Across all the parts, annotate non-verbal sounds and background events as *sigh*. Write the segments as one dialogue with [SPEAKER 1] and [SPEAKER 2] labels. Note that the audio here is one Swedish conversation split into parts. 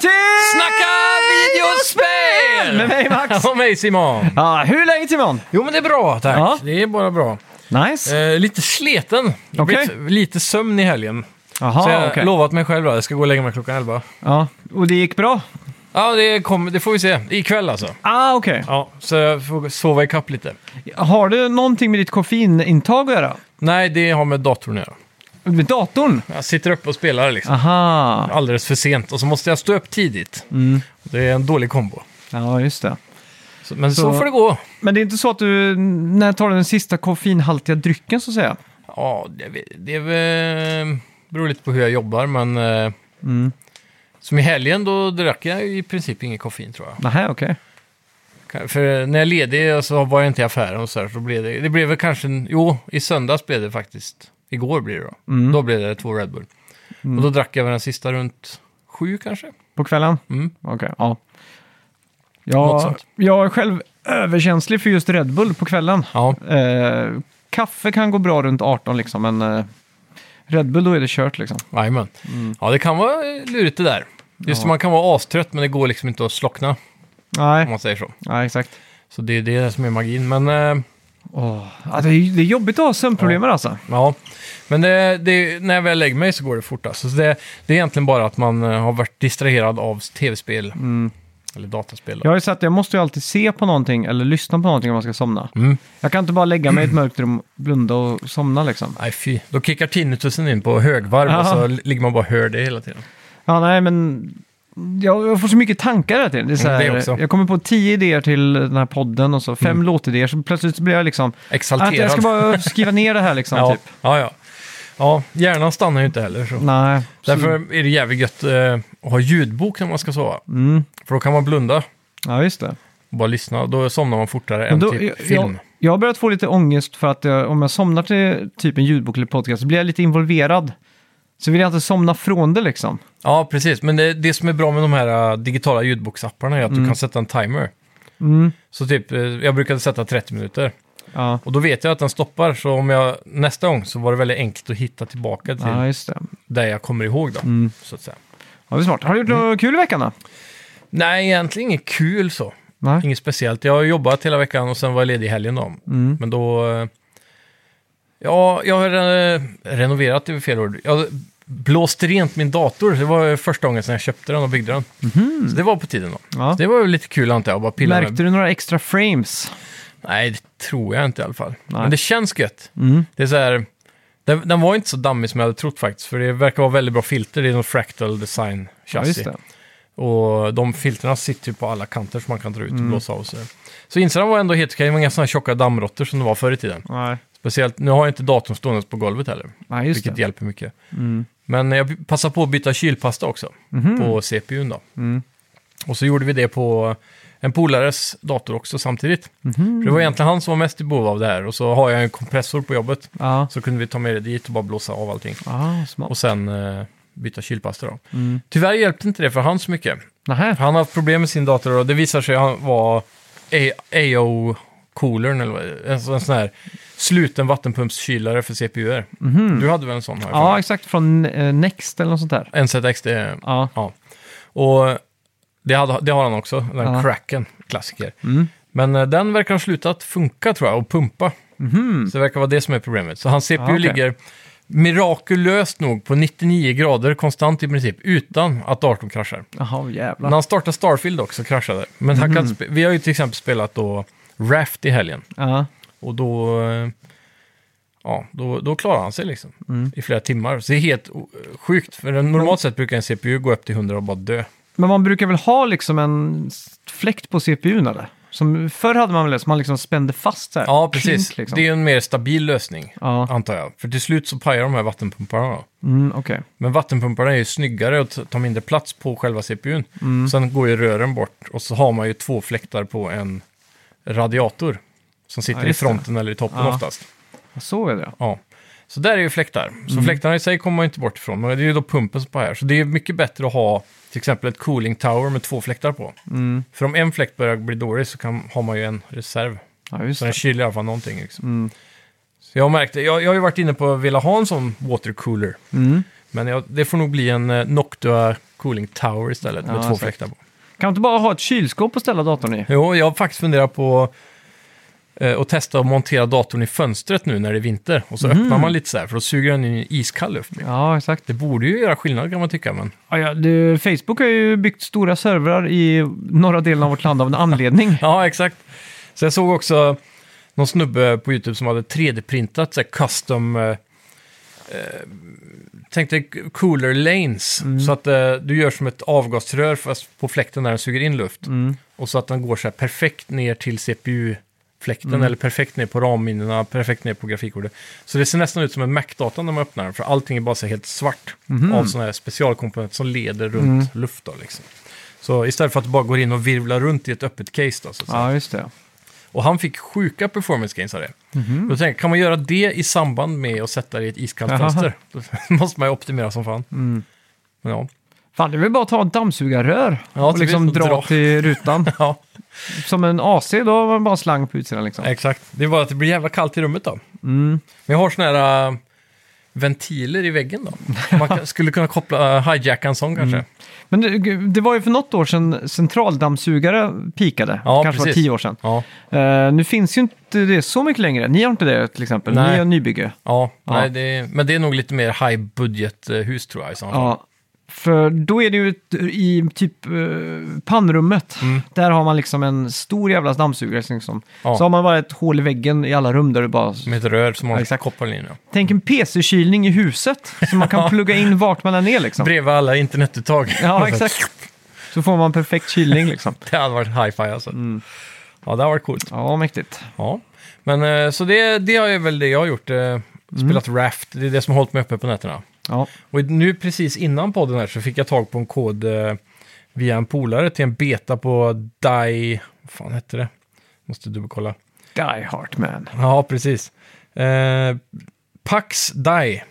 [SPEAKER 1] Snacka videospel!
[SPEAKER 2] Med mig Max.
[SPEAKER 1] Och mig Simon.
[SPEAKER 2] Ja, hur är läget Simon?
[SPEAKER 1] Jo men det är bra tack.
[SPEAKER 2] Ja.
[SPEAKER 1] Det är bara bra.
[SPEAKER 2] Nice.
[SPEAKER 1] Eh, lite sleten. Det
[SPEAKER 2] Okej.
[SPEAKER 1] blev Lite sömn i helgen. så jag
[SPEAKER 2] Jaha,
[SPEAKER 1] har
[SPEAKER 2] okej.
[SPEAKER 1] lovat mig själv att jag ska gå och lägga mig klockan 11.
[SPEAKER 2] Ja. Och det gick bra?
[SPEAKER 1] Ja, det, kommer- det får vi se. Ikväll alltså.
[SPEAKER 2] Ah, okej.
[SPEAKER 1] Ja, så jag får sova ikapp lite.
[SPEAKER 2] Har det någonting med ditt koffeinintag att göra?
[SPEAKER 1] Nej, det har med datorn att göra.
[SPEAKER 2] Med datorn?
[SPEAKER 1] Jag sitter uppe och spelar liksom.
[SPEAKER 2] Aha.
[SPEAKER 1] Alldeles för sent och så måste jag stå upp tidigt. Det är en dålig kombo.
[SPEAKER 2] Ja, just det.
[SPEAKER 1] Så, men så...
[SPEAKER 2] Så-
[SPEAKER 1] får det gå.
[SPEAKER 2] Men det är inte så att du, när tar du den sista koffeinhaltiga drycken så att säga?
[SPEAKER 1] Ja, det, det är väl- beror lite på hur jag jobbar, men... eh,
[SPEAKER 2] Mm.
[SPEAKER 1] Som i helgen, då drack jag i princip ingen koffein tror jag.
[SPEAKER 2] Nähä, okej.
[SPEAKER 1] Ka- För eh, när jag är ledig så var jag inte i affären och så, där, så blev det... Det blev väl kanske... En, jo, i söndags blev det faktiskt... Igår blir det då.
[SPEAKER 2] Mm.
[SPEAKER 1] Då blev det två Red Bull. Och då drack jag väl den sista runt sju kanske.
[SPEAKER 2] På kvällen?
[SPEAKER 1] Mm.
[SPEAKER 2] Okej, ja.
[SPEAKER 1] Något
[SPEAKER 2] Jag,
[SPEAKER 1] sånt.
[SPEAKER 2] jag är själv överkänslig för just Red Bull på kvällen.
[SPEAKER 1] Ja,
[SPEAKER 2] Eh, kaffe kan gå bra runt 18 liksom, men eh, Red Bull då är det kört liksom.
[SPEAKER 1] jajamän. Ja, det kan vara eh, lurigt det där. Just
[SPEAKER 2] Ja.
[SPEAKER 1] man kan vara astrött men det går liksom inte att slockna om
[SPEAKER 2] Nej,
[SPEAKER 1] man säger så.
[SPEAKER 2] nej exakt.
[SPEAKER 1] Så det är det som är magin. Men eh,
[SPEAKER 2] Åh, ja, det, är, det är jobbigt att ha sömnproblem alltså.
[SPEAKER 1] ja, men det, det, när jag väl lägger mig så går det fort. Alltså. Så det, det är egentligen bara att man eh, har varit distraherad av tv-spel
[SPEAKER 2] Mm.
[SPEAKER 1] eller dataspel.
[SPEAKER 2] Jag har ju sagt att jag måste ju alltid se på någonting eller lyssna på någonting om man ska somna.
[SPEAKER 1] Mm.
[SPEAKER 2] Jag kan inte bara lägga
[SPEAKER 1] *clears throat*
[SPEAKER 2] mig i ett mörkt rum, blunda och somna liksom.
[SPEAKER 1] Nej, fy. Då kickar tinnitusen in på högvarv
[SPEAKER 2] Ja.
[SPEAKER 1] och så ligger man bara och hör det hela tiden.
[SPEAKER 2] Ja, nej, men jag, jag får så mycket tankar hela tiden. Det är så
[SPEAKER 1] Mm,
[SPEAKER 2] här,
[SPEAKER 1] det också. Mm.
[SPEAKER 2] jag kommer på tio idéer till den här podden och så fem låtidéer. Så plötsligt så blir jag liksom,
[SPEAKER 1] Exalterad.
[SPEAKER 2] att jag ska bara skriva ner det här liksom.
[SPEAKER 1] *laughs* ja.
[SPEAKER 2] Typ. Mm.
[SPEAKER 1] ja, ja. Ja, hjärnan stannar ju inte heller. Så.
[SPEAKER 2] Nej,
[SPEAKER 1] Därför är det jävligt gött eh, att ha ljudbok när man ska sova.
[SPEAKER 2] Mm.
[SPEAKER 1] För då kan man blunda
[SPEAKER 2] ja just det.
[SPEAKER 1] och bara lyssna. Då somnar man fortare än
[SPEAKER 2] Men då,
[SPEAKER 1] typ
[SPEAKER 2] jag,
[SPEAKER 1] film.
[SPEAKER 2] jag, jag har börjat få lite ångest för att jag, om jag somnar till typ en ljudbok eller podcast så blir jag lite involverad. Så vill jag inte somna från det liksom.
[SPEAKER 1] Ja, precis. Men det, det som är bra med de här eh, digitala ljudboksapparna är att du kan sätta en timer.
[SPEAKER 2] Mm.
[SPEAKER 1] Så typ, eh, jag brukade sätta 30 minuter.
[SPEAKER 2] Ja.
[SPEAKER 1] Och då vet jag att den stoppar, så om jag nästa gång så var det väldigt enkelt att hitta tillbaka till
[SPEAKER 2] ja, just det.
[SPEAKER 1] där jag kommer ihåg då,
[SPEAKER 2] Mm.
[SPEAKER 1] så att säga.
[SPEAKER 2] Ja, det är smart. Har du gjort
[SPEAKER 1] Mm.
[SPEAKER 2] något kul i veckan då?
[SPEAKER 1] Nej, egentligen inget kul så.
[SPEAKER 2] Nej.
[SPEAKER 1] Inget speciellt. Jag har jobbat hela veckan och sen var jag ledig i helgen då.
[SPEAKER 2] Mm.
[SPEAKER 1] Men då... eh, Ja, jag har eh, renoverat, det är väl fel ord. Jag blåste rent min dator. Det var första gången sedan jag köpte den och byggde den. Så det var på tiden då.
[SPEAKER 2] Mhm. Ja.
[SPEAKER 1] Så det var ju lite kul antar jag, att bara pilla med
[SPEAKER 2] Märkte du några extra frames?
[SPEAKER 1] Nej, det tror jag inte i alla fall.
[SPEAKER 2] Nej.
[SPEAKER 1] Men det känns gött.
[SPEAKER 2] Mm.
[SPEAKER 1] Det är så här, den, den var inte så dammig som jag hade trott faktiskt, för det verkar vara väldigt bra filter. Det är någon fractal design
[SPEAKER 2] Ja, just
[SPEAKER 1] chassi.
[SPEAKER 2] det.
[SPEAKER 1] och de filterna sitter ju på alla kanter som man kan dra ut och
[SPEAKER 2] Mm.
[SPEAKER 1] blåsa av. Så, så insidan var ändå helt okej, det var inga sådana tjocka dammråttor som det var förr i tiden.
[SPEAKER 2] Nej,
[SPEAKER 1] Speciellt, nu har jag inte datorn stående på golvet heller,
[SPEAKER 2] Nej just
[SPEAKER 1] vilket
[SPEAKER 2] det.
[SPEAKER 1] hjälper mycket.
[SPEAKER 2] Mm.
[SPEAKER 1] Men jag passade på att byta kylpasta också, på CPUn då.
[SPEAKER 2] Mhm. Mm.
[SPEAKER 1] Och så gjorde vi det på en polares dator också samtidigt.
[SPEAKER 2] Mhm.
[SPEAKER 1] För det var egentligen han som var mest i behov av det här. Och så har jag en kompressor på jobbet.
[SPEAKER 2] Ja.
[SPEAKER 1] Så kunde vi ta med det dit och bara blåsa av allting.
[SPEAKER 2] Ah, smart.
[SPEAKER 1] Och sen eh, byta kylpasta då.
[SPEAKER 2] Mm.
[SPEAKER 1] Tyvärr hjälpte inte det för han så mycket.
[SPEAKER 2] Nähä.
[SPEAKER 1] Han har haft problem med sin dator och det visar sig att han var AO-coolern, eller vad- en sån en sån här sluten vattenpumpskylare för CPUer.
[SPEAKER 2] Mhm.
[SPEAKER 1] Du hade väl en sån? Här
[SPEAKER 2] Ja, exakt. Från eh, Next eller något sånt där.
[SPEAKER 1] NZXT.
[SPEAKER 2] Ja.
[SPEAKER 1] Ja. Och det, hade, det har han också, den
[SPEAKER 2] Ja.
[SPEAKER 1] cracken, klassiker.
[SPEAKER 2] Mm.
[SPEAKER 1] Men eh, den verkar ha slutat funka tror jag, och pumpa.
[SPEAKER 2] Mhm.
[SPEAKER 1] Så det verkar vara det som är problemet. Så hans CPU
[SPEAKER 2] Ja, Ah, okej.
[SPEAKER 1] ligger mirakulöst nog på 99 grader konstant i princip, utan att datorn kraschar.
[SPEAKER 2] Jaha, jävlar.
[SPEAKER 1] När han startade Starfield också kraschade det. Men han
[SPEAKER 2] Mhm.
[SPEAKER 1] kan spe- vi har ju till exempel spelat då Raft i helgen.
[SPEAKER 2] Ja.
[SPEAKER 1] Och då, eh, ja, då, då klarar han sig liksom
[SPEAKER 2] Mm.
[SPEAKER 1] i flera timmar. Så det är helt o- sjukt, för normalt sett brukar en CPU gå upp till 100 och bara
[SPEAKER 2] Äh,
[SPEAKER 1] dö.
[SPEAKER 2] Men man brukar väl ha liksom en s- fläkt på CPUn eller? Som, förr hade man väl det, som man liksom spände fast så här.
[SPEAKER 1] Ja, precis.
[SPEAKER 2] Klink, liksom.
[SPEAKER 1] Det är ju en mer stabil lösning,
[SPEAKER 2] Ja,
[SPEAKER 1] antar jag. För till slut så pajar de här vattenpumparna. Då.
[SPEAKER 2] mm, okej.
[SPEAKER 1] Men vattenpumparna är ju snyggare och t- tar mindre plats på själva CPUn.
[SPEAKER 2] Mm.
[SPEAKER 1] Sen går ju rören bort och så har man ju två fläktar på en radiator som sitter
[SPEAKER 2] Ja,
[SPEAKER 1] i
[SPEAKER 2] just det.
[SPEAKER 1] fronten eller i toppen
[SPEAKER 2] Ja.
[SPEAKER 1] oftast.
[SPEAKER 2] Så är det.
[SPEAKER 1] Ja. Så där är ju fläktar. Så
[SPEAKER 2] Mm.
[SPEAKER 1] fläktarna i sig kommer man ju inte bort ifrån, men det är ju då pumpen som här. Så det är mycket bättre att ha till exempel ett cooling tower med två fläktar på.
[SPEAKER 2] Mm.
[SPEAKER 1] För om en fläkt börjar bli dålig så kan, har man ju en reserv.
[SPEAKER 2] Ja, just
[SPEAKER 1] Så den
[SPEAKER 2] det.
[SPEAKER 1] kyler i alla fall någonting. Liksom.
[SPEAKER 2] Mm.
[SPEAKER 1] Så jag märkte, jag, jag har ju varit inne på att vilja ha en sån watercooler.
[SPEAKER 2] Mm.
[SPEAKER 1] Men jag, det får nog bli en eh, Noctua Cooling Tower istället med
[SPEAKER 2] Ja,
[SPEAKER 1] två
[SPEAKER 2] säkert.
[SPEAKER 1] fläktar på.
[SPEAKER 2] Kan man inte bara ha ett kylskåp och ställa datorn i?
[SPEAKER 1] Jo, jag har faktiskt funderat på eh, att testa att montera datorn i fönstret nu när det är vinter. Och så öppnar man lite så här för då suger den in iskall luft.
[SPEAKER 2] Mm. Ja, exakt.
[SPEAKER 1] Det borde ju göra skillnad kan man tycka, men
[SPEAKER 2] Ja, ja, du, Facebook har ju byggt stora servrar i norra delen av vårt land av en anledning.
[SPEAKER 1] *laughs* ja, exakt. Så jag såg också någon snubbe på YouTube som hade 3D-printat så här custom... Eh, eh, tänk dig cooler lanes.
[SPEAKER 2] Mm.
[SPEAKER 1] Så att eh, du gör som ett avgasrör fast på fläkten där den suger in luft.
[SPEAKER 2] Mm.
[SPEAKER 1] Och så att den går så här perfekt ner till CPU-fläkten
[SPEAKER 2] Mm.
[SPEAKER 1] eller perfekt ner på ramminnena, perfekt ner på grafikkortet. Så det ser nästan ut som en Mac-data när man öppnar den, för allting är bara så här helt svart
[SPEAKER 2] Mhm.
[SPEAKER 1] av sådana här specialkomponenter som leder runt
[SPEAKER 2] Mm.
[SPEAKER 1] luft. Då, liksom. Så istället för att det bara går in och virvlar runt i ett öppet case. Då, så att säga.
[SPEAKER 2] Ja, just det.
[SPEAKER 1] Och han fick sjuka performance gains av det. Då tänkte jag, kan man göra det i samband med att sätta det i ett iskallt
[SPEAKER 2] Mhm. Jaha. Mm.
[SPEAKER 1] fönster? *laughs* Då måste man ju optimera som fan. Men ja.
[SPEAKER 2] Fan, det är väl bara att ta ett dammsugarrör
[SPEAKER 1] Ja,
[SPEAKER 2] och
[SPEAKER 1] typ
[SPEAKER 2] liksom
[SPEAKER 1] och
[SPEAKER 2] dra,
[SPEAKER 1] dra.
[SPEAKER 2] till
[SPEAKER 1] *laughs*
[SPEAKER 2] rutan.
[SPEAKER 1] ja,
[SPEAKER 2] Som en AC, då har man bara slang på utsidan liksom.
[SPEAKER 1] exakt. Det är bara att det blir jävla kallt i rummet då.
[SPEAKER 2] Mm.
[SPEAKER 1] Men jag har såna här äh, ventiler i väggen då.
[SPEAKER 2] *laughs*
[SPEAKER 1] Man kan, skulle kunna koppla äh, hijacka en sån kanske.
[SPEAKER 2] Mm. Men det, det var ju för något år sedan centraldammsugare pikade.
[SPEAKER 1] Ja,
[SPEAKER 2] kanske var
[SPEAKER 1] precis.
[SPEAKER 2] tio år sedan.
[SPEAKER 1] Ja,
[SPEAKER 2] Eh, nu finns ju inte det så mycket längre. Ni har inte det till exempel. Ni
[SPEAKER 1] Nej.
[SPEAKER 2] har nybygge.
[SPEAKER 1] ja,
[SPEAKER 2] Ja.
[SPEAKER 1] Nej, det, men det är nog lite mer high budget eh, hus tror jag i så fall.
[SPEAKER 2] Ja, för då är det ju ett- i typ eh, pannrummet. Där har man liksom en stor jävla dammsugare. Liksom.
[SPEAKER 1] Mm. Ja.
[SPEAKER 2] Så har man bara ett hål i väggen i alla rum där du bara...
[SPEAKER 1] Med ett rör som man
[SPEAKER 2] Ja, exakt.
[SPEAKER 1] kopplar in. Ja.
[SPEAKER 2] Tänk en PC-kylning i huset som man
[SPEAKER 1] *laughs*
[SPEAKER 2] kan plugga in vart man än är liksom.
[SPEAKER 1] Bredvid alla internetuttag. *laughs* Alltså,
[SPEAKER 2] Ja, exakt. Så får man perfekt kylning liksom.
[SPEAKER 1] Det hade varit hi-fi alltså.
[SPEAKER 2] Mm.
[SPEAKER 1] Ja, det hade varit coolt.
[SPEAKER 2] Ja, mäktigt.
[SPEAKER 1] Ja, men eh, så det, det är väl det jag har gjort.
[SPEAKER 2] Mm.
[SPEAKER 1] eh, Spelat Raft, det är det som har hållit mig uppe på nätterna.
[SPEAKER 2] Ja,
[SPEAKER 1] Och nu precis innan podden här så fick jag tag på en kod eh, via en polare till en beta på Die... Vad fan hette det? Måste dubbelkolla.
[SPEAKER 2] Die Hard Man.
[SPEAKER 1] Ja, precis. Eh, Pax Die.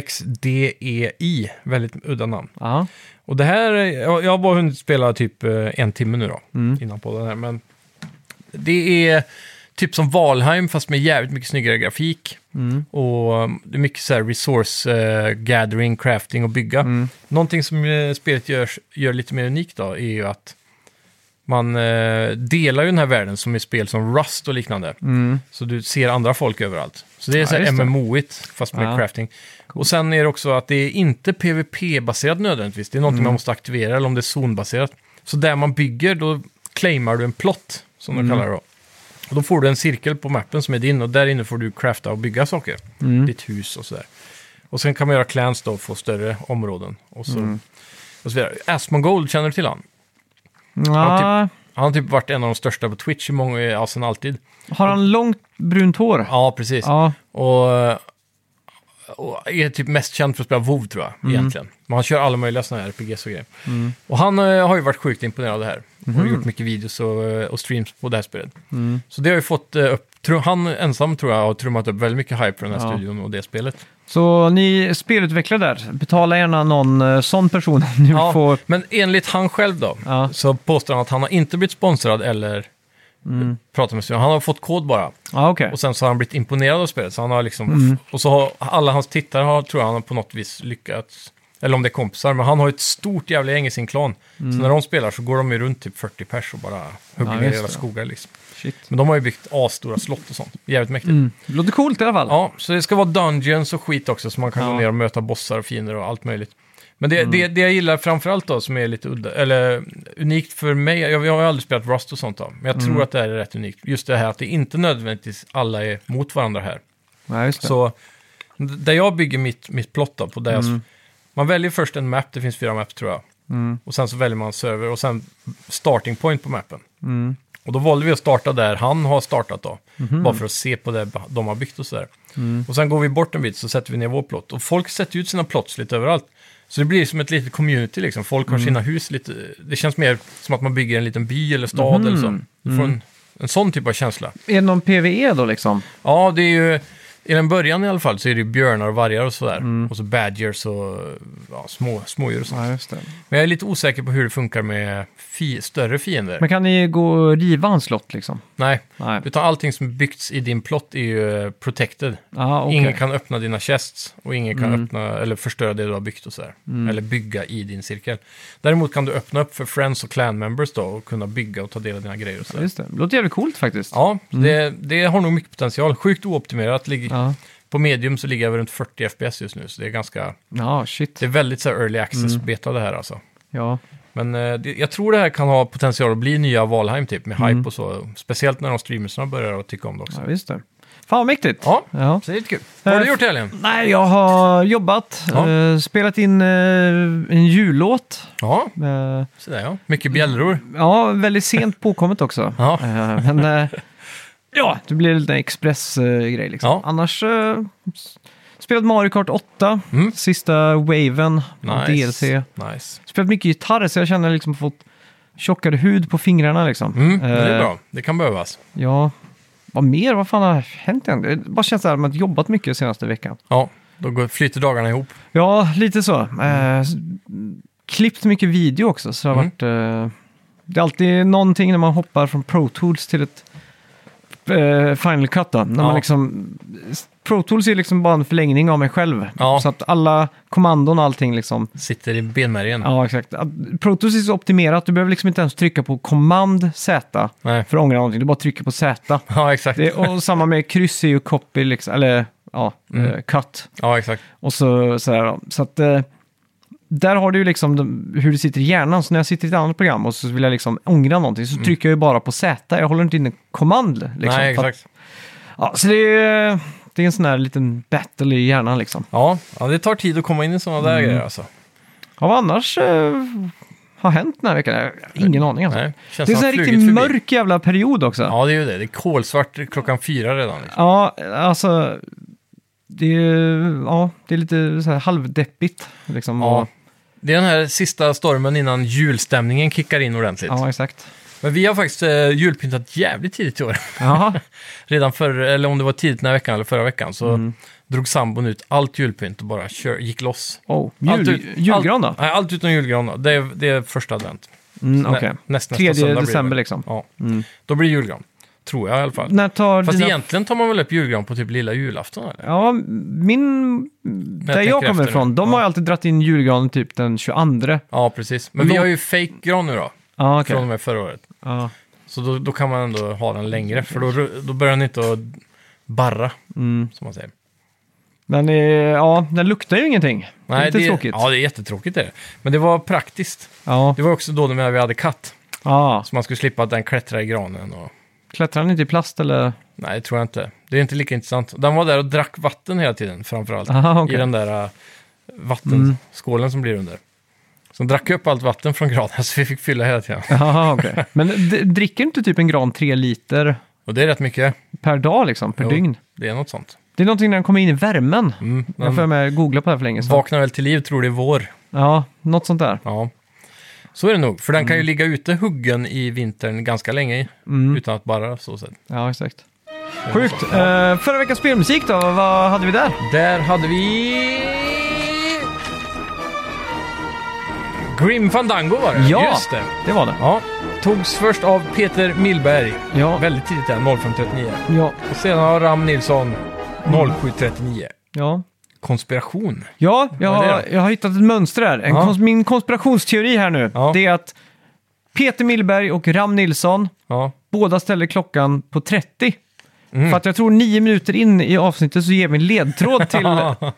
[SPEAKER 1] P-A-X-D-E-I. E Väldigt udda namn.
[SPEAKER 2] Ja.
[SPEAKER 1] Och det här, jag, jag har bara hunnit spela typ eh, en timme nu då, innan podden här. Men det är typ som Valheim fast med jävligt mycket snyggare grafik. Och um, det är mycket så här resource eh, gathering, crafting och bygga. Någonting som eh, spelet gör, gör lite mer unikt då är ju att man eh, delar ju den här världen som i spel som Rust och liknande.
[SPEAKER 2] Mm.
[SPEAKER 1] Så du ser andra folk överallt. Så det är
[SPEAKER 2] Ja,
[SPEAKER 1] så här
[SPEAKER 2] just det.
[SPEAKER 1] MMO-igt fast med
[SPEAKER 2] Ja.
[SPEAKER 1] crafting. Och sen är det också att det är inte PVP-baserat nödvändigtvis. Det är
[SPEAKER 2] Mm.
[SPEAKER 1] någonting man måste aktivera eller om det är zonbaserat. Så där man bygger, då claimar du en plott, som
[SPEAKER 2] Mm.
[SPEAKER 1] de kallar det då. Och då får du en cirkel på mappen som är din och där inne får du crafta och bygga saker.
[SPEAKER 2] Mm.
[SPEAKER 1] Ditt hus och sådär. Och sen kan man göra clans då och få större områden. Och så,
[SPEAKER 2] Mm.
[SPEAKER 1] och så vidare. Asmongold, känner du till han?
[SPEAKER 2] Ja,
[SPEAKER 1] Han har typ varit en av de största på Twitch i många, ja sen alltid.
[SPEAKER 2] Har han långt brunt hår?
[SPEAKER 1] typ. Ja, precis.
[SPEAKER 2] Ja.
[SPEAKER 1] Och, och är typ mest känd för att spela WoW tror jag,
[SPEAKER 2] Mm.
[SPEAKER 1] egentligen. Men han kör alla möjliga sådana här RPGs och grejer. Och han eh, har ju varit sjukt imponerad av det här.
[SPEAKER 2] Mm.
[SPEAKER 1] Och gjort mycket videos och, eh, och streams på det här spelet. Så det har ju fått eh, upp, tru- han ensam tror jag har trummat upp väldigt mycket hype för den här
[SPEAKER 2] Ja.
[SPEAKER 1] studion och det spelet.
[SPEAKER 2] Så ni spelutvecklare där, betala gärna någon eh, sån person ni
[SPEAKER 1] Ja,
[SPEAKER 2] får.
[SPEAKER 1] Men enligt han själv då,
[SPEAKER 2] Ja.
[SPEAKER 1] så påstår han att han har inte blivit sponsrad eller
[SPEAKER 2] Mm.
[SPEAKER 1] pratat med studion. Han har fått kod bara.
[SPEAKER 2] Ja, okej.
[SPEAKER 1] Och sen så har han blivit imponerad av spelet. Så han har liksom,
[SPEAKER 2] Mm.
[SPEAKER 1] Och så har alla hans tittare, har, tror jag, han har på något vis lyckats. Eller om det är kompisar, men han har ju ett stort jävla gäng i sin klan. Så när de spelar så går de ju runt typ 40 pers och bara hugger
[SPEAKER 2] Mm. Ja,
[SPEAKER 1] ner
[SPEAKER 2] just
[SPEAKER 1] hela
[SPEAKER 2] det.
[SPEAKER 1] skogar liksom.
[SPEAKER 2] Shit.
[SPEAKER 1] Men de har ju byggt asstora slott och sånt. Jävligt mäktigt.
[SPEAKER 2] Mm. Det låter coolt i alla fall.
[SPEAKER 1] Ja, så det ska vara dungeons och skit också, så man kan
[SPEAKER 2] Ja. Mm.
[SPEAKER 1] gå ner och möta bossar och fiender och allt möjligt. Men det, det, det jag gillar framförallt då, som är lite udda, eller unikt för mig, jag, jag har ju aldrig spelat Rust och sånt då, men jag
[SPEAKER 2] Mm.
[SPEAKER 1] tror att det här är rätt unikt. Just det här att det inte nödvändigtvis alla är mot varandra här.
[SPEAKER 2] Ja, just det.
[SPEAKER 1] Så d- där jag bygger mitt, mitt plott då, på där jag
[SPEAKER 2] Mm.
[SPEAKER 1] s- man väljer först en map, det finns fyra maps tror jag. Och sen så väljer man server och sen starting point på mappen.
[SPEAKER 2] Mm.
[SPEAKER 1] Och då valde vi att starta där han har startat då.
[SPEAKER 2] Mhm.
[SPEAKER 1] Bara för att se på det de har byggt och sådär.
[SPEAKER 2] Mm.
[SPEAKER 1] Och sen går vi bort en bit så sätter vi ner vår plott. Och folk sätter ut sina plots lite överallt. Så det blir som ett litet community liksom. Folk
[SPEAKER 2] Mm.
[SPEAKER 1] har sina hus lite. Det känns mer som att man bygger en liten by eller
[SPEAKER 2] Mhm.
[SPEAKER 1] stad
[SPEAKER 2] Mm.
[SPEAKER 1] eller så. Du får en, en sån typ av känsla.
[SPEAKER 2] Är det någon PVE då liksom?
[SPEAKER 1] Ja, det är ju... I den början i alla fall så är det ju björnar och vargar och sådär.
[SPEAKER 2] Mm.
[SPEAKER 1] Och så badgers och ja, små, smådjur och sånt.
[SPEAKER 2] Ja, just det.
[SPEAKER 1] Men jag är lite osäker på hur det funkar med fi- större fiender.
[SPEAKER 2] Men kan ni gå och riva hans slott liksom?
[SPEAKER 1] Nej,
[SPEAKER 2] Nej.
[SPEAKER 1] utan allting som byggts i din plott är ju eh, protected.
[SPEAKER 2] Aha, okej. Mm.
[SPEAKER 1] Ingen kan öppna dina chests och ingen kan öppna eller förstöra det du har byggt och sådär. Eller bygga i din cirkel. Däremot kan du öppna upp för friends och clan members då och kunna bygga och ta del av dina grejer och sådär.
[SPEAKER 2] Just Mm. det. Låter jävligt coolt faktiskt.
[SPEAKER 1] Ja, det, det har nog mycket potential. Sjukt ooptimerat. Ligger,
[SPEAKER 2] Ja,
[SPEAKER 1] På medium så ligger jag väl runt 40 FPS just nu, så det är ganska...
[SPEAKER 2] ja shit.
[SPEAKER 1] Det är väldigt så här early
[SPEAKER 2] Mm.
[SPEAKER 1] access-beta det här alltså.
[SPEAKER 2] Ja.
[SPEAKER 1] Men eh, det, jag tror det här kan ha potential att bli nya Valheim typ, med
[SPEAKER 2] Mm.
[SPEAKER 1] hype och så. Speciellt när de streamersarna börjar att tycka om det också.
[SPEAKER 2] ja, just det. Fan vad mäktigt.
[SPEAKER 1] Ja,
[SPEAKER 2] Ja.
[SPEAKER 1] så det är lite kul. Vad har du
[SPEAKER 2] Eh,
[SPEAKER 1] gjort i helgen?
[SPEAKER 2] Nej, jag har jobbat,
[SPEAKER 1] Ja.
[SPEAKER 2] eh, spelat in eh, en jullåt.
[SPEAKER 1] Ja,
[SPEAKER 2] Eh,
[SPEAKER 1] sådär ja. Mycket bjällror.
[SPEAKER 2] ja, väldigt sent påkommet också.
[SPEAKER 1] Ja.
[SPEAKER 2] Eh, men
[SPEAKER 1] *laughs*
[SPEAKER 2] eh, ja, det blir lite expressgrej liksom.
[SPEAKER 1] Ja.
[SPEAKER 2] Annars eh, s- spelat Mario Kart 8,
[SPEAKER 1] Mm.
[SPEAKER 2] sista waven, av DLC.
[SPEAKER 1] Nice. Nice.
[SPEAKER 2] Spelat mycket gitarr så jag känner liksom fått tjockare hud på fingrarna liksom.
[SPEAKER 1] Mm, men det är
[SPEAKER 2] Eh,
[SPEAKER 1] bra. Det kan behövas.
[SPEAKER 2] Ja, vad mer? Vad fan har hänt egentligen? Det bara känns så här, man har jobbat mycket senaste veckan.
[SPEAKER 1] Ja, då går, flyter dagarna ihop.
[SPEAKER 2] Ja, lite så.
[SPEAKER 1] Mm.
[SPEAKER 2] Eh, s- klippt mycket video också, så det har
[SPEAKER 1] Mm.
[SPEAKER 2] varit... Eh, det är alltid någonting när man hoppar från Pro Tools till ett eh, Final Cut då. När
[SPEAKER 1] Ja.
[SPEAKER 2] man liksom, s- Pro Tools är liksom bara en förlängning av mig själv.
[SPEAKER 1] Ja.
[SPEAKER 2] Så att alla kommandon och allting liksom...
[SPEAKER 1] Sitter i benmärgen.
[SPEAKER 2] Ja, exakt. Att- Pro Tools är så optimerat, du behöver liksom inte ens trycka på command Z
[SPEAKER 1] Nej. *laughs*
[SPEAKER 2] för att ångra någonting. Du bara trycker på Z.
[SPEAKER 1] Ja, exakt.
[SPEAKER 2] Det, och samma med kryss är ju copy, liksom, eller ja,
[SPEAKER 1] Mm.
[SPEAKER 2] eh, cut.
[SPEAKER 1] Ja, exakt.
[SPEAKER 2] Och så, så, här, ja. så att eh, där har du ju liksom de, hur det sitter i hjärnan. Så när jag sitter i ett annat program och så vill jag liksom ångra någonting så trycker jag ju bara på Z. Jag håller inte inne kommand. Liksom,
[SPEAKER 1] Mm. Nej,
[SPEAKER 2] För att-
[SPEAKER 1] exakt.
[SPEAKER 2] Ja, så det är, eh, det är en sån här liten battle i hjärnan liksom.
[SPEAKER 1] Ja, ja, det tar tid att komma in i sådana
[SPEAKER 2] Mm.
[SPEAKER 1] där grejer alltså.
[SPEAKER 2] Ja, vad annars eh, har hänt den här veckan? Jag har Ingen aning alltså.
[SPEAKER 1] Nej, känns
[SPEAKER 2] Det är en sån
[SPEAKER 1] som att
[SPEAKER 2] här
[SPEAKER 1] flugit
[SPEAKER 2] riktigt
[SPEAKER 1] förbi.
[SPEAKER 2] mörk jävla period också.
[SPEAKER 1] Ja, det är ju det. Det är kolsvart klockan fyra redan. Liksom.
[SPEAKER 2] Ja, alltså... Det är, ja, det är lite så här halvdeppigt. Liksom,
[SPEAKER 1] Ja.
[SPEAKER 2] och,
[SPEAKER 1] Det är den här sista stormen innan julstämningen kickar in ordentligt.
[SPEAKER 2] ja exakt.
[SPEAKER 1] Men vi har faktiskt eh, julpyntat jävligt tidigt i år. *laughs*
[SPEAKER 2] Jaha,
[SPEAKER 1] Redan för, eller om det var tidigt den här veckan eller förra veckan, så
[SPEAKER 2] Mm.
[SPEAKER 1] drog sambon ut allt julpynt och bara kör, gick loss.
[SPEAKER 2] oh,
[SPEAKER 1] Allt
[SPEAKER 2] jul,
[SPEAKER 1] ut-
[SPEAKER 2] julgran då?
[SPEAKER 1] allt- Nej, allt utom julgran då. Det är, det är första advent.
[SPEAKER 2] Mm,
[SPEAKER 1] Nä-
[SPEAKER 2] Okej,
[SPEAKER 1] näst, nästa
[SPEAKER 2] 3
[SPEAKER 1] söndag blir det
[SPEAKER 2] december
[SPEAKER 1] väl.
[SPEAKER 2] liksom.
[SPEAKER 1] Ja,
[SPEAKER 2] Mm.
[SPEAKER 1] då blir det julgran. Tror jag i alla fall.
[SPEAKER 2] När tar
[SPEAKER 1] Fast
[SPEAKER 2] dina...
[SPEAKER 1] egentligen tar man väl upp julgran på typ lilla julafton eller?
[SPEAKER 2] Ja, min... där
[SPEAKER 1] tänker
[SPEAKER 2] jag kommer
[SPEAKER 1] efter
[SPEAKER 2] ifrån,
[SPEAKER 1] nu.
[SPEAKER 2] de
[SPEAKER 1] Ja.
[SPEAKER 2] har ju alltid dragit in julgranen typ den 22.
[SPEAKER 1] Ja, precis. Men
[SPEAKER 2] Men
[SPEAKER 1] vi
[SPEAKER 2] då-
[SPEAKER 1] har ju fake gran nu då,
[SPEAKER 2] Ja, okej.
[SPEAKER 1] från och med förra året.
[SPEAKER 2] Ja,
[SPEAKER 1] Så då, då kan man ändå ha den längre, för då, ru- då börjar den inte att barra,
[SPEAKER 2] mm.
[SPEAKER 1] som man säger.
[SPEAKER 2] Men eh, ja, den luktar ju ingenting. det är lite
[SPEAKER 1] det,
[SPEAKER 2] tråkigt.
[SPEAKER 1] Ja, det är jättetråkigt det. Men det var praktiskt.
[SPEAKER 2] Ja.
[SPEAKER 1] Det var också då när vi hade katt,
[SPEAKER 2] ja.
[SPEAKER 1] så man skulle slippa att den klättrar i granen. Och...
[SPEAKER 2] Klättrar den inte i plast eller? *laughs*
[SPEAKER 1] Nej, det tror jag inte. Det är inte lika intressant. Den var där och drack vatten hela tiden, framförallt.
[SPEAKER 2] Aha,
[SPEAKER 1] I
[SPEAKER 2] okej. *laughs*
[SPEAKER 1] den där äh, vattenskålen som blir under. Så den drack upp allt vatten från granen, *laughs* så vi fick fylla hela tiden.
[SPEAKER 2] Aha, okej. Men d- dricker inte typ en gran tre liter
[SPEAKER 1] Och det är rätt mycket.
[SPEAKER 2] per dag liksom, per
[SPEAKER 1] Jo.
[SPEAKER 2] dygn?
[SPEAKER 1] Det är något sånt.
[SPEAKER 2] Det är någonting när den kommer in i värmen.
[SPEAKER 1] Mm.
[SPEAKER 2] Jag får
[SPEAKER 1] Den
[SPEAKER 2] med googla på det här för länge sedan.
[SPEAKER 1] vaknar väl till liv, tror det är vår.
[SPEAKER 2] Ja, något sånt där.
[SPEAKER 1] Ja. Så är det nog, för den kan ju ligga ute huggen i vintern ganska länge
[SPEAKER 2] Mm.
[SPEAKER 1] utan att barra. Så sett.
[SPEAKER 2] Ja, exakt. Sjukt. Eh, förra veckans spelmusik då, vad hade vi där?
[SPEAKER 1] Där hade vi... Grim Fandango var det.
[SPEAKER 2] Ja.
[SPEAKER 1] Just det.
[SPEAKER 2] Det var det.
[SPEAKER 1] Ja. Togs först av Peter Milberg.
[SPEAKER 2] Ja,
[SPEAKER 1] Väldigt tidigt där, 05.39.
[SPEAKER 2] ja,
[SPEAKER 1] Och sen har Ram Nilsson
[SPEAKER 2] Mm.
[SPEAKER 1] 07.39.
[SPEAKER 2] ja.
[SPEAKER 1] Konspiration.
[SPEAKER 2] Ja, jag
[SPEAKER 1] Vad är det
[SPEAKER 2] har,
[SPEAKER 1] då?
[SPEAKER 2] jag har hittat ett mönster här. En
[SPEAKER 1] Ja.
[SPEAKER 2] kons min konspirationsteori här nu,
[SPEAKER 1] Ja.
[SPEAKER 2] det är att Peter Millberg och Ram Nilsson
[SPEAKER 1] Ja.
[SPEAKER 2] båda ställer klockan på 30.
[SPEAKER 1] Mm.
[SPEAKER 2] För att jag tror nio minuter in i avsnittet så ger vi en ledtråd
[SPEAKER 1] *laughs*
[SPEAKER 2] till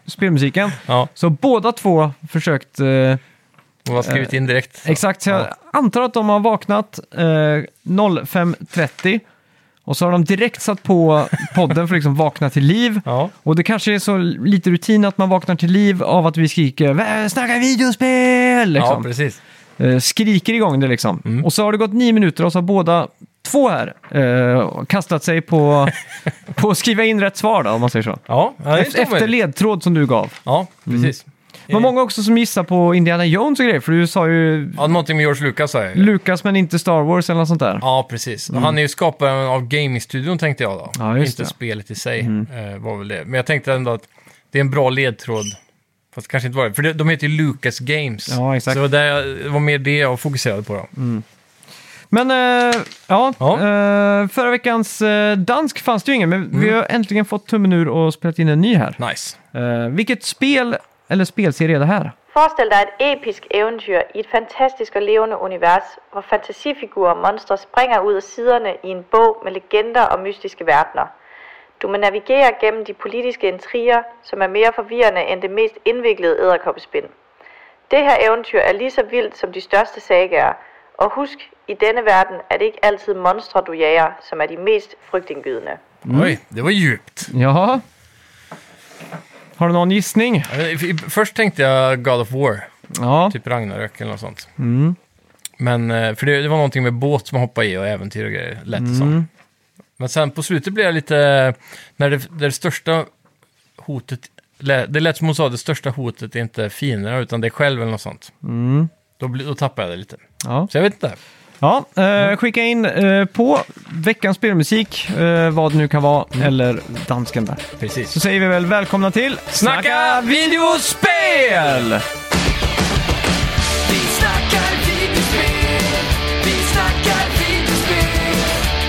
[SPEAKER 2] spelmusiken.
[SPEAKER 1] ja.
[SPEAKER 2] Så båda två försökt... Eh,
[SPEAKER 1] Och har skrivit in direkt. Så.
[SPEAKER 2] Exakt, så jag
[SPEAKER 1] Ja.
[SPEAKER 2] antar att de har vaknat eh, 05.30 och så har de direkt satt på *laughs* podden för att liksom vakna till liv.
[SPEAKER 1] Ja.
[SPEAKER 2] Och det kanske är så lite rutin att man vaknar till liv av att vi skriker "Vä- “Snacka videospel!”
[SPEAKER 1] ja,
[SPEAKER 2] liksom.
[SPEAKER 1] precis. Mm.
[SPEAKER 2] eh, Skriker igång det liksom. Och så har det gått nio minuter och så har båda två här eh, kastat sig
[SPEAKER 1] *laughs*
[SPEAKER 2] på, på att skriva in rätt svar då, om man säger så.
[SPEAKER 1] Ja, ja det är
[SPEAKER 2] Efter, Mm.
[SPEAKER 1] inte omöjligt.
[SPEAKER 2] ledtråd som du gav.
[SPEAKER 1] Ja, precis.
[SPEAKER 2] Det var många också som gissade på Indiana Jones och grejer, för du sa ju
[SPEAKER 1] Ja, någonting med George Lucas säger jag.
[SPEAKER 2] Lucas men inte Star Wars eller något sånt där.
[SPEAKER 1] Ja, precis. Och Han är ju skaparen av gamingstudion tänkte jag då.
[SPEAKER 2] Mm. Ja, just
[SPEAKER 1] Inte
[SPEAKER 2] det. Mm.
[SPEAKER 1] spelet i sig eh, var väl det. Men jag tänkte ändå att det är en bra ledtråd. Fast kanske inte var det. För det- de heter ju Lucas Games.
[SPEAKER 2] Ja, exakt. Mm.
[SPEAKER 1] Så det var, där jag, det var mer det jag fokuserade på då.
[SPEAKER 2] Men eh, ja,
[SPEAKER 1] Ja.
[SPEAKER 2] eh, förra veckans eh, dansk fanns det ju ingen, men
[SPEAKER 1] Mm.
[SPEAKER 2] vi har äntligen fått tummen ur och spelat in en ny här.
[SPEAKER 1] Nice.
[SPEAKER 2] Eh, vilket spel eller spelserie är det här?
[SPEAKER 3] Forestil dig et episk eventyr i et fantastisk og levende univers, hvor fantasifigurer og monstre springer ud af siderne i en bog med legender og mystiske verdener. Du må navigere gennem de politiske intriger, som er mere forvirrende end det mest indviklede æderkoppespind. Det her eventyr er lige så vildt som de største sagaer, og husk, i denne verden er det ikke altid monstre, du jager, som er de mest frygtindgydende.
[SPEAKER 2] Mm.
[SPEAKER 1] Oj, det var djupt.
[SPEAKER 2] Jaha. Har du någon gissning?
[SPEAKER 1] Eh, f- Först tänkte jag God of War.
[SPEAKER 2] Ja,
[SPEAKER 1] Typ Ragnarök eller något sånt. Men, eh, för det, det var någonting med båt som man hoppade i och äventyr och grejer, lät det som. Men sen på slutet blev jag lite... När det, det största hotet... lä- Det lät som hon sa, det största hotet är inte fienderna utan det är själv eller något sånt. Då, bli- då tappade jag det lite.
[SPEAKER 2] Ja.
[SPEAKER 1] Så jag vet inte.
[SPEAKER 2] ja eh,
[SPEAKER 1] Mm.
[SPEAKER 2] skicka in eh, på veckans spelmusik, eh, vad det nu kan vara,
[SPEAKER 1] Mm.
[SPEAKER 2] eller dansken där. Så
[SPEAKER 1] Precis.
[SPEAKER 2] säger vi väl välkomna till
[SPEAKER 1] Snacka videospel!
[SPEAKER 4] Vi snackar videospel, vi snackar videospel,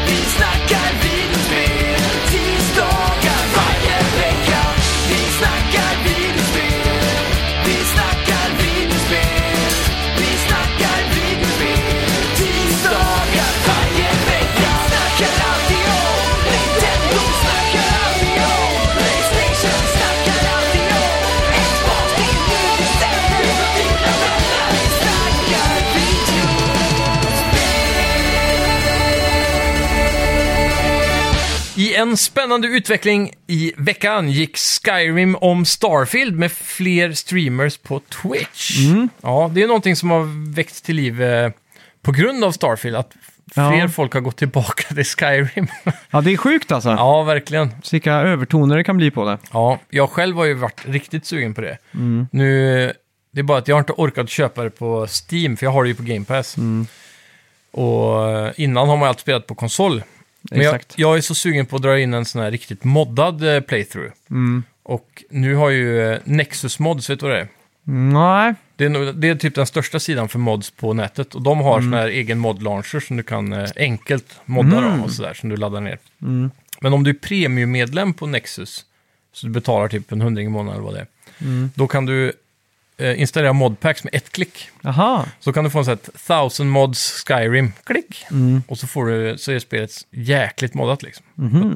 [SPEAKER 4] vi snackar videospel, tisdagar varje vecka. Vi snackar videospel, vi snackar videospel, vi snackar videospel, tisdagar varje vecka. Snackar alltid om Nintendo, snackar alltid om Playstation, snackar alltid om Xbox, det är nu vi sätter oss och tittar på när vi snackar video.
[SPEAKER 1] I en spännande utveckling i veckan gick Skyrim om Starfield med fler streamers på Twitch. Ja, det är någonting som har väckts till liv eh, på grund av Starfield, att
[SPEAKER 2] Ja.
[SPEAKER 1] fler folk har gått tillbaka till Skyrim. *laughs*
[SPEAKER 2] Ja, det är sjukt alltså.
[SPEAKER 1] ja, verkligen.
[SPEAKER 2] Så Vilka övertoner det kan bli på det.
[SPEAKER 1] Ja, jag själv har ju varit riktigt sugen på det. Nu, det är bara att jag har inte orkat köpa det på Steam, för jag har det ju på Game Pass. Och eh, innan har man ju alltid spelat på konsol. Men jag,
[SPEAKER 2] Exakt.
[SPEAKER 1] jag är så sugen på att dra in en sån här riktigt moddad eh, playthrough. Och nu har ju eh, Nexus Mods, vet du vad det är?
[SPEAKER 2] Nej,
[SPEAKER 1] Det är, nog- det är typ den största sidan för mods på nätet. Och de har sån här egen mod-launcher som du kan eh, enkelt modda då, och sådär, som du laddar ner. Men om du är premiummedlem på Nexus, så du betalar typ en hundring i månaden eller vad det är, då kan du eh, installera modpacks med ett klick.
[SPEAKER 2] aha.
[SPEAKER 1] Så kan du få en sån här 1000 mods Skyrim, klick. Och så, får du, så är spelet jäkligt moddat liksom.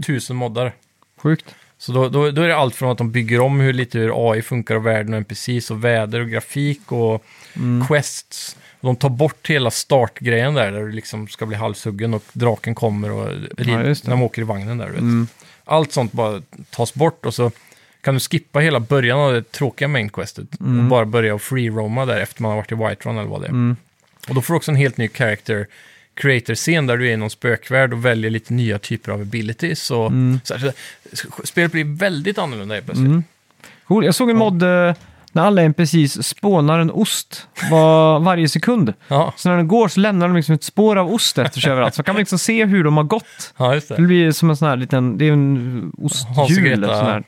[SPEAKER 1] Tusen moddar.
[SPEAKER 2] Sjukt.
[SPEAKER 1] Så då, då, då är det allt från att de bygger om hur lite hur AI funkar och världen och NPCs och väder och grafik och
[SPEAKER 2] Mm.
[SPEAKER 1] quests. Och de tar bort hela startgrejen där, där du liksom ska bli halshuggen och draken kommer och
[SPEAKER 2] Ja,
[SPEAKER 1] rid,
[SPEAKER 2] just det. Mm.
[SPEAKER 1] när de åker i vagnen där. Du vet. Allt sånt bara tas bort och så kan du skippa hela början av det tråkiga main questet
[SPEAKER 2] Mm.
[SPEAKER 1] och bara börja och free-roama där efter man har varit i Whiterun eller vad det är. Och då får du också en helt ny character creator-scen där du är i någon spökvärld och väljer lite nya typer av abilities. Och, så här, så spelet blir väldigt annorlunda helt plötsligt.
[SPEAKER 2] Cool. Jag såg en mod eh, när alla NPCs spånar en ost var, varje sekund.
[SPEAKER 1] Ja,
[SPEAKER 2] Så när den går så lämnar de liksom ett spår av ost efter sig överallt. Så kan man liksom se hur de har gått.
[SPEAKER 1] ja, just det.
[SPEAKER 2] Det blir som en sån här liten, det är en
[SPEAKER 1] Hans och
[SPEAKER 2] osthjul.
[SPEAKER 1] Greta.
[SPEAKER 2] eller Sån här.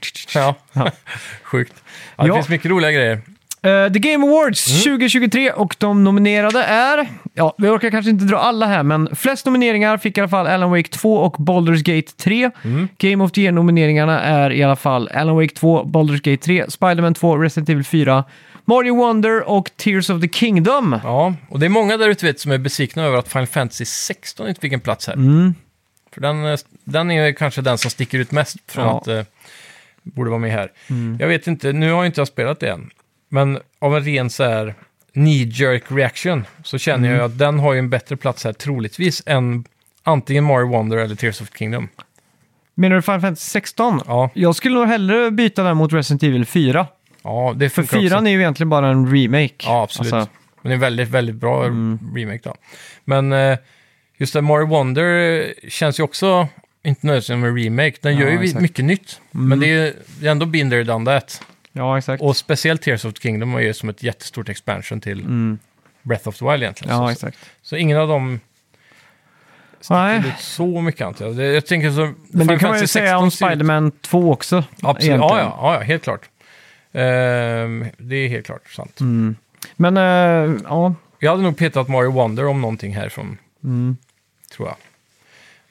[SPEAKER 1] Ja. *laughs* Sjukt. Ja, det
[SPEAKER 2] Ja.
[SPEAKER 1] finns mycket roliga grejer.
[SPEAKER 2] Eh, The Game Awards
[SPEAKER 1] Mm.
[SPEAKER 2] 2023 och de nominerade är, ja vi orkar kanske inte dra alla här, men flest nomineringar fick i alla fall Alan Wake 2 och Baldur's Gate 3.
[SPEAKER 1] Mm.
[SPEAKER 2] Game of the Year-nomineringarna är i alla fall Alan Wake 2, Baldur's Gate 3, Spider-Man 2, Resident Evil 4, Mario Wonder och Tears of the Kingdom.
[SPEAKER 1] Ja, och det är många där ute vet som är besvikna över att Final Fantasy 16 inte fick en plats här.
[SPEAKER 2] Mm.
[SPEAKER 1] För den, eh, den är ju kanske den som sticker ut mest från
[SPEAKER 2] Ja. Mm.
[SPEAKER 1] att eh, borde vara med här. Jag vet inte, nu har ju inte jag spelat det än. Men av en ren så här knee jerk reaction så känner jag
[SPEAKER 2] Mm.
[SPEAKER 1] ju att den har ju en bättre plats här troligtvis än antingen Mario Wonder eller Tears of the Kingdom.
[SPEAKER 2] Menar du Final Fantasy 16?
[SPEAKER 1] Ja,
[SPEAKER 2] Jag skulle nog hellre byta den mot Resident Evil 4.
[SPEAKER 1] ja det
[SPEAKER 2] För
[SPEAKER 1] funkar också.
[SPEAKER 2] 4 är ju egentligen bara en remake.
[SPEAKER 1] Ja, absolut.
[SPEAKER 2] Alltså, Mm.
[SPEAKER 1] Men det är en väldigt, väldigt bra remake då. Men eh, just det, Mario Wonder eh, känns ju också inte nödvändigtvis som en remake. Den
[SPEAKER 2] Ja,
[SPEAKER 1] gör ju vi-
[SPEAKER 2] exakt. Mm.
[SPEAKER 1] mycket nytt. Men det är, det är ändå Binder done that.
[SPEAKER 2] Ja, exakt.
[SPEAKER 1] Och speciellt Tears of the Kingdom var ju som ett jättestort expansion till
[SPEAKER 2] Mm.
[SPEAKER 1] Breath of the Wild egentligen.
[SPEAKER 2] Ja,
[SPEAKER 1] så,
[SPEAKER 2] exakt.
[SPEAKER 1] så ingen av dem
[SPEAKER 2] Nej.
[SPEAKER 1] sticker ut så mycket antar jag. Det- Jag tänker så...
[SPEAKER 2] Men det
[SPEAKER 1] Final
[SPEAKER 2] kan man ju
[SPEAKER 1] Fantasy
[SPEAKER 2] säga
[SPEAKER 1] 16
[SPEAKER 2] om
[SPEAKER 1] ser ut-
[SPEAKER 2] Spider-Man 2 också.
[SPEAKER 1] Absolut, ja,
[SPEAKER 2] egentligen.
[SPEAKER 1] ja, ja, ja, helt klart. Ehm, det är helt klart sant.
[SPEAKER 2] Men eh, ja,
[SPEAKER 1] Jag hade nog petat Mario Wonder om någonting härifrån.
[SPEAKER 2] Mm.
[SPEAKER 1] Tror jag.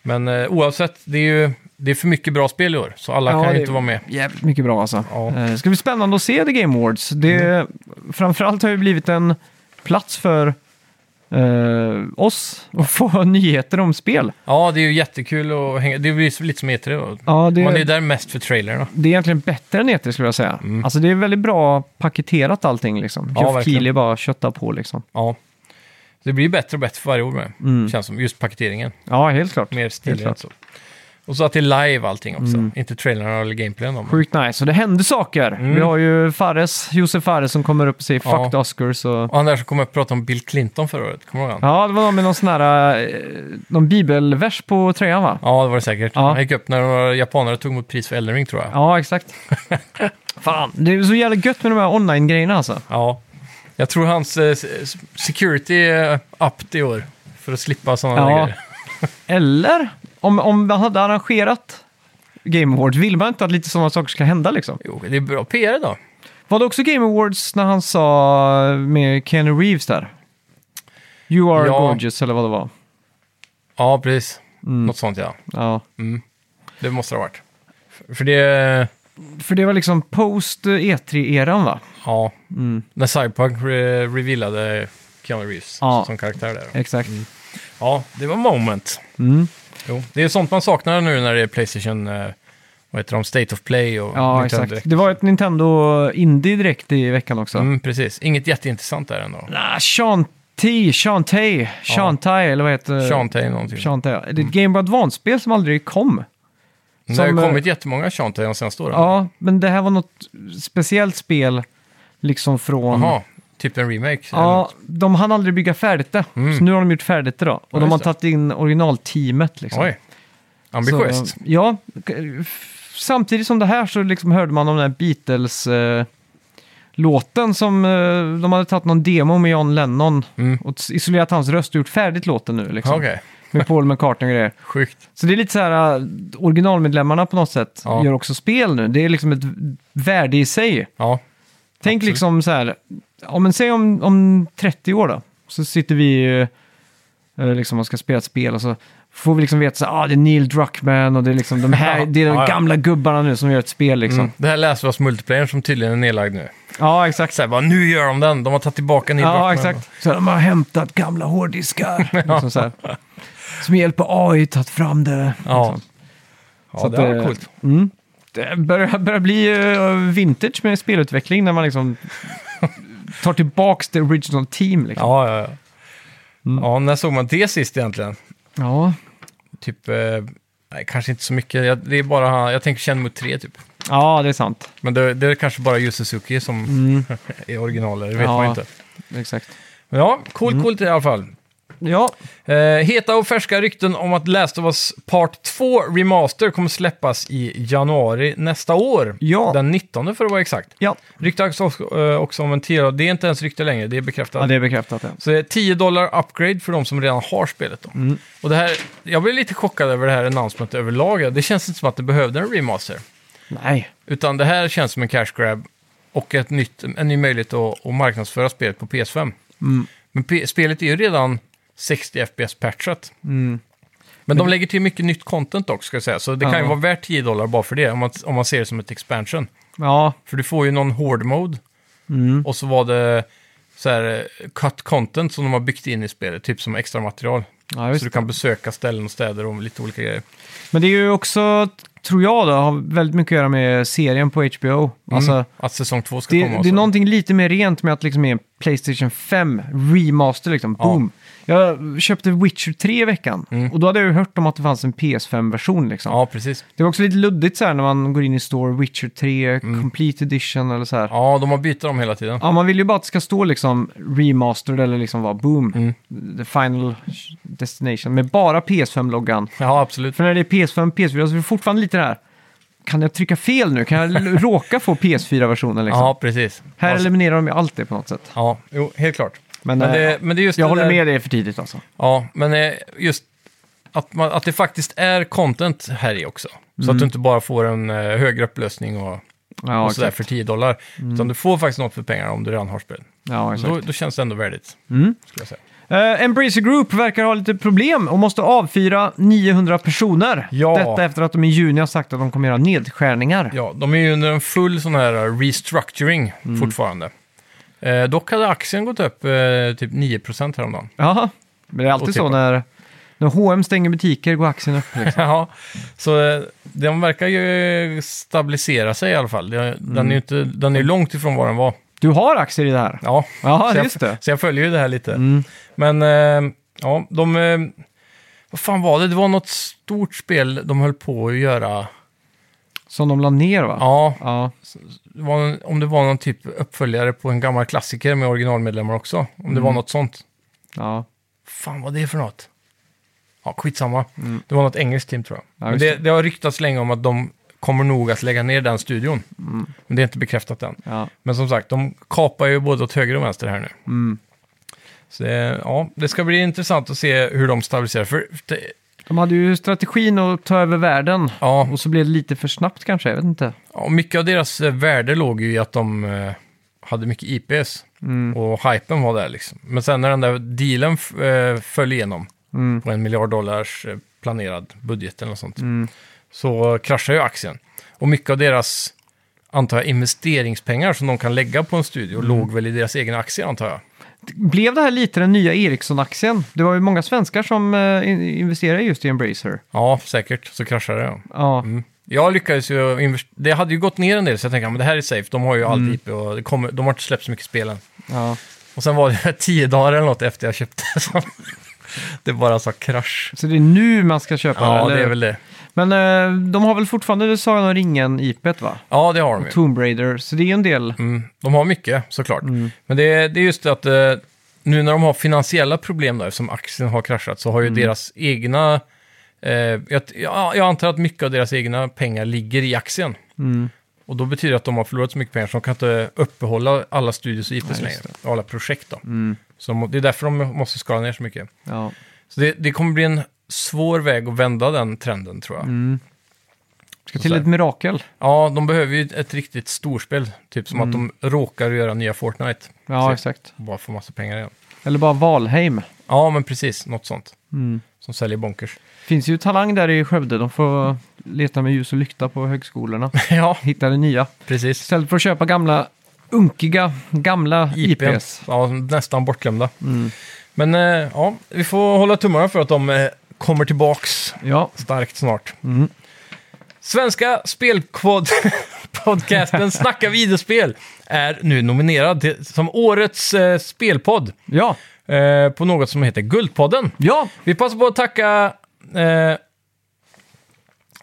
[SPEAKER 1] Men eh, oavsett, det är ju det är för mycket bra spel i år, så alla
[SPEAKER 2] Ja,
[SPEAKER 1] kan
[SPEAKER 2] det
[SPEAKER 1] ju
[SPEAKER 2] är-
[SPEAKER 1] inte vara med.
[SPEAKER 2] jävligt mycket bra alltså.
[SPEAKER 1] Ja. Mm.
[SPEAKER 2] Eh, Det ska bli spännande att se The Game Awards. Det, Framförallt har det blivit en plats för eh, oss att få *laughs* nyheter om spel.
[SPEAKER 1] Ja, det är ju jättekul att hänga. Det blir lite som E3 då.
[SPEAKER 2] Ja, det,
[SPEAKER 1] Man är
[SPEAKER 2] det...
[SPEAKER 1] där mest för trailerna.
[SPEAKER 2] är egentligen bättre än E3 skulle jag säga. Alltså det är väldigt bra paketerat allting liksom.
[SPEAKER 1] Mm. Ja,
[SPEAKER 2] Geoff
[SPEAKER 1] verkligen.
[SPEAKER 2] Keighley bara köttar på liksom.
[SPEAKER 1] Ja. Det blir bättre och bättre för varje år med.
[SPEAKER 2] Mm.
[SPEAKER 1] Känns som. Just paketeringen.
[SPEAKER 2] Ja, helt klart.
[SPEAKER 1] Mer stiligt
[SPEAKER 2] klart.
[SPEAKER 1] så. Och så att det är live allting också.
[SPEAKER 2] Mm.
[SPEAKER 1] Inte trailerna eller gameplayen. då, men-
[SPEAKER 2] Sjukt nice. Och det hände saker. Vi har ju Fares, Josef Fares som kommer upp och säger
[SPEAKER 1] Mm. Ja.
[SPEAKER 2] fuck the Oscars. Och...
[SPEAKER 1] Och han där som kom upp och pratade om Bill Clinton förra året. Kommer du ihåg han?
[SPEAKER 2] Ja, det var någon med någon sån här, eh, någon bibelvers på tröjan va?
[SPEAKER 1] Ja, det var det säkert.
[SPEAKER 2] Ja.
[SPEAKER 1] Han gick upp när några japanare tog emot pris för Elden Ring tror jag. Ja.
[SPEAKER 2] Ja, exakt. Fan, det är så jävla gött med de här online-grejerna alltså.
[SPEAKER 1] Jag tror hans eh, s- security är up i år. För att slippa sådana
[SPEAKER 2] Ja.
[SPEAKER 1] grejer.
[SPEAKER 2] Eller, om, om man hade arrangerat Game Awards, vill man inte att lite sådana saker ska hända liksom?
[SPEAKER 1] Jo, det är bra PR då.
[SPEAKER 2] Var det också Game Awards när han sa eh, med Keanu Reeves där? You are
[SPEAKER 1] Ja.
[SPEAKER 2] gorgeous, eller vad det var.
[SPEAKER 1] Ja, precis.
[SPEAKER 2] Mm.
[SPEAKER 1] Något sånt ja.
[SPEAKER 2] Ja.
[SPEAKER 1] Det måste det ha varit. För- För det...
[SPEAKER 2] För det var liksom post eh, E3-eran va?
[SPEAKER 1] Ja,
[SPEAKER 2] Mm.
[SPEAKER 1] när Cyberpunk re- revealade Keanu Reeves
[SPEAKER 2] Ja.
[SPEAKER 1] som karaktär där.
[SPEAKER 2] Exakt.
[SPEAKER 1] Ja, det var moment.
[SPEAKER 2] Mm.
[SPEAKER 1] Jo, det är sånt man saknar nu när det är Playstation, eh, vad heter de, State of Play och
[SPEAKER 2] Ja, exakt. Det var ett Nintendo Indie direkt i veckan också.
[SPEAKER 1] Mm, precis. Inget jätteintressant där ändå.
[SPEAKER 2] Ah, Shanti, Shantae, Shantae, eller vad heter
[SPEAKER 1] Shantae någonting.
[SPEAKER 2] Shantae. ja. Det är
[SPEAKER 1] Mm.
[SPEAKER 2] ett Game Boy Advance-spel som aldrig kom.
[SPEAKER 1] det har ju
[SPEAKER 2] som, eh,
[SPEAKER 1] kommit jättemånga Shantae de senaste åren.
[SPEAKER 2] Ja, men det här var något speciellt spel, liksom från...
[SPEAKER 1] Jaha, typ en remake. eller
[SPEAKER 2] Ja,
[SPEAKER 1] något.
[SPEAKER 2] de hann aldrig bygga färdigt det,
[SPEAKER 1] Mm.
[SPEAKER 2] så nu har de gjort färdigt det då. Och de
[SPEAKER 1] just
[SPEAKER 2] har
[SPEAKER 1] det.
[SPEAKER 2] tagit in originalteamet liksom.
[SPEAKER 1] Oj, ambitiöst.
[SPEAKER 2] Så, ja, samtidigt som det här så liksom hörde man om den här Beatles-låten som eh, de hade tagit någon demo med John Lennon
[SPEAKER 1] Mm.
[SPEAKER 2] och s- isolerat hans röst och gjort färdigt låten nu liksom.
[SPEAKER 1] Okej,
[SPEAKER 2] Med Paul McCartney och grejer.
[SPEAKER 1] sjukt.
[SPEAKER 2] Så det är lite så här, eh, originalmedlemmarna på något sätt
[SPEAKER 1] Ja.
[SPEAKER 2] gör också spel nu. Det är liksom ett värde i sig.
[SPEAKER 1] Ja,
[SPEAKER 2] Tänk
[SPEAKER 1] Absolut.
[SPEAKER 2] liksom så här, ja, men säg om, om 30 år då, så sitter vi eh, eh, liksom och ska spela ett spel och så får vi liksom veta så här, ah, det är Neil Druckmann och det är liksom
[SPEAKER 1] *laughs*
[SPEAKER 2] de här,
[SPEAKER 1] Ja,
[SPEAKER 2] det är de
[SPEAKER 1] ja, ja.
[SPEAKER 2] gamla gubbarna nu som gör ett spel liksom.
[SPEAKER 1] mm. det här läste vi oss multiplayer som tydligen är nedlagd nu.
[SPEAKER 2] Ja, exakt.
[SPEAKER 1] Så här, bara, nu gör de den, de har tagit tillbaka Neil
[SPEAKER 2] Ja,
[SPEAKER 1] Druckmann.
[SPEAKER 2] exakt. Så de har hämtat gamla
[SPEAKER 1] *laughs*
[SPEAKER 2] hårddiskar. liksom så här, som med hjälp av AI tagit fram det.
[SPEAKER 1] Ja,
[SPEAKER 2] Liksom.
[SPEAKER 1] ja
[SPEAKER 2] Så
[SPEAKER 1] det
[SPEAKER 2] att,
[SPEAKER 1] var
[SPEAKER 2] eh,
[SPEAKER 1] coolt.
[SPEAKER 2] Mm. Det börjar, börjar bli eh, vintage med spelutveckling när man liksom tar tillbaka the original team. Liksom.
[SPEAKER 1] Ja, ja, ja.
[SPEAKER 2] Mm.
[SPEAKER 1] Ja, när såg man det sist egentligen?
[SPEAKER 2] ja,
[SPEAKER 1] Typ, eh, nej, kanske inte så mycket. Jag, det är bara, han- jag tänker känna mot tre typ.
[SPEAKER 2] ja det är sant.
[SPEAKER 1] Men det, det är kanske bara Yu Suzuki som *laughs* är originaler, det vet
[SPEAKER 2] Mm. Ja. Mm.
[SPEAKER 1] man inte.
[SPEAKER 2] Exakt.
[SPEAKER 1] Men ja, coolt, coolt i alla fall.
[SPEAKER 2] Ja,
[SPEAKER 1] Eh, heta och färska rykten om att Last of Us Part 2 Remaster kommer släppas i januari nästa år.
[SPEAKER 2] Ja.
[SPEAKER 1] Den 19 för att vara exakt.
[SPEAKER 2] ja.
[SPEAKER 1] Ryktas också, eh, också om en 10 Det är inte ens rykte längre, det är bekräftat.
[SPEAKER 2] ja det är bekräftat. Ja.
[SPEAKER 1] Så det är 10 dollar upgrade för de som redan har spelet. Då.
[SPEAKER 2] Mm.
[SPEAKER 1] Och det här, jag blev lite chockad över det här announcementet överlag. Det känns inte som att det behövde en remaster.
[SPEAKER 2] Nej.
[SPEAKER 1] Utan det här känns som en cash grab och ett nytt, en ny möjlighet att, att marknadsföra spelet på PS5.
[SPEAKER 2] Mm.
[SPEAKER 1] Men P- spelet är ju redan 60 FPS-patchat.
[SPEAKER 2] Mm.
[SPEAKER 1] Men de lägger till mycket nytt content också, ska jag säga. Så det kan ju
[SPEAKER 2] Ja.
[SPEAKER 1] vara värt 10 dollar bara för det, om man, om man ser det som ett expansion.
[SPEAKER 2] Ja,
[SPEAKER 1] För du får ju någon hård mode.
[SPEAKER 2] Mm.
[SPEAKER 1] Och så var det så här eh, cut content som de har byggt in i spelet, typ som extra material.
[SPEAKER 2] ja visst.
[SPEAKER 1] så du kan besöka ställen och städer och lite olika grejer.
[SPEAKER 2] Men det är ju också, tror jag då, har väldigt mycket att göra med serien på HBO. Alltså,
[SPEAKER 1] Mm. Att säsong två ska komma
[SPEAKER 2] det,
[SPEAKER 1] och
[SPEAKER 2] det är
[SPEAKER 1] så.
[SPEAKER 2] någonting lite mer rent med att liksom är en Playstation 5 remaster liksom.
[SPEAKER 1] Ja.
[SPEAKER 2] Boom. Jag köpte Witcher 3 i veckan och då hade jag ju hört om att det fanns en PS5-version liksom.
[SPEAKER 1] Ja, precis.
[SPEAKER 2] Det var också lite luddigt så här när man går in i store Witcher 3
[SPEAKER 1] Mm.
[SPEAKER 2] Complete Edition eller så här.
[SPEAKER 1] Ja, de har bytt dem hela tiden.
[SPEAKER 2] Ja, man vill ju bara att det ska stå liksom remastered eller liksom vara boom.
[SPEAKER 1] Mm.
[SPEAKER 2] The final destination med bara PS5-loggan.
[SPEAKER 1] Ja, absolut.
[SPEAKER 2] För när det är PS5 PS4 så är det fortfarande lite det här. kan jag trycka fel nu? Kan jag
[SPEAKER 1] *laughs*
[SPEAKER 2] l- råka få PS4-versionen liksom?
[SPEAKER 1] Ja, precis.
[SPEAKER 2] Här
[SPEAKER 1] Alltså,
[SPEAKER 2] eliminerar de ju allt det på något sätt.
[SPEAKER 1] Ja, jo, helt klart.
[SPEAKER 2] Men,
[SPEAKER 1] Men
[SPEAKER 2] eh,
[SPEAKER 1] det, men det är just
[SPEAKER 2] jag
[SPEAKER 1] det
[SPEAKER 2] håller
[SPEAKER 1] där-
[SPEAKER 2] med dig för tidigt alltså.
[SPEAKER 1] Ja, men eh, just att, man, att det faktiskt är content här i också. Så att du inte bara får en eh, högre upplösning och,
[SPEAKER 2] Mm. Ja,
[SPEAKER 1] och sådär
[SPEAKER 2] exakt.
[SPEAKER 1] för 10 dollar. Utan du får faktiskt något för pengarna om du redan har spelet.
[SPEAKER 2] Ja, exakt. Mm.
[SPEAKER 1] Då, då känns det ändå värdigt. Skulle jag säga.
[SPEAKER 2] Eh, Embracer Group verkar ha lite problem och måste avfyra 900 personer.
[SPEAKER 1] Ja.
[SPEAKER 2] Detta efter att de i juni har sagt att de kommer göra nedskärningar.
[SPEAKER 1] Ja, de är ju under en full sån här eh, restructuring
[SPEAKER 2] Mm.
[SPEAKER 1] fortfarande. Eh, dock hade aktien gått upp eh, typ 9% häromdagen.
[SPEAKER 2] Jaha. Men det är alltid
[SPEAKER 1] Och
[SPEAKER 2] så
[SPEAKER 1] tippa.
[SPEAKER 2] när, när H&M stänger butiker går aktien upp. Liksom.
[SPEAKER 1] *laughs* Ja, så eh, den verkar ju stabilisera sig i alla fall. Det- Den är
[SPEAKER 2] Mm.
[SPEAKER 1] ju inte, den är ju långt ifrån vad den var.
[SPEAKER 2] Du har aktier i det här?
[SPEAKER 1] Ja,
[SPEAKER 2] Ja,
[SPEAKER 1] så jag,
[SPEAKER 2] just det. Mm.
[SPEAKER 1] Så jag följer ju det här lite. Men eh, ja, de... eh, Vad fan var det? Det var något stort spel de höll på att göra.
[SPEAKER 2] Som de la ner va?
[SPEAKER 1] Ja,
[SPEAKER 2] Ja,
[SPEAKER 1] det var, en- om det var någon typ uppföljare på en gammal klassiker med originalmedlemmar också. Om det
[SPEAKER 2] Mm.
[SPEAKER 1] var något sånt.
[SPEAKER 2] ja.
[SPEAKER 1] Fan vad det är för något. Ja, skitsamma. Det var något engelskt team tror jag.
[SPEAKER 2] Mm. Ja,
[SPEAKER 1] Men
[SPEAKER 2] just
[SPEAKER 1] det, det har ryktats länge om att de kommer nog att lägga ner den studion.
[SPEAKER 2] Mm.
[SPEAKER 1] Men det är inte bekräftat än.
[SPEAKER 2] ja.
[SPEAKER 1] Men som sagt, de kapar ju både åt höger och vänster här nu.
[SPEAKER 2] Mm.
[SPEAKER 1] Så det, ja, det ska bli intressant att se hur de stabiliserar. För det,
[SPEAKER 2] De hade ju strategin att ta över världen.
[SPEAKER 1] ja,
[SPEAKER 2] Och så blev det lite för snabbt kanske, jag vet inte.
[SPEAKER 1] ja, mycket av deras eh, värde låg ju i att de eh, hade mycket IPs. Och hypen var där liksom. Men sen när den där dealen f- eh, föll igenom på en miljard dollars eh, planerad budget eller något sånt. Så kraschade ju aktien. Och mycket av deras, antar jag, investeringspengar som de kan lägga på en studio låg väl i deras egna aktier antar jag.
[SPEAKER 2] Blev det här lite den nya Ericsson-aktien? Det var ju många svenskar som eh, in- investerade just i Embracer.
[SPEAKER 1] Ja, säkert. Så kraschade det. Ja.
[SPEAKER 2] Ja,
[SPEAKER 1] Mm. Jag lyckades ju, invest- det hade ju gått ner en del så jag tänkte, ja, men det här är safe, de har ju allt IP och det kommer, de har inte släppt så mycket spel än.
[SPEAKER 2] ja.
[SPEAKER 1] Och sen var det *laughs* tio dagar eller något efter jag köpte *laughs* så det bara sa krasch.
[SPEAKER 2] Så det är nu man ska köpa
[SPEAKER 1] Ja,
[SPEAKER 2] eller?
[SPEAKER 1] det är väl det.
[SPEAKER 2] Men eh, de har väl fortfarande Sagan om ringen IPet va?
[SPEAKER 1] Ja, det har de ju.
[SPEAKER 2] Tomb Raider, så det är ju en del.
[SPEAKER 1] Mm, de har mycket såklart.
[SPEAKER 2] Mm.
[SPEAKER 1] Men det, är- det är just det att eh, nu när de har finansiella problem där, som aktien har kraschat, så har
[SPEAKER 2] Mm.
[SPEAKER 1] ju deras egna... Eh, jag, jag jag antar att mycket av deras egna pengar ligger i aktien.
[SPEAKER 2] Mm.
[SPEAKER 1] Och då betyder det att de har förlorat så mycket pengar så de kan inte uppehålla alla studios och IPs
[SPEAKER 2] Nej,
[SPEAKER 1] längre.
[SPEAKER 2] just Mm.
[SPEAKER 1] och Alla projekt då. Så de må- det är därför de måste skala ner så mycket.
[SPEAKER 2] Ja.
[SPEAKER 1] Så det, det kommer bli en svår väg att vända den trenden tror jag.
[SPEAKER 2] Ska till ett mirakel.
[SPEAKER 1] Ja, de behöver ju ett riktigt storspel. Typ som att de råkar göra nya Fortnite.
[SPEAKER 2] Ja,
[SPEAKER 1] Så-
[SPEAKER 2] exakt.
[SPEAKER 1] och bara få massa pengar igen.
[SPEAKER 2] Eller bara Valheim.
[SPEAKER 1] Ja, men precis. Något sånt. Som säljer bonkers. *laughs*
[SPEAKER 2] Finns ju talang där i Skövde. De får leta med ljus och lykta på
[SPEAKER 1] *laughs*
[SPEAKER 2] högskolorna.
[SPEAKER 1] ja,
[SPEAKER 2] Hitta det nya.
[SPEAKER 1] precis.
[SPEAKER 2] Istället för att köpa gamla, unkiga, gamla
[SPEAKER 1] IPn.
[SPEAKER 2] IPs.
[SPEAKER 1] Ja, nästan bortglömda. Men eh, ja, vi får hålla tummarna för att de eh, kommer tillbaks
[SPEAKER 2] Ja,
[SPEAKER 1] starkt snart.
[SPEAKER 2] Mm.
[SPEAKER 1] Svenska
[SPEAKER 2] *laughs*
[SPEAKER 1] spelpodcasten Snacka videospel är nu nominerad till, som årets eh, spelpodd
[SPEAKER 2] ja,
[SPEAKER 1] eh, på något som heter Guldpodden.
[SPEAKER 2] ja.
[SPEAKER 1] Vi passar på att tacka... Eh,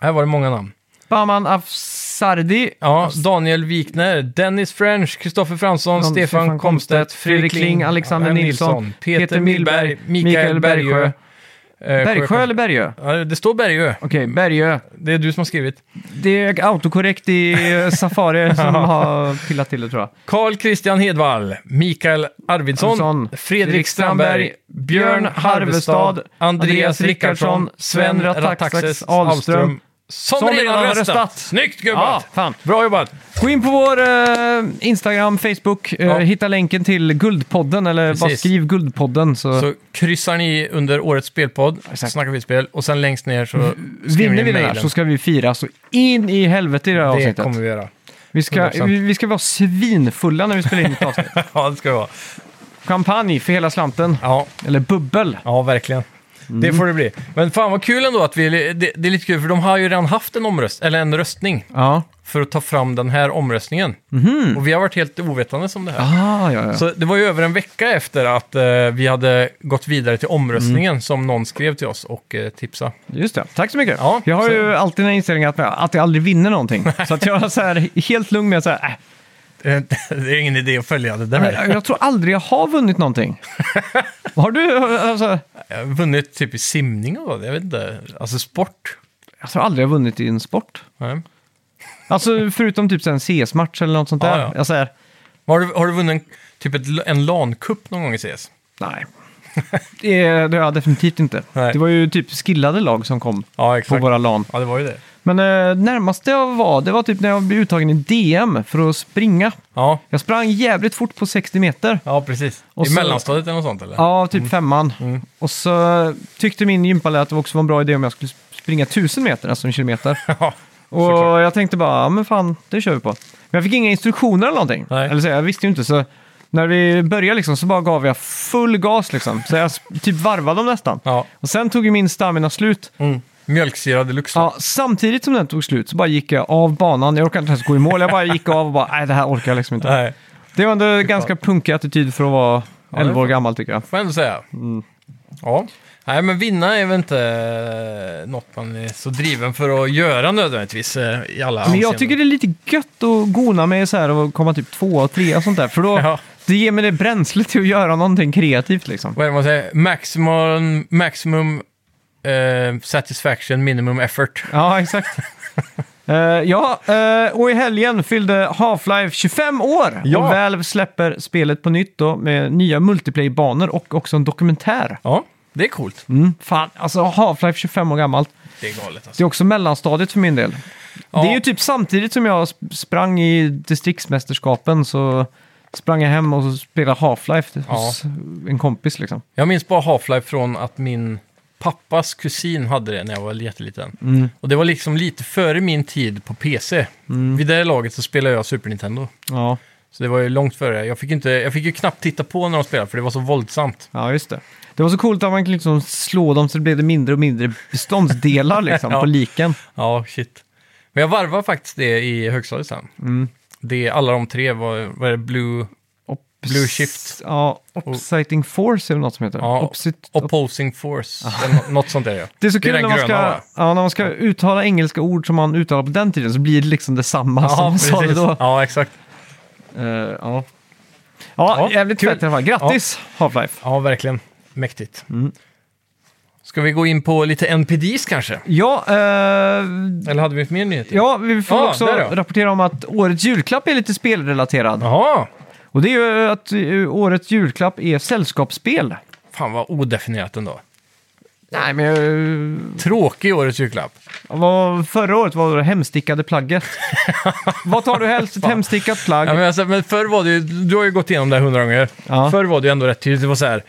[SPEAKER 1] här var det många namn.
[SPEAKER 2] Bahman Afsardi.
[SPEAKER 1] Ja, Daniel Wikner, Dennis French, Kristoffer Fransson,
[SPEAKER 2] Stefan
[SPEAKER 1] Stefan,
[SPEAKER 2] Komstedt,
[SPEAKER 1] Komstedt,
[SPEAKER 2] Fredrik
[SPEAKER 1] Fredrik
[SPEAKER 2] Kling,
[SPEAKER 1] Kling,
[SPEAKER 2] Alexander
[SPEAKER 1] Alexander
[SPEAKER 2] Nilsson,
[SPEAKER 1] Peter,
[SPEAKER 2] Peter Millberg,
[SPEAKER 1] Millberg, Mikael
[SPEAKER 2] Mikael Bergsjö.
[SPEAKER 1] Bergsjö. eh,
[SPEAKER 2] Bergsjö eller Bergö?
[SPEAKER 1] Ja, det står Bergsjö.
[SPEAKER 2] Okej, Bergö.
[SPEAKER 1] Det är du som har skrivit.
[SPEAKER 2] Det är autokorrekt i eh,
[SPEAKER 1] *laughs*
[SPEAKER 2] Safari som har pillat till det tror jag.
[SPEAKER 1] Carl Christian Hedvall, Mikael Arvidsson,
[SPEAKER 2] Arvidsson, Fredrik
[SPEAKER 1] Fredrik Strandberg, Björn Harvestad, Andreas Rickardsson, Sven Rataxes Ahlström. Som,
[SPEAKER 2] som
[SPEAKER 1] redan
[SPEAKER 2] redan
[SPEAKER 1] röstat.
[SPEAKER 2] röstat.
[SPEAKER 1] Snyggt gubbat!
[SPEAKER 2] Ja, fan.
[SPEAKER 1] Bra jobbat!
[SPEAKER 2] Gå in på vår eh, Instagram, Facebook, eh,
[SPEAKER 1] Ja.
[SPEAKER 2] hitta länken till Guldpodden eller bara
[SPEAKER 1] Precis.
[SPEAKER 2] skriv Guldpodden så,
[SPEAKER 1] Så kryssar ni under årets spelpodd,
[SPEAKER 2] Exakt.
[SPEAKER 1] Snackar vi spel, och sen längst ner så skriver
[SPEAKER 2] vinner
[SPEAKER 1] ni
[SPEAKER 2] vi den här
[SPEAKER 1] mejlen.
[SPEAKER 2] så ska vi fira så in i helvete i det här
[SPEAKER 1] Det
[SPEAKER 2] avsnittet.
[SPEAKER 1] kommer
[SPEAKER 2] Vi.
[SPEAKER 1] vi göra. *laughs*
[SPEAKER 2] ska,
[SPEAKER 1] 100%.
[SPEAKER 2] vi, vi ska vara svinfulla när vi spelar in ett
[SPEAKER 1] *laughs*
[SPEAKER 2] avsnitt.
[SPEAKER 1] ja, det ska det vara.
[SPEAKER 2] Champagne för hela slanten.
[SPEAKER 1] Ja,
[SPEAKER 2] Eller bubbel.
[SPEAKER 1] ja verkligen. Det får det bli. Men fan vad kul ändå att vi... Det, det är lite kul, för de har ju redan haft en, omröst, eller en röstning
[SPEAKER 2] Ja.
[SPEAKER 1] för att ta fram den här omröstningen. Och vi har varit helt ovetande om det här.
[SPEAKER 2] Ah, ja, ja.
[SPEAKER 1] Så det var ju över en vecka efter att eh, vi hade gått vidare till omröstningen som någon skrev till oss och eh, tipsade.
[SPEAKER 2] Just det. Tack så mycket.
[SPEAKER 1] Ja,
[SPEAKER 2] jag har
[SPEAKER 1] så-
[SPEAKER 2] ju alltid den här inställningen att, jag- att jag aldrig vinner
[SPEAKER 1] *laughs*
[SPEAKER 2] någonting. så att jag är så här, helt lugn med att äh,
[SPEAKER 1] Eh, *laughs* det är ingen idé att följa det
[SPEAKER 2] men
[SPEAKER 1] där.
[SPEAKER 2] jag- jag tror aldrig jag har vunnit
[SPEAKER 1] *laughs*
[SPEAKER 2] någonting. har du? Alltså,
[SPEAKER 1] Jag har vunnit typ i simning och vad, jag vet inte. Alltså sport.
[SPEAKER 2] jag tror aldrig jag har vunnit i en sport.
[SPEAKER 1] Nej.
[SPEAKER 2] Alltså förutom typ så här en CS-match eller något sånt där.
[SPEAKER 1] Ja, ja.
[SPEAKER 2] Jag säger,
[SPEAKER 1] Har du, har du vunnit en, typ ett, en LAN-cup någon gång i CS? *laughs*
[SPEAKER 2] nej. Det, är- det har jag definitivt inte.
[SPEAKER 1] Nej.
[SPEAKER 2] Det var ju typ skillade lag som kom
[SPEAKER 1] Ja,
[SPEAKER 2] på
[SPEAKER 1] exakt.
[SPEAKER 2] våra LAN.
[SPEAKER 1] Ja, det var ju det.
[SPEAKER 2] Men eh, närmaste jag var, det var typ när jag blev uttagen i DM för att springa.
[SPEAKER 1] Ja,
[SPEAKER 2] Jag sprang jävligt fort på 60 meter.
[SPEAKER 1] ja precis.
[SPEAKER 2] Och
[SPEAKER 1] I
[SPEAKER 2] så-
[SPEAKER 1] mellanstadiet eller något sånt eller?
[SPEAKER 2] Ja, typ femman.
[SPEAKER 1] Mm.
[SPEAKER 2] Och så tyckte min gympalärare att det också var en bra idé om jag skulle springa 1000 meter, alltså en kilometer.
[SPEAKER 1] Ja.
[SPEAKER 2] Och
[SPEAKER 1] Såklart.
[SPEAKER 2] jag tänkte bara, ja men fan, det kör vi på. Men jag fick inga instruktioner eller någonting.
[SPEAKER 1] Nej.
[SPEAKER 2] Eller så, jag visste ju inte, så när vi började liksom så bara gav jag full gas liksom. Så jag sp- typ varvade dem nästan.
[SPEAKER 1] *laughs* ja.
[SPEAKER 2] Och sen tog ju min stamina slut.
[SPEAKER 1] Mm. Mjölksyra deluxe.
[SPEAKER 2] Ja, samtidigt som den tog slut så bara gick jag av banan. Jag orkade inte ens gå i mål. Jag bara gick av och bara, nej det här orkar jag liksom inte.
[SPEAKER 1] Nej,
[SPEAKER 2] Det var ändå en ganska punkig attityd för att vara 11 år gammal tycker jag.
[SPEAKER 1] får jag ändå säga.
[SPEAKER 2] Mm.
[SPEAKER 1] Ja. Nej, men vinna är väl inte eh, något man är så driven för att göra nödvändigtvis eh, i alla
[SPEAKER 2] Men jag
[SPEAKER 1] avseenden.
[SPEAKER 2] tycker det är lite gött att gona mig så här och komma typ två och tre och sånt där. För då,
[SPEAKER 1] Ja.
[SPEAKER 2] det ger mig det bränslet till att göra någonting kreativt liksom.
[SPEAKER 1] Vad är det man säger? Maximum, maximum eh, satisfaction, minimum effort.
[SPEAKER 2] Ja,
[SPEAKER 1] *laughs*
[SPEAKER 2] exakt. Eh, ja, eh, och i helgen fyllde Half-Life 25 år.
[SPEAKER 1] Ja.
[SPEAKER 2] Och Valve släpper spelet på nytt då med nya multiplayer-banor och också en dokumentär.
[SPEAKER 1] Ja, det är coolt.
[SPEAKER 2] Mm, fan, alltså Half-Life 25 år gammalt.
[SPEAKER 1] Det är galet alltså.
[SPEAKER 2] Det är också mellanstadiet för min del.
[SPEAKER 1] Ja.
[SPEAKER 2] Det är ju typ samtidigt som jag sp- sprang i distriktsmästerskapen så sprang jag hem och så spelade Half-Life
[SPEAKER 1] Ja.
[SPEAKER 2] hos en kompis liksom.
[SPEAKER 1] Jag minns bara Half-Life från att min pappas kusin hade det när jag var jätteliten.
[SPEAKER 2] Mm.
[SPEAKER 1] Och det var liksom lite före min tid på PC.
[SPEAKER 2] Mm.
[SPEAKER 1] Vid det här laget så spelade jag Super Nintendo.
[SPEAKER 2] Ja,
[SPEAKER 1] Så det var ju långt före. Jag fick, inte, jag fick ju knappt titta på när de spelade för det var så våldsamt.
[SPEAKER 2] ja just det. Det var så coolt att man kunde liksom slå dem så det blev det mindre och mindre beståndsdelar liksom
[SPEAKER 1] *laughs* Ja.
[SPEAKER 2] på liken.
[SPEAKER 1] Ja, shit. Men jag varvade faktiskt det i högstadiet sen.
[SPEAKER 2] Mm.
[SPEAKER 1] Det, alla de tre var, var det Blue, Blue Shift.
[SPEAKER 2] Ja, Opsiting Force är det något som heter.
[SPEAKER 1] ja,
[SPEAKER 2] Opsit-
[SPEAKER 1] Opposing Force, eller nå- något sånt är det
[SPEAKER 2] Ah. *laughs* det är så
[SPEAKER 1] det är
[SPEAKER 2] kul
[SPEAKER 1] den
[SPEAKER 2] när, man
[SPEAKER 1] gröna,
[SPEAKER 2] ska,
[SPEAKER 1] va?
[SPEAKER 2] ja, när man ska uttala engelska ord som man uttalar på den tiden så blir det liksom detsamma som man sa det då.
[SPEAKER 1] Ja, exakt.
[SPEAKER 2] Eh, ja. Ja,
[SPEAKER 1] Ja,
[SPEAKER 2] jävligt
[SPEAKER 1] kul.
[SPEAKER 2] fett i alla fall. Grattis Half-Life!
[SPEAKER 1] Ja, verkligen. Mäktigt.
[SPEAKER 2] Mm.
[SPEAKER 1] Ska vi gå in på lite NPDs kanske?
[SPEAKER 2] Ja, eh,
[SPEAKER 1] Eller hade vi mer nyheter?
[SPEAKER 2] ja, vi får
[SPEAKER 1] Ja,
[SPEAKER 2] också
[SPEAKER 1] där då.
[SPEAKER 2] rapportera om att årets julklapp är lite spelrelaterad.
[SPEAKER 1] Jaha!
[SPEAKER 2] Och det är ju att eh, årets julklapp är sällskapsspel.
[SPEAKER 1] Fan vad odefinierat ändå.
[SPEAKER 2] Nej, men eh,
[SPEAKER 1] Tråkig årets julklapp.
[SPEAKER 2] vad, förra året var det hemstickade
[SPEAKER 1] *laughs*
[SPEAKER 2] plagget. vad tar du helst? Ett hemstickat plagg?
[SPEAKER 1] Ja, men, alltså, men förr var det ju, du har ju gått igenom det här hundra gånger.
[SPEAKER 2] Ja.
[SPEAKER 1] Förr var det ju ändå rätt tydligt. Det var så här,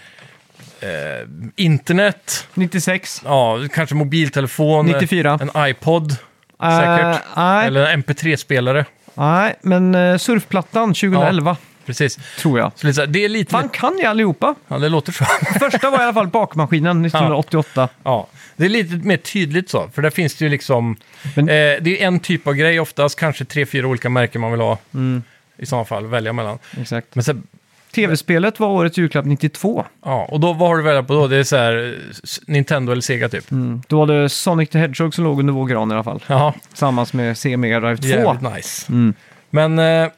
[SPEAKER 1] eh, internet,
[SPEAKER 2] 96?
[SPEAKER 1] ja, kanske mobiltelefon,
[SPEAKER 2] 94.
[SPEAKER 1] en iPod
[SPEAKER 2] Eh,
[SPEAKER 1] säkert.
[SPEAKER 2] nej,
[SPEAKER 1] Eller en MP3-spelare.
[SPEAKER 2] nej, men eh, surfplattan 2011
[SPEAKER 1] Precis.
[SPEAKER 2] tror jag.
[SPEAKER 1] Så lite så här, det är lite...
[SPEAKER 2] Fan kan jag allihopa?
[SPEAKER 1] Ja, det låter så. *laughs*
[SPEAKER 2] Första var i alla fall bakmaskinen 1988.
[SPEAKER 1] Ja, det är lite mer tydligt så, för där finns det ju liksom...
[SPEAKER 2] Men-
[SPEAKER 1] Eh, det är en typ av grej oftast, kanske tre, fyra olika märken man vill ha.
[SPEAKER 2] Mm.
[SPEAKER 1] I så fall, välja mellan.
[SPEAKER 2] Exakt.
[SPEAKER 1] Men sen,
[SPEAKER 2] Tv-spelet var årets julklapp 92.
[SPEAKER 1] ja, och då, vad har du välja på då? Det är så här, eh, s- Nintendo eller Sega typ.
[SPEAKER 2] Då var det Sonic the Hedgehog som låg under vår gran i alla fall.
[SPEAKER 1] Ja,
[SPEAKER 2] Tillsammans med C Mega Drive 2.
[SPEAKER 1] jävligt nice.
[SPEAKER 2] Mm.
[SPEAKER 1] Men eh,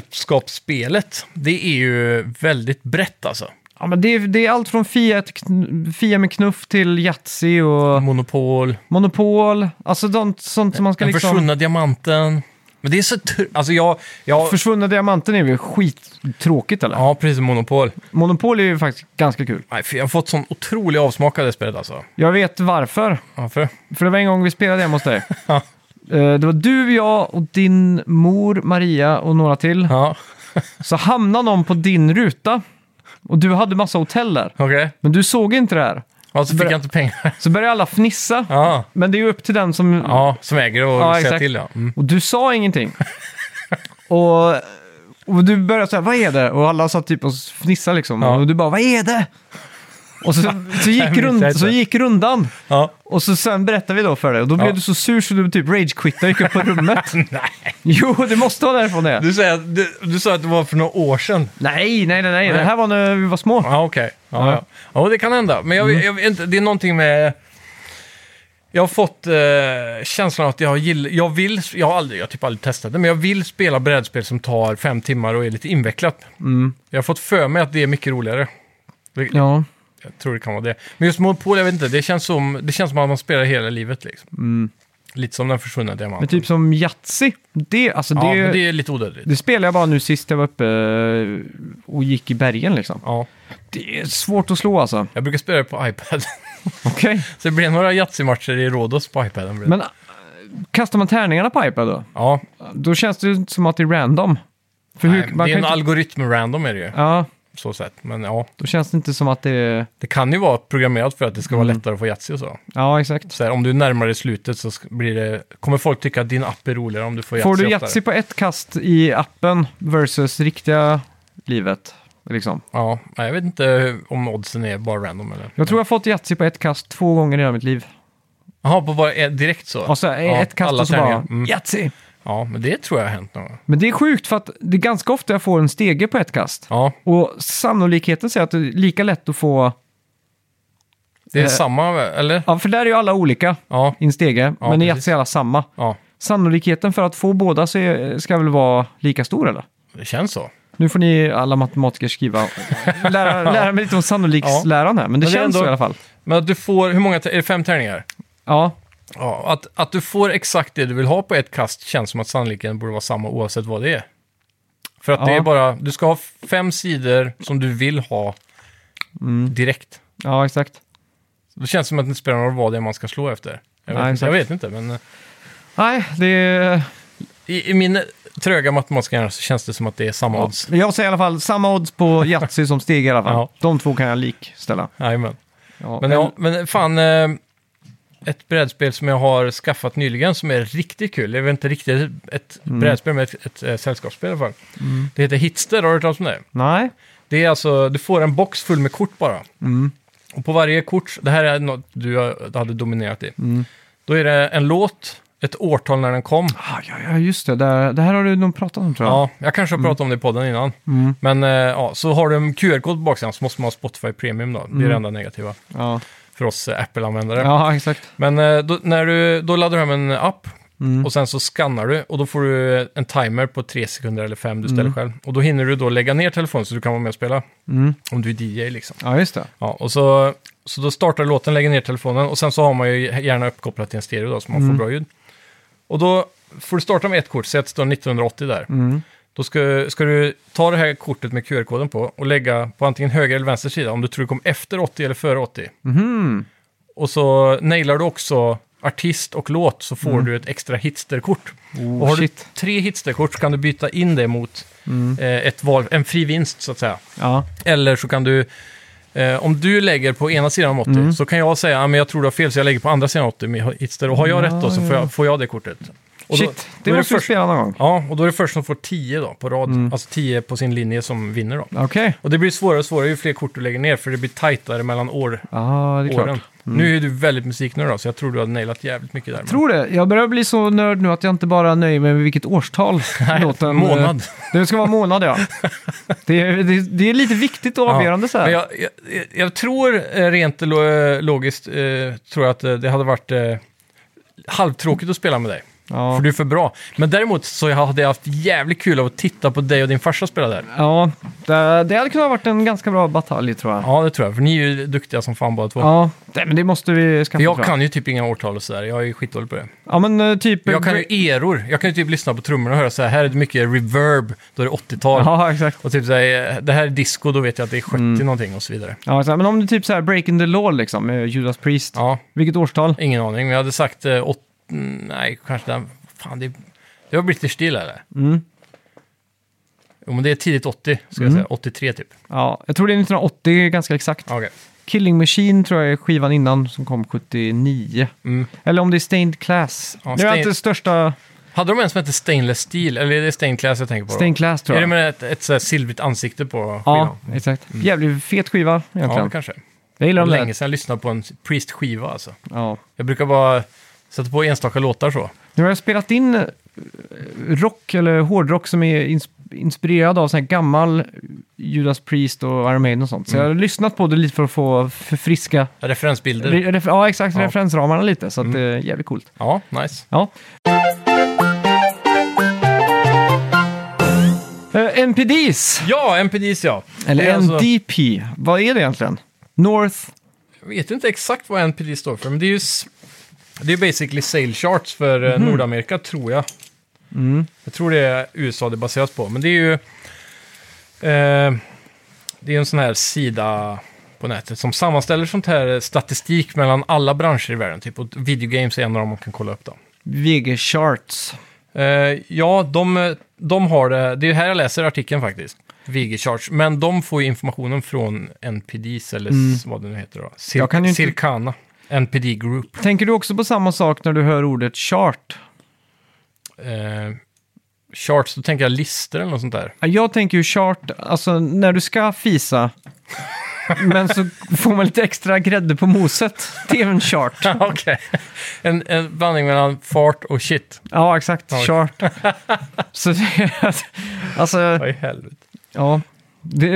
[SPEAKER 1] sällskapsspelet, det är ju väldigt brett alltså.
[SPEAKER 2] Ja, men det, är, det är allt från Fia, till kn- Fia med knuff till Yatzy och
[SPEAKER 1] Monopol,
[SPEAKER 2] Monopol. Alltså sånt, sånt som man ska
[SPEAKER 1] den
[SPEAKER 2] liksom...
[SPEAKER 1] försvunna diamanten. Men det är så... tr- Alltså jag... jag
[SPEAKER 2] Försvunna diamanten är väl skittråkigt eller?
[SPEAKER 1] ja, precis som Monopol.
[SPEAKER 2] Monopol är ju faktiskt ganska kul.
[SPEAKER 1] Nej, för jag har fått sån otrolig avsmak av det spelet alltså.
[SPEAKER 2] Jag vet varför.
[SPEAKER 1] Varför?
[SPEAKER 2] För det var en gång vi spelade hemma hos dig.
[SPEAKER 1] *laughs* Ja.
[SPEAKER 2] Eh, Det var du, jag och din mor Maria och några till.
[SPEAKER 1] Ja,
[SPEAKER 2] Så hamnade någon på din ruta. Och du hade massa hotell där.
[SPEAKER 1] okej.
[SPEAKER 2] Men du såg inte det här.
[SPEAKER 1] Ja, så fick
[SPEAKER 2] Börja-
[SPEAKER 1] jag inte pengar. *laughs*
[SPEAKER 2] Så började alla fnissa.
[SPEAKER 1] Ja,
[SPEAKER 2] Men det är ju upp till den som...
[SPEAKER 1] ja som äger och
[SPEAKER 2] Ja,
[SPEAKER 1] ja, säga
[SPEAKER 2] exakt.
[SPEAKER 1] till. Ja. Mm.
[SPEAKER 2] Och du sa
[SPEAKER 1] *laughs*
[SPEAKER 2] ingenting. och, och du började säga vad är det? Och alla satt typ och fnissade liksom.
[SPEAKER 1] Ja.
[SPEAKER 2] Och du bara vad är det? Och så,
[SPEAKER 1] *laughs*
[SPEAKER 2] så, gick
[SPEAKER 1] minns jag inte.
[SPEAKER 2] rund, så gick rundan.
[SPEAKER 1] Ja.
[SPEAKER 2] Och så sen berättade vi då för dig. Och då blev
[SPEAKER 1] Ja.
[SPEAKER 2] du så sur så du typ ragequittade och gick upp på rummet.
[SPEAKER 1] *laughs* Nej.
[SPEAKER 2] jo, det måste vara därifrån det. är.
[SPEAKER 1] Du, säger, att- du, du sa att det var för några år sedan.
[SPEAKER 2] Nej, nej, nej, nej. Det här var när vi var små.
[SPEAKER 1] Ja, okej. Ja, ja.
[SPEAKER 2] Ja. Mm.
[SPEAKER 1] ja, det kan hända. Men jag, jag, vet inte, det är någonting med... Jag har fått eh, känslan att jag gillar... Jag vill... Jag har, aldrig, jag har typ aldrig testat det, men jag vill spela brädspel som tar fem timmar och är lite invecklat.
[SPEAKER 2] Mm.
[SPEAKER 1] Jag har fått för mig att det är mycket roligare. Det-
[SPEAKER 2] Ja.
[SPEAKER 1] Jag tror det kan vara det. Men just Monopol, jag vet inte. Det känns som, det känns som att man spelar hela livet. Liksom. Lite som den försvunna diamanten.
[SPEAKER 2] Mm. Men typ som Yatzy, det, alltså
[SPEAKER 1] ja,
[SPEAKER 2] det,
[SPEAKER 1] men
[SPEAKER 2] det...
[SPEAKER 1] det är lite odödligt.
[SPEAKER 2] spelade jag bara nu sist jag var uppe eh, och gick i bergen liksom.
[SPEAKER 1] Ja.
[SPEAKER 2] Det är svårt att slå alltså.
[SPEAKER 1] Jag brukar spela det på iPad. *laughs*
[SPEAKER 2] Okej.
[SPEAKER 1] Så det blir några Yatzy-matcher i Rhodos på iPaden. blir det.
[SPEAKER 2] Men eh, kastar man tärningarna på iPad då?
[SPEAKER 1] ja,
[SPEAKER 2] Då känns det ju inte som att det är random. För
[SPEAKER 1] nej,
[SPEAKER 2] hur,
[SPEAKER 1] det
[SPEAKER 2] man kan
[SPEAKER 1] är en
[SPEAKER 2] ju inte,
[SPEAKER 1] algoritm random är det ju.
[SPEAKER 2] ja,
[SPEAKER 1] Så sett. Men ja,
[SPEAKER 2] då känns det inte som att det är...
[SPEAKER 1] det kan ju vara programmerat för att det ska
[SPEAKER 2] Mm.
[SPEAKER 1] vara lättare att få Yatzy och så.
[SPEAKER 2] Ja, exakt.
[SPEAKER 1] så här, om du är närmare slutet så sk- blir det, kommer folk tycka att din app är roligare om du får Yatzy
[SPEAKER 2] Får du
[SPEAKER 1] oftare.
[SPEAKER 2] Yatzy på ett kast i appen versus riktiga livet? Liksom.
[SPEAKER 1] Ja, nej, jag vet inte om oddsen är bara random eller.
[SPEAKER 2] Jag tror jag har fått Yatzy på ett kast två gånger i hela mitt liv.
[SPEAKER 1] Jaha, på bara eh, direkt så?
[SPEAKER 2] Och så här,
[SPEAKER 1] Ja,
[SPEAKER 2] ett kast
[SPEAKER 1] alla
[SPEAKER 2] och så bara
[SPEAKER 1] tärningar. Mm.
[SPEAKER 2] Yatzy!
[SPEAKER 1] Ja, men det tror jag har hänt någon gång.
[SPEAKER 2] Men det är sjukt för att det är ganska ofta jag får en stege på ett kast.
[SPEAKER 1] Ja,
[SPEAKER 2] Och sannolikheten säger att det är lika lätt att få...
[SPEAKER 1] det är
[SPEAKER 2] Eh.
[SPEAKER 1] samma, eller?
[SPEAKER 2] Ja, för där är ju alla olika
[SPEAKER 1] Ja,
[SPEAKER 2] i en stege,
[SPEAKER 1] Ja,
[SPEAKER 2] men i
[SPEAKER 1] precis.
[SPEAKER 2] Yatzy är alla samma.
[SPEAKER 1] ja,
[SPEAKER 2] Sannolikheten för att få båda så är- ska väl vara lika stor eller?
[SPEAKER 1] det känns så.
[SPEAKER 2] Nu får ni alla matematiker skriva,
[SPEAKER 1] *laughs*
[SPEAKER 2] lära, lära mig lite om sannolikhetsläran här, men det
[SPEAKER 1] Men det är
[SPEAKER 2] känns
[SPEAKER 1] ändå-
[SPEAKER 2] så i alla fall.
[SPEAKER 1] Men att du får, hur många, tär- är det fem tärningar?
[SPEAKER 2] Ja,
[SPEAKER 1] Ja, att, att du får exakt det du vill ha på ett kast känns som att sannolikheten borde vara samma oavsett vad det är. För att det
[SPEAKER 2] Ja.
[SPEAKER 1] är bara, du ska ha fem sidor som du vill ha
[SPEAKER 2] Mm.
[SPEAKER 1] direkt.
[SPEAKER 2] ja exakt.
[SPEAKER 1] Det känns som att det inte spelar någon roll vad det är man ska slå efter. Jag vet,
[SPEAKER 2] Nej,
[SPEAKER 1] inte, jag
[SPEAKER 2] exakt.
[SPEAKER 1] vet inte, men eh,
[SPEAKER 2] Nej, det är...
[SPEAKER 1] i, i min tröga matematiska hjärna så känns det som att det är samma
[SPEAKER 2] Ja.
[SPEAKER 1] odds.
[SPEAKER 2] Jag säger i alla fall samma odds på Yatzy som steg i alla fall.
[SPEAKER 1] Ja.
[SPEAKER 2] De två kan jag likställa.
[SPEAKER 1] Jajamän.
[SPEAKER 2] Ja,
[SPEAKER 1] Men, ja, men fan, eh, ett brädspel som jag har skaffat nyligen som är riktigt kul. Det är väl inte riktigt ett
[SPEAKER 2] Mm.
[SPEAKER 1] brädspel, men ett, ett, eh, sällskapsspel i alla fall. Det heter Hitster, har du hört talas om det?
[SPEAKER 2] Nej,
[SPEAKER 1] Det är alltså, du får en box full med kort bara.
[SPEAKER 2] Mm.
[SPEAKER 1] Och på varje kort, det här är något du eh, hade dominerat i.
[SPEAKER 2] Mm.
[SPEAKER 1] Då är det en låt, ett årtal när den kom.
[SPEAKER 2] ah, ja, ja, just det. Det, det här har du nog pratat om tror jag.
[SPEAKER 1] Ja, jag kanske har
[SPEAKER 2] Mm.
[SPEAKER 1] pratat om det i podden innan. Men eh, ja, så har du en QR-kod på baksidan så måste man ha Spotify Premium då. Det är det enda negativa
[SPEAKER 2] Ja,
[SPEAKER 1] för oss eh, Apple-användare.
[SPEAKER 2] Mm. ja exakt.
[SPEAKER 1] Men eh, då, när du, då laddar du hem en app
[SPEAKER 2] Mm.
[SPEAKER 1] och sen så skannar du och då får du eh, en timer på 3 sekunder eller 5 du ställer
[SPEAKER 2] Mm.
[SPEAKER 1] själv. Och då hinner du då lägga ner telefonen så du kan vara med och spela. Om du är DJ liksom.
[SPEAKER 2] Ja, just det.
[SPEAKER 1] Ja, och så, så då startar du låten, lägger ner telefonen och sen så har man ju gärna uppkopplat till en stereo då, så man
[SPEAKER 2] Mm.
[SPEAKER 1] får bra ljud. Och då får du starta med ett kort, säg att det står 1980 där.
[SPEAKER 2] Mm.
[SPEAKER 1] Då ska, ska du ta det här kortet med QR-koden på och lägga på antingen höger eller vänster sida om du tror det kom efter 80 eller före 80.
[SPEAKER 2] Mhm.
[SPEAKER 1] Och så nailar du också artist och låt så får du ett extra hitsterkort.
[SPEAKER 2] Mm. Oh,
[SPEAKER 1] och har
[SPEAKER 2] shit. Mm.
[SPEAKER 1] du tre hitsterkort så kan du byta in det mot eh, ett val, en fri vinst så att säga.
[SPEAKER 2] Ja,
[SPEAKER 1] Eller så kan du, eh, om du lägger på ena sidan om 80,
[SPEAKER 2] Mm.
[SPEAKER 1] så kan jag säga "Ah, men jag tror du har fel så jag lägger på andra sidan 80 med hitster. Och har jag rätt då så får jag, får jag det kortet. Och då,
[SPEAKER 2] shit.
[SPEAKER 1] då
[SPEAKER 2] Det
[SPEAKER 1] är
[SPEAKER 2] måste vi
[SPEAKER 1] först,
[SPEAKER 2] spela Mm. någon gång.
[SPEAKER 1] Ja, och då är det först som får 10 då på rad, alltså 10 på sin linje som vinner då.
[SPEAKER 2] Okej.
[SPEAKER 1] Och det blir svårare och svårare ju fler kort du lägger ner för det blir tajtare mellan år,
[SPEAKER 2] Ja, det är klart. Mm.
[SPEAKER 1] åren. Nu är du väldigt musiknörd då, så jag tror du har nailat jävligt mycket där. men-
[SPEAKER 2] tror det. Jag börjar bli så nörd nu att jag inte bara nöjer mig med vilket
[SPEAKER 1] *laughs*
[SPEAKER 2] årstal låten... eh,
[SPEAKER 1] månad.
[SPEAKER 2] Det ska vara månad, ja. Det är, det, det är lite viktigt och
[SPEAKER 1] Ja,
[SPEAKER 2] avgörande så här.
[SPEAKER 1] Men jag, jag, jag- jag tror eh, rent lo- logiskt eh, tror jag att eh, det hade varit eh, halvtråkigt att spela med dig.
[SPEAKER 2] ja.
[SPEAKER 1] För du är för bra. Men däremot så hade jag haft jävligt kul av att titta på dig och din farsa spela där.
[SPEAKER 2] ja det, det hade kunnat varit en ganska bra batalj, tror jag.
[SPEAKER 1] Ja, det tror jag. För ni är ju duktiga som fan båda två.
[SPEAKER 2] Ja, nej, men det måste vi skaffa.
[SPEAKER 1] För jag
[SPEAKER 2] tror
[SPEAKER 1] kan ju typ inga årtal och sådär. Jag är ju skitdålig på det.
[SPEAKER 2] Ja, men eh, typ...
[SPEAKER 1] Jag kan ju eror. Jag kan ju typ lyssna på trummorna och höra så här, här är det mycket reverb, då är det 80-tal.
[SPEAKER 2] Ja, Mm. exakt.
[SPEAKER 1] Och typ så här, det här är disco, då vet jag att det är 70 någonting och så vidare.
[SPEAKER 2] Ja, exakt. Men om du typ så här Breaking the Law liksom, med Judas Priest.
[SPEAKER 1] Ja,
[SPEAKER 2] Vilket årstal?
[SPEAKER 1] ingen aning. Men jag hade sagt eh, åt... mm, Nej, kanske den... Fan, det, det var British Steel eller?
[SPEAKER 2] Mm.
[SPEAKER 1] Jo, men det är tidigt 80, ska jag säga. 83 typ.
[SPEAKER 2] Ja, jag tror det är 1980 ganska exakt.
[SPEAKER 1] Okej.
[SPEAKER 2] Killing Machine tror jag är skivan innan som kom 79.
[SPEAKER 1] Mm.
[SPEAKER 2] Eller om det är Stained Class.
[SPEAKER 1] Ja,
[SPEAKER 2] nu är jag
[SPEAKER 1] Stained-
[SPEAKER 2] inte största
[SPEAKER 1] Hade de en som hette Stainless Steel? Eller är det Stained Glass jag tänker på? då?
[SPEAKER 2] Stained Class tror
[SPEAKER 1] Är
[SPEAKER 2] jag.
[SPEAKER 1] det med ett, ett så här silvrigt ansikte på
[SPEAKER 2] Ja,
[SPEAKER 1] skivan?
[SPEAKER 2] exakt. Jävligt fet skiva
[SPEAKER 1] Ja,
[SPEAKER 2] egentligen.
[SPEAKER 1] det kanske.
[SPEAKER 2] jag
[SPEAKER 1] Det
[SPEAKER 2] gillar
[SPEAKER 1] var
[SPEAKER 2] dem
[SPEAKER 1] länge
[SPEAKER 2] där.
[SPEAKER 1] sedan jag lyssnade på en Priest-skiva alltså.
[SPEAKER 2] Ja.
[SPEAKER 1] Jag brukar bara sätta på enstaka låtar så.
[SPEAKER 2] Nu har jag spelat in eh, rock eller hårdrock som är ins inspirerad av sån här gammal Judas Priest och Iron Maiden och sånt. Så jag
[SPEAKER 1] Mm.
[SPEAKER 2] har lyssnat på det lite för att få förfriska
[SPEAKER 1] Referensbilder.
[SPEAKER 2] Re- refer- ja, exakt.
[SPEAKER 1] Mm. Ja. Mm.
[SPEAKER 2] Referensramarna lite, så att det är jävligt coolt.
[SPEAKER 1] Ja, nice.
[SPEAKER 2] Ja. Eh, NPDs,
[SPEAKER 1] Ja, NPDs ja. Det
[SPEAKER 2] eller
[SPEAKER 1] är alltså-
[SPEAKER 2] NDP, vad är det egentligen? North...
[SPEAKER 1] Jag vet inte exakt vad NPD står för, men det är ju... s- Det är basically sale charts för eh, Nordamerika, tror jag. Jag tror det är USA det baseras på. Men det är ju... Eh, det är en sån här sida på nätet som sammanställer sånt här eh, statistik mellan alla branscher i världen. Typ, och videogames är en av dem man kan kolla upp. Då.
[SPEAKER 2] VG Charts.
[SPEAKER 1] Eh, ja, de, eh, de har det. Det är här jag läser artikeln faktiskt. VG Charts. Men de får ju informationen från NPDs, eller s- vad det nu heter. Då. Cir-
[SPEAKER 2] Mm. Jag kan ju inte-
[SPEAKER 1] Circana. NPD Group.
[SPEAKER 2] Tänker du också på samma sak när du hör ordet chart?
[SPEAKER 1] eh, charts, då tänker jag listor eller något sånt där. *laughs*
[SPEAKER 2] Ja, Jag tänker ju chart, alltså när du ska fisa, men så får man lite extra grädde på moset. Det är en chart.
[SPEAKER 1] Okej. En, en blandning mellan fart och shit.
[SPEAKER 2] Ja, exakt.
[SPEAKER 1] Oj.
[SPEAKER 2] Chart. Så det, alltså,
[SPEAKER 1] Vad i helvete.
[SPEAKER 2] ja. Det,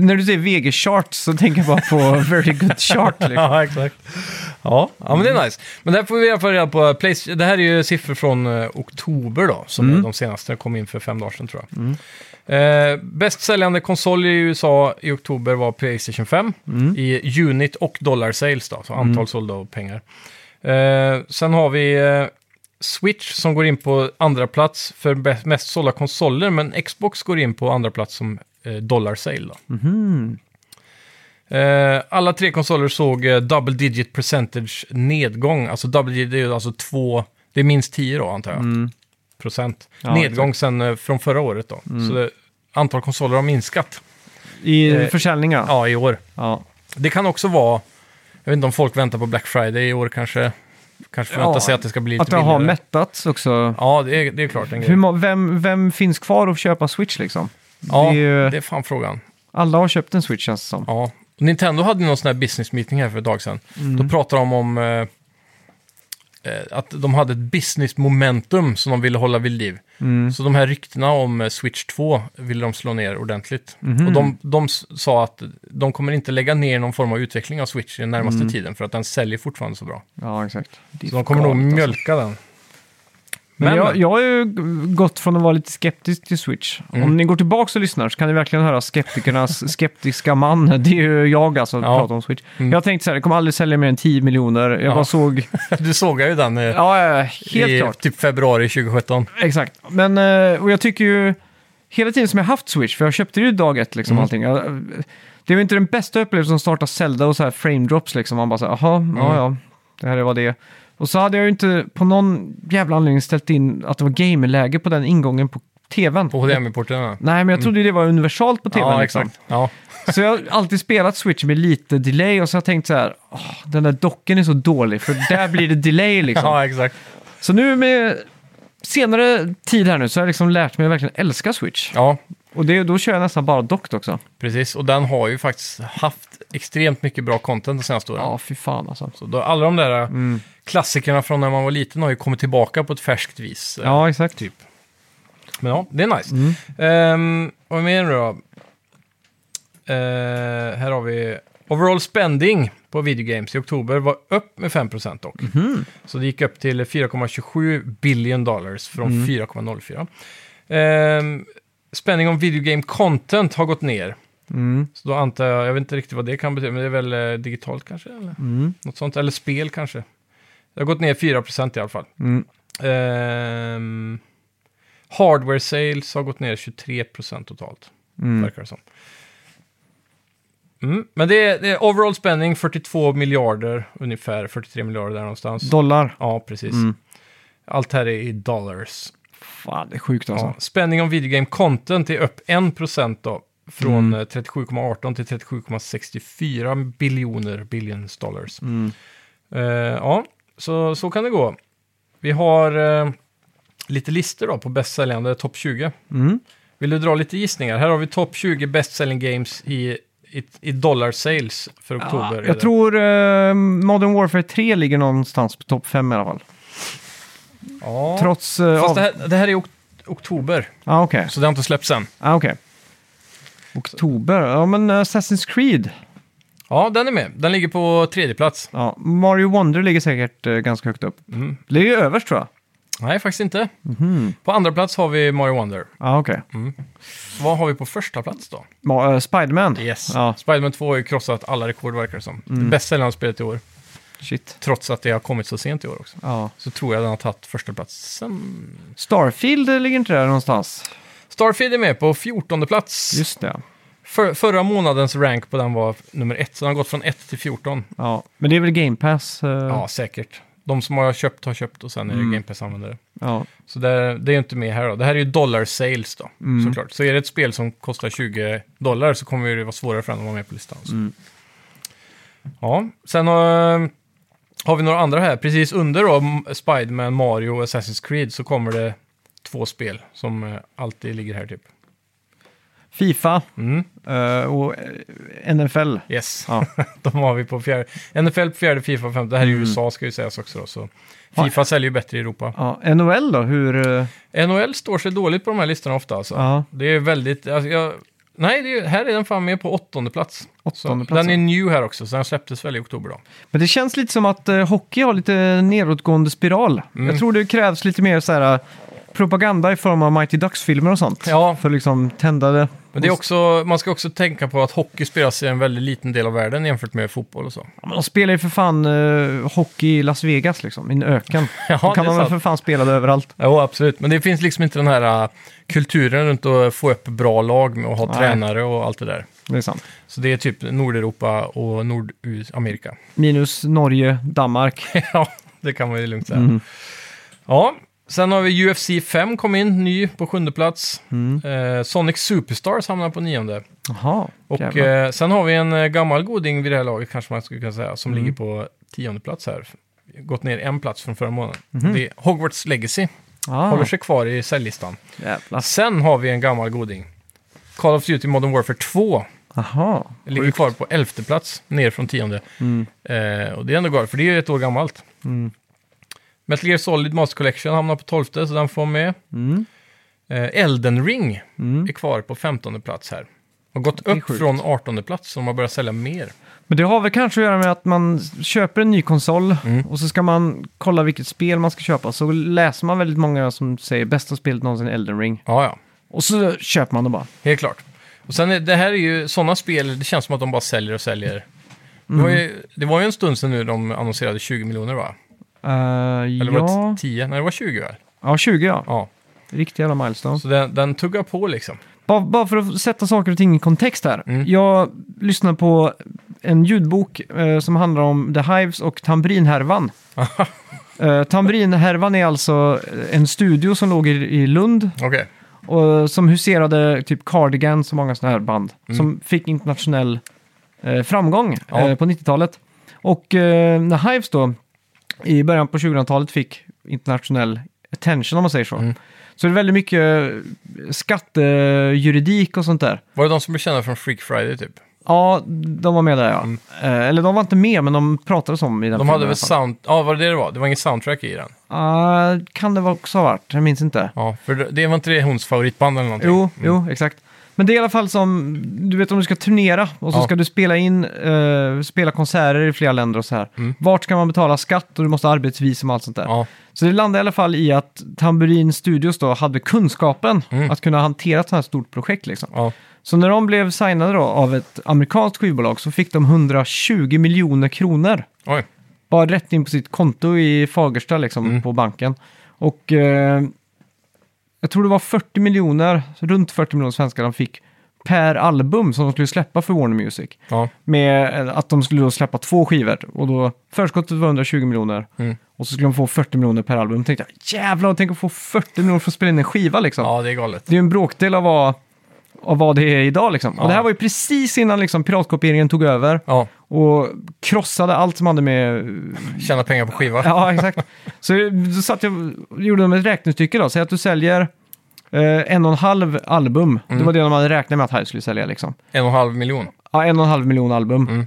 [SPEAKER 2] när du säger VG-chart så tänker jag bara på Very Good Chart. Liksom.
[SPEAKER 1] Ja, exakt. Ja, ja, men det är nice. Men där får vi i alla fall reda på... Place, det här är ju siffror från eh, oktober då, som är de senaste kom in för fem dagar sedan tror jag. Eh, bäst säljande konsol i USA i oktober var Playstation 5 i unit och dollar sales då, så antal sålda och pengar. Eh, sen har vi eh, Switch som går in på andra plats för bäst, mest sålda konsoler, men Xbox går in på andra plats som eh, dollar sale då.
[SPEAKER 2] Mhm.
[SPEAKER 1] Eh, alla tre konsoler såg eh, double digit percentage nedgång. Alltså double digit det är ju alltså två, det är minst 10 då antar jag. Procent.
[SPEAKER 2] Mm. Ja, Mm.
[SPEAKER 1] nedgång sen eh, från förra året då. Så det, antal konsoler har minskat.
[SPEAKER 2] I
[SPEAKER 1] Eh,
[SPEAKER 2] försäljning, ja.
[SPEAKER 1] Ja, i år.
[SPEAKER 2] ja.
[SPEAKER 1] Det kan också vara, jag vet inte om folk väntar på Black Friday i år kanske. Kanske förväntar
[SPEAKER 2] Ja,
[SPEAKER 1] sig att det ska bli lite
[SPEAKER 2] Att det har
[SPEAKER 1] billigare.
[SPEAKER 2] mättats också.
[SPEAKER 1] Ja, det är, det är klart en
[SPEAKER 2] Hur,
[SPEAKER 1] grej.
[SPEAKER 2] må- vem, vem finns kvar att köpa Switch liksom?
[SPEAKER 1] Ja,
[SPEAKER 2] det är ju-
[SPEAKER 1] det är fan frågan.
[SPEAKER 2] Alla har köpt en Switch känns det som.
[SPEAKER 1] Ja. Nintendo hade ju någon sån här business meeting här för ett tag sedan. Då pratade de om eh, eh, att de hade ett business momentum som de ville hålla vid liv. Så de här ryktena om eh, Switch 2 ville de slå ner ordentligt. Och de, de s- sa att de kommer inte lägga ner någon form av utveckling av Switch i den närmaste tiden för att den säljer fortfarande så bra.
[SPEAKER 2] Ja, exakt. Det är
[SPEAKER 1] Mm. Så de kommer nog
[SPEAKER 2] galet, alltså.
[SPEAKER 1] mjölka den.
[SPEAKER 2] Men,
[SPEAKER 1] Men-
[SPEAKER 2] jag, jag har ju g- gått från att vara lite skeptisk till Switch.
[SPEAKER 1] Mm.
[SPEAKER 2] Om ni går tillbaka och lyssnar så kan ni verkligen höra
[SPEAKER 1] *laughs*
[SPEAKER 2] skeptikernas skeptiska man. Det är ju jag alltså, att
[SPEAKER 1] Ja. Mm.
[SPEAKER 2] prata om Switch. Jag tänkte så här, det kommer aldrig sälja mer än 10 miljoner. Jag
[SPEAKER 1] Ja.
[SPEAKER 2] bara såg...
[SPEAKER 1] *laughs* Du sågar ju den eh,
[SPEAKER 2] Ja, ja, helt
[SPEAKER 1] i
[SPEAKER 2] klart.
[SPEAKER 1] typ februari 2017.
[SPEAKER 2] Exakt. Men, eh, och jag tycker ju... Hela tiden som jag haft Switch, för jag köpte ju dag ett
[SPEAKER 1] Mm.
[SPEAKER 2] liksom allting. Jag, det var inte den bästa upplevelsen att starta Zelda och så här frame drops liksom. Man bara så här, jaha,
[SPEAKER 1] Mm.
[SPEAKER 2] ja ja, det här var det. Och så hade jag ju inte på någon jävla anledning ställt in att det var gamerläge på den ingången på tvn.
[SPEAKER 1] På HDMI-porten.
[SPEAKER 2] Nej, men jag trodde ju det var universalt på tvn
[SPEAKER 1] Mm. Ja,
[SPEAKER 2] liksom.
[SPEAKER 1] exakt. Ja.
[SPEAKER 2] Så jag har alltid spelat Switch med lite delay och så har jag tänkt så här, "Åh, den där docken är så dålig för där blir det
[SPEAKER 1] *laughs*
[SPEAKER 2] delay liksom.
[SPEAKER 1] ja, exakt.
[SPEAKER 2] Så nu med senare tid här nu så har jag liksom lärt mig att verkligen älska Switch.
[SPEAKER 1] Ja,
[SPEAKER 2] Och det, då kör jag nästan bara dockt också.
[SPEAKER 1] Precis, och den har ju faktiskt haft extremt mycket bra content de senaste åren.
[SPEAKER 2] Ja, Mm. fy fan alltså.
[SPEAKER 1] Så då, alla de där klassikerna från när man var liten har ju kommit tillbaka på ett färskt vis. eh,
[SPEAKER 2] Ja, Mm. exakt.
[SPEAKER 1] Typ. Men ja, det är nice. Ehm, vad mer nu då? Eh, här har vi overall spending på videogames i oktober var upp med 5% dock.
[SPEAKER 2] Mhm.
[SPEAKER 1] Så det gick upp till 4,27 billion dollars från
[SPEAKER 2] Mm.
[SPEAKER 1] 4,04. Ehm, spending om videogame content har gått ner.
[SPEAKER 2] Mm,
[SPEAKER 1] Så då antar jag, jag vet inte riktigt vad det kan betyda, men det är väl eh, digitalt kanske? Eller? Något sånt, eller spel kanske. Det har gått ner 4% i alla fall.
[SPEAKER 2] Mm.
[SPEAKER 1] Ehm, hardware sales har gått ner 23% totalt,
[SPEAKER 2] Mm.
[SPEAKER 1] verkar det som. Mm. Men det är, det är overall spending 42 miljarder ungefär, 43 miljarder där någonstans.
[SPEAKER 2] Dollar.
[SPEAKER 1] ja, precis. Allt här är i dollars.
[SPEAKER 2] Fan, det är sjukt alltså.
[SPEAKER 1] Ja. Spending om videogame content är upp 1% då, från eh, 37,18 till 37,64 biljoner billions dollars. Eh, ja, så, så kan det gå. Vi har eh, lite listor då på bästsäljande topp 20.
[SPEAKER 2] Mm.
[SPEAKER 1] Vill du dra lite gissningar? Här har vi topp 20 best selling games i, i, i dollar sales för oktober.
[SPEAKER 2] Ja,
[SPEAKER 1] Är det-
[SPEAKER 2] jag tror eh, Modern Warfare 3 ligger någonstans på topp 5 i alla fall.
[SPEAKER 1] ja.
[SPEAKER 2] Trots... eh,
[SPEAKER 1] Fast
[SPEAKER 2] av...
[SPEAKER 1] det här, det här är ok- oktober,
[SPEAKER 2] Ah, okej.
[SPEAKER 1] så det har inte släppts än.
[SPEAKER 2] Ah, okej. Oktober. Ja, men eh, Assassin's Creed.
[SPEAKER 1] Ja, den är med. Den ligger på tredje plats.
[SPEAKER 2] Ja, Mario Wonder ligger säkert eh, ganska högt upp.
[SPEAKER 1] Mm.
[SPEAKER 2] Det är ju överst tror jag.
[SPEAKER 1] Nej, faktiskt inte.
[SPEAKER 2] Mhm.
[SPEAKER 1] På andra plats har vi Mario Wonder.
[SPEAKER 2] Ja, okej.
[SPEAKER 1] Mm. Vad har vi på första plats då?
[SPEAKER 2] Ma- eh, Spiderman.
[SPEAKER 1] Yes.
[SPEAKER 2] Ja. Mm.
[SPEAKER 1] Spiderman 2 har ju krossat alla rekord verkar det som. Det bäst säljande spelet i år.
[SPEAKER 2] Shit.
[SPEAKER 1] Trots att det har kommit så sent i år också.
[SPEAKER 2] Ja.
[SPEAKER 1] Så tror jag den har tagit första platsen.
[SPEAKER 2] Starfield eh, ligger inte där någonstans.
[SPEAKER 1] Starfield är med på 14 plats.
[SPEAKER 2] Just det.
[SPEAKER 1] För, förra månadens rank på den var nummer 1, så den har gått från 1 till 14.
[SPEAKER 2] Ja. Men det är väl Game Pass? eh,
[SPEAKER 1] Ja, säkert. De som har köpt har köpt och sen är det
[SPEAKER 2] Mm.
[SPEAKER 1] Game Pass-användare.
[SPEAKER 2] ja.
[SPEAKER 1] Så det, det är ju inte med här då. Det här är ju dollar sales då,
[SPEAKER 2] Mm.
[SPEAKER 1] såklart. Så är det ett spel som kostar 20 dollar så kommer ju det vara svårare för den att vara med på listan. Så.
[SPEAKER 2] Mm.
[SPEAKER 1] Ja, sen har, har vi några andra här. Precis under då, M- Spiderman, Mario och Assassin's Creed så kommer det två spel som eh, alltid ligger här typ.
[SPEAKER 2] Fifa
[SPEAKER 1] Mm.
[SPEAKER 2] eh, och eh, NFL.
[SPEAKER 1] Yes,
[SPEAKER 2] Ja.
[SPEAKER 1] *laughs* de har vi på fjärde. NFL på fjärde, Fifa på femte. Det här är ju USA ska ju sägas också då. Så Fifa säljer ju bättre i Europa.
[SPEAKER 2] Mm. Ja. NHL då? Hur... eh,
[SPEAKER 1] NHL står sig dåligt på de här listorna ofta alltså.
[SPEAKER 2] Ja.
[SPEAKER 1] Det är väldigt... Alltså jag, nej, det är, här är den fan med på åttonde plats.
[SPEAKER 2] Åttonde
[SPEAKER 1] så,
[SPEAKER 2] plats,
[SPEAKER 1] Den är
[SPEAKER 2] ja.
[SPEAKER 1] new här också, så den släpptes väl i oktober då.
[SPEAKER 2] Men det känns lite som att eh, hockey har lite nedåtgående spiral.
[SPEAKER 1] Mm.
[SPEAKER 2] Jag tror det krävs lite mer så här, eh, propaganda i form av Mighty Ducks-filmer och sånt.
[SPEAKER 1] Ja.
[SPEAKER 2] För att liksom tända det.
[SPEAKER 1] Men det är också, man ska också tänka på att hockey spelas i en väldigt liten del av världen jämfört med fotboll och så.
[SPEAKER 2] Ja, men de spelar ju för fan eh, hockey i Las Vegas liksom, i en öken.
[SPEAKER 1] *laughs* Ja,
[SPEAKER 2] Då kan
[SPEAKER 1] det är
[SPEAKER 2] man väl
[SPEAKER 1] sant.
[SPEAKER 2] för fan spela det överallt.
[SPEAKER 1] Jo, absolut. Men det finns liksom inte den här äh, kulturen runt att få upp bra lag med att ha
[SPEAKER 2] Nej.
[SPEAKER 1] tränare och allt det där.
[SPEAKER 2] Det är sant.
[SPEAKER 1] Så det är typ Nordeuropa och Nordamerika.
[SPEAKER 2] Minus Norge, Danmark.
[SPEAKER 1] *laughs* ja, det kan man ju lugnt säga.
[SPEAKER 2] Mm.
[SPEAKER 1] Ja, sen har vi UFC 5 kom in, ny på sjunde plats.
[SPEAKER 2] Mm.
[SPEAKER 1] Eh, Sonic Superstars hamnar på nionde.
[SPEAKER 2] Jaha,
[SPEAKER 1] Och
[SPEAKER 2] jävlar.
[SPEAKER 1] eh, sen har vi en eh, gammal goding vid det här laget, kanske man skulle kunna säga, som
[SPEAKER 2] Mm.
[SPEAKER 1] ligger på tionde plats här. Gått ner en plats från förra månaden. Det är Hogwarts Legacy.
[SPEAKER 2] Mhm. ah,
[SPEAKER 1] Håller sig kvar i säljlistan.
[SPEAKER 2] jävlar.
[SPEAKER 1] Sen har vi en gammal goding. Call of Duty Modern Warfare 2
[SPEAKER 2] Jaha.
[SPEAKER 1] ligger kvar på elfte plats, ner från tionde.
[SPEAKER 2] Mm.
[SPEAKER 1] Eh, och det är ändå galet, för det är ju ett år gammalt. Metal Gear Solid Master Collection hamnar på tolfte, så den får med.
[SPEAKER 2] Mm.
[SPEAKER 1] Eh, Elden Ring är kvar på femtonde plats här. Har gått
[SPEAKER 2] är
[SPEAKER 1] upp
[SPEAKER 2] sjukt.
[SPEAKER 1] från artonde plats, så de har börjat sälja mer.
[SPEAKER 2] Men det har väl kanske att göra med att man köper en ny konsol
[SPEAKER 1] Mm.
[SPEAKER 2] och så ska man kolla vilket spel man ska köpa. Så läser man väldigt många som säger bästa spelet någonsin Elden Ring.
[SPEAKER 1] Ja, ja,
[SPEAKER 2] Och så köper man det bara.
[SPEAKER 1] helt klart. Och sen, är- det här är ju sådana spel, det känns som att de bara säljer och säljer. Det,
[SPEAKER 2] Mm.
[SPEAKER 1] var ju, det var ju en stund sedan nu de annonserade 20 miljoner va?
[SPEAKER 2] Eh,
[SPEAKER 1] Eller var
[SPEAKER 2] ja.
[SPEAKER 1] det 10? Nej, det var 20 väl?
[SPEAKER 2] ja, 20 ja.
[SPEAKER 1] Ja,
[SPEAKER 2] Riktig jävla milestone.
[SPEAKER 1] så den, den tuggar på liksom.
[SPEAKER 2] Bara, bara för att sätta saker och ting i kontext här.
[SPEAKER 1] Mm.
[SPEAKER 2] Jag lyssnade på en ljudbok eh, som handlar om The Hives och
[SPEAKER 1] *laughs*
[SPEAKER 2] Tambrinhärvan. uh, Tambrinhärvan är alltså eh, en studio som låg i, i Lund
[SPEAKER 1] Okej.
[SPEAKER 2] och som huserade typ Cardigans och många sådana här band. Som fick internationell eh, framgång
[SPEAKER 1] Mm. Ja.
[SPEAKER 2] eh, på 90-talet. Och eh, när Hives då i början på 2000-talet fick internationell attention om man säger så.
[SPEAKER 1] Mm.
[SPEAKER 2] Så det är väldigt mycket eh, skattejuridik och sånt där.
[SPEAKER 1] Var det de som blev kända från Freak Friday typ?
[SPEAKER 2] Ja, de var med där ja. Eh, eller de var inte med men de pratades om i den
[SPEAKER 1] Mm. De
[SPEAKER 2] filmen
[SPEAKER 1] hade
[SPEAKER 2] i alla
[SPEAKER 1] väl
[SPEAKER 2] fall.
[SPEAKER 1] sound... Ja, var det det det var? Det var ingen soundtrack i den?
[SPEAKER 2] Ah, kan det också ha varit, jag minns inte.
[SPEAKER 1] Ja, för det- det var inte det hons favoritband eller någonting?
[SPEAKER 2] Jo, jo, exakt. Men det är i alla fall som, du vet om du ska turnera och så
[SPEAKER 1] Ja.
[SPEAKER 2] ska du spela in, eh, spela konserter i flera länder och så här. Vart ska man betala skatt och du måste ha arbetsvisum och allt sånt där.
[SPEAKER 1] Mm. Ja,
[SPEAKER 2] Så det landade i alla fall i att Tamburin Studios då hade kunskapen
[SPEAKER 1] Mm.
[SPEAKER 2] att kunna hantera ett sånt här stort projekt liksom.
[SPEAKER 1] ja.
[SPEAKER 2] Så när de blev signade då av ett amerikanskt skivbolag så fick de 120 miljoner kronor
[SPEAKER 1] Oj.
[SPEAKER 2] bara rätt in på sitt konto i Fagersta liksom,
[SPEAKER 1] Mm.
[SPEAKER 2] på banken. Och eh, jag tror det var 40 miljoner, runt 40 miljoner svenskar de fick per album som de skulle släppa för Warner Music.
[SPEAKER 1] Ja.
[SPEAKER 2] Med eh, att de skulle då släppa två skivor och då förskottet var 120 miljoner
[SPEAKER 1] Mm.
[SPEAKER 2] och så skulle de få 40 miljoner per album. Då tänkte jag jävlar, tänk att få 40 miljoner för att spela in en skiva liksom.
[SPEAKER 1] ja, det är galet.
[SPEAKER 2] Det är ju en bråkdel av vad, av vad det är idag liksom. Och
[SPEAKER 1] Ja.
[SPEAKER 2] det här var ju precis innan liksom, piratkopieringen tog över
[SPEAKER 1] Ja,
[SPEAKER 2] och krossade allt som hade med
[SPEAKER 1] tjäna pengar på skiva.
[SPEAKER 2] *laughs* Ja, exakt. Så då satt jag, gjorde de ett räknestycke då. Säg att du säljer eh, en och en halv album.
[SPEAKER 1] Mm.
[SPEAKER 2] Det var det de hade räknat med att Hive skulle sälja. Liksom.
[SPEAKER 1] En och en halv miljon.
[SPEAKER 2] Ja, en och en halv miljon album
[SPEAKER 1] Mm.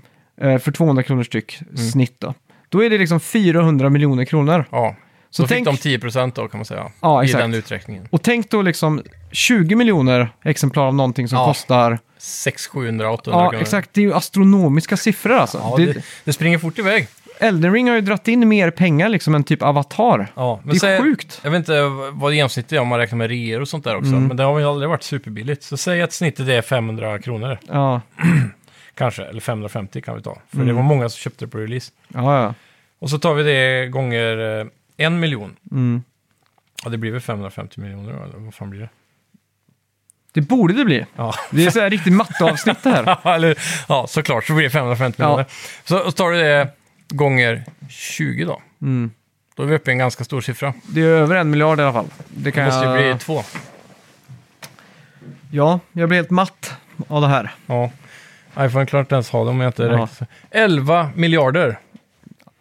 [SPEAKER 2] eh, för 200 kronor styck snitt. Då. då är det liksom 400 miljoner kronor.
[SPEAKER 1] Ja.
[SPEAKER 2] Så
[SPEAKER 1] Så då
[SPEAKER 2] tänk-
[SPEAKER 1] fick de 10 procent då kan man säga.
[SPEAKER 2] Ja,
[SPEAKER 1] I
[SPEAKER 2] exakt.
[SPEAKER 1] den uträkningen.
[SPEAKER 2] Och tänk då liksom 20 miljoner exemplar av någonting som
[SPEAKER 1] Ja.
[SPEAKER 2] kostar...
[SPEAKER 1] 6, 700, 800
[SPEAKER 2] Ja,
[SPEAKER 1] kronor.
[SPEAKER 2] exakt. Det är ju astronomiska siffror alltså.
[SPEAKER 1] Ja,
[SPEAKER 2] det...
[SPEAKER 1] det, det springer fort iväg.
[SPEAKER 2] Elden Ring har ju dratt in mer pengar liksom än typ Avatar.
[SPEAKER 1] Ja,
[SPEAKER 2] det är
[SPEAKER 1] säg-
[SPEAKER 2] sjukt.
[SPEAKER 1] Jag vet inte vad det genomsnittet är om man räknar med reor och sånt där också.
[SPEAKER 2] Mm.
[SPEAKER 1] Men det har ju aldrig varit superbilligt. Så säg att snittet är 500 kronor
[SPEAKER 2] Ja, Mm.
[SPEAKER 1] kanske. Eller 550 kan vi ta. För det var många som köpte det på release.
[SPEAKER 2] ja, ja.
[SPEAKER 1] Och så tar vi det gånger eh, en miljon.
[SPEAKER 2] Mm.
[SPEAKER 1] Ja, det blir väl 550 miljoner då, eller vad fan blir det?
[SPEAKER 2] Det borde det bli.
[SPEAKER 1] Ja, *laughs*
[SPEAKER 2] Det är så här riktigt matteavsnitt det här.
[SPEAKER 1] eller, ja såklart så blir det 550
[SPEAKER 2] Ja.
[SPEAKER 1] miljoner. Så och tar du det gånger 20 då.
[SPEAKER 2] Mm.
[SPEAKER 1] Då är vi uppe i en ganska stor siffra.
[SPEAKER 2] Det är över en miljard i alla fall. Det
[SPEAKER 1] Det
[SPEAKER 2] kan
[SPEAKER 1] måste ju
[SPEAKER 2] jag...
[SPEAKER 1] bli två.
[SPEAKER 2] Ja, jag blir helt matt av det här.
[SPEAKER 1] Ja. iPhone klarar inte ens ha dem om jag inte
[SPEAKER 2] Ja.
[SPEAKER 1] räknar. 11 miljarder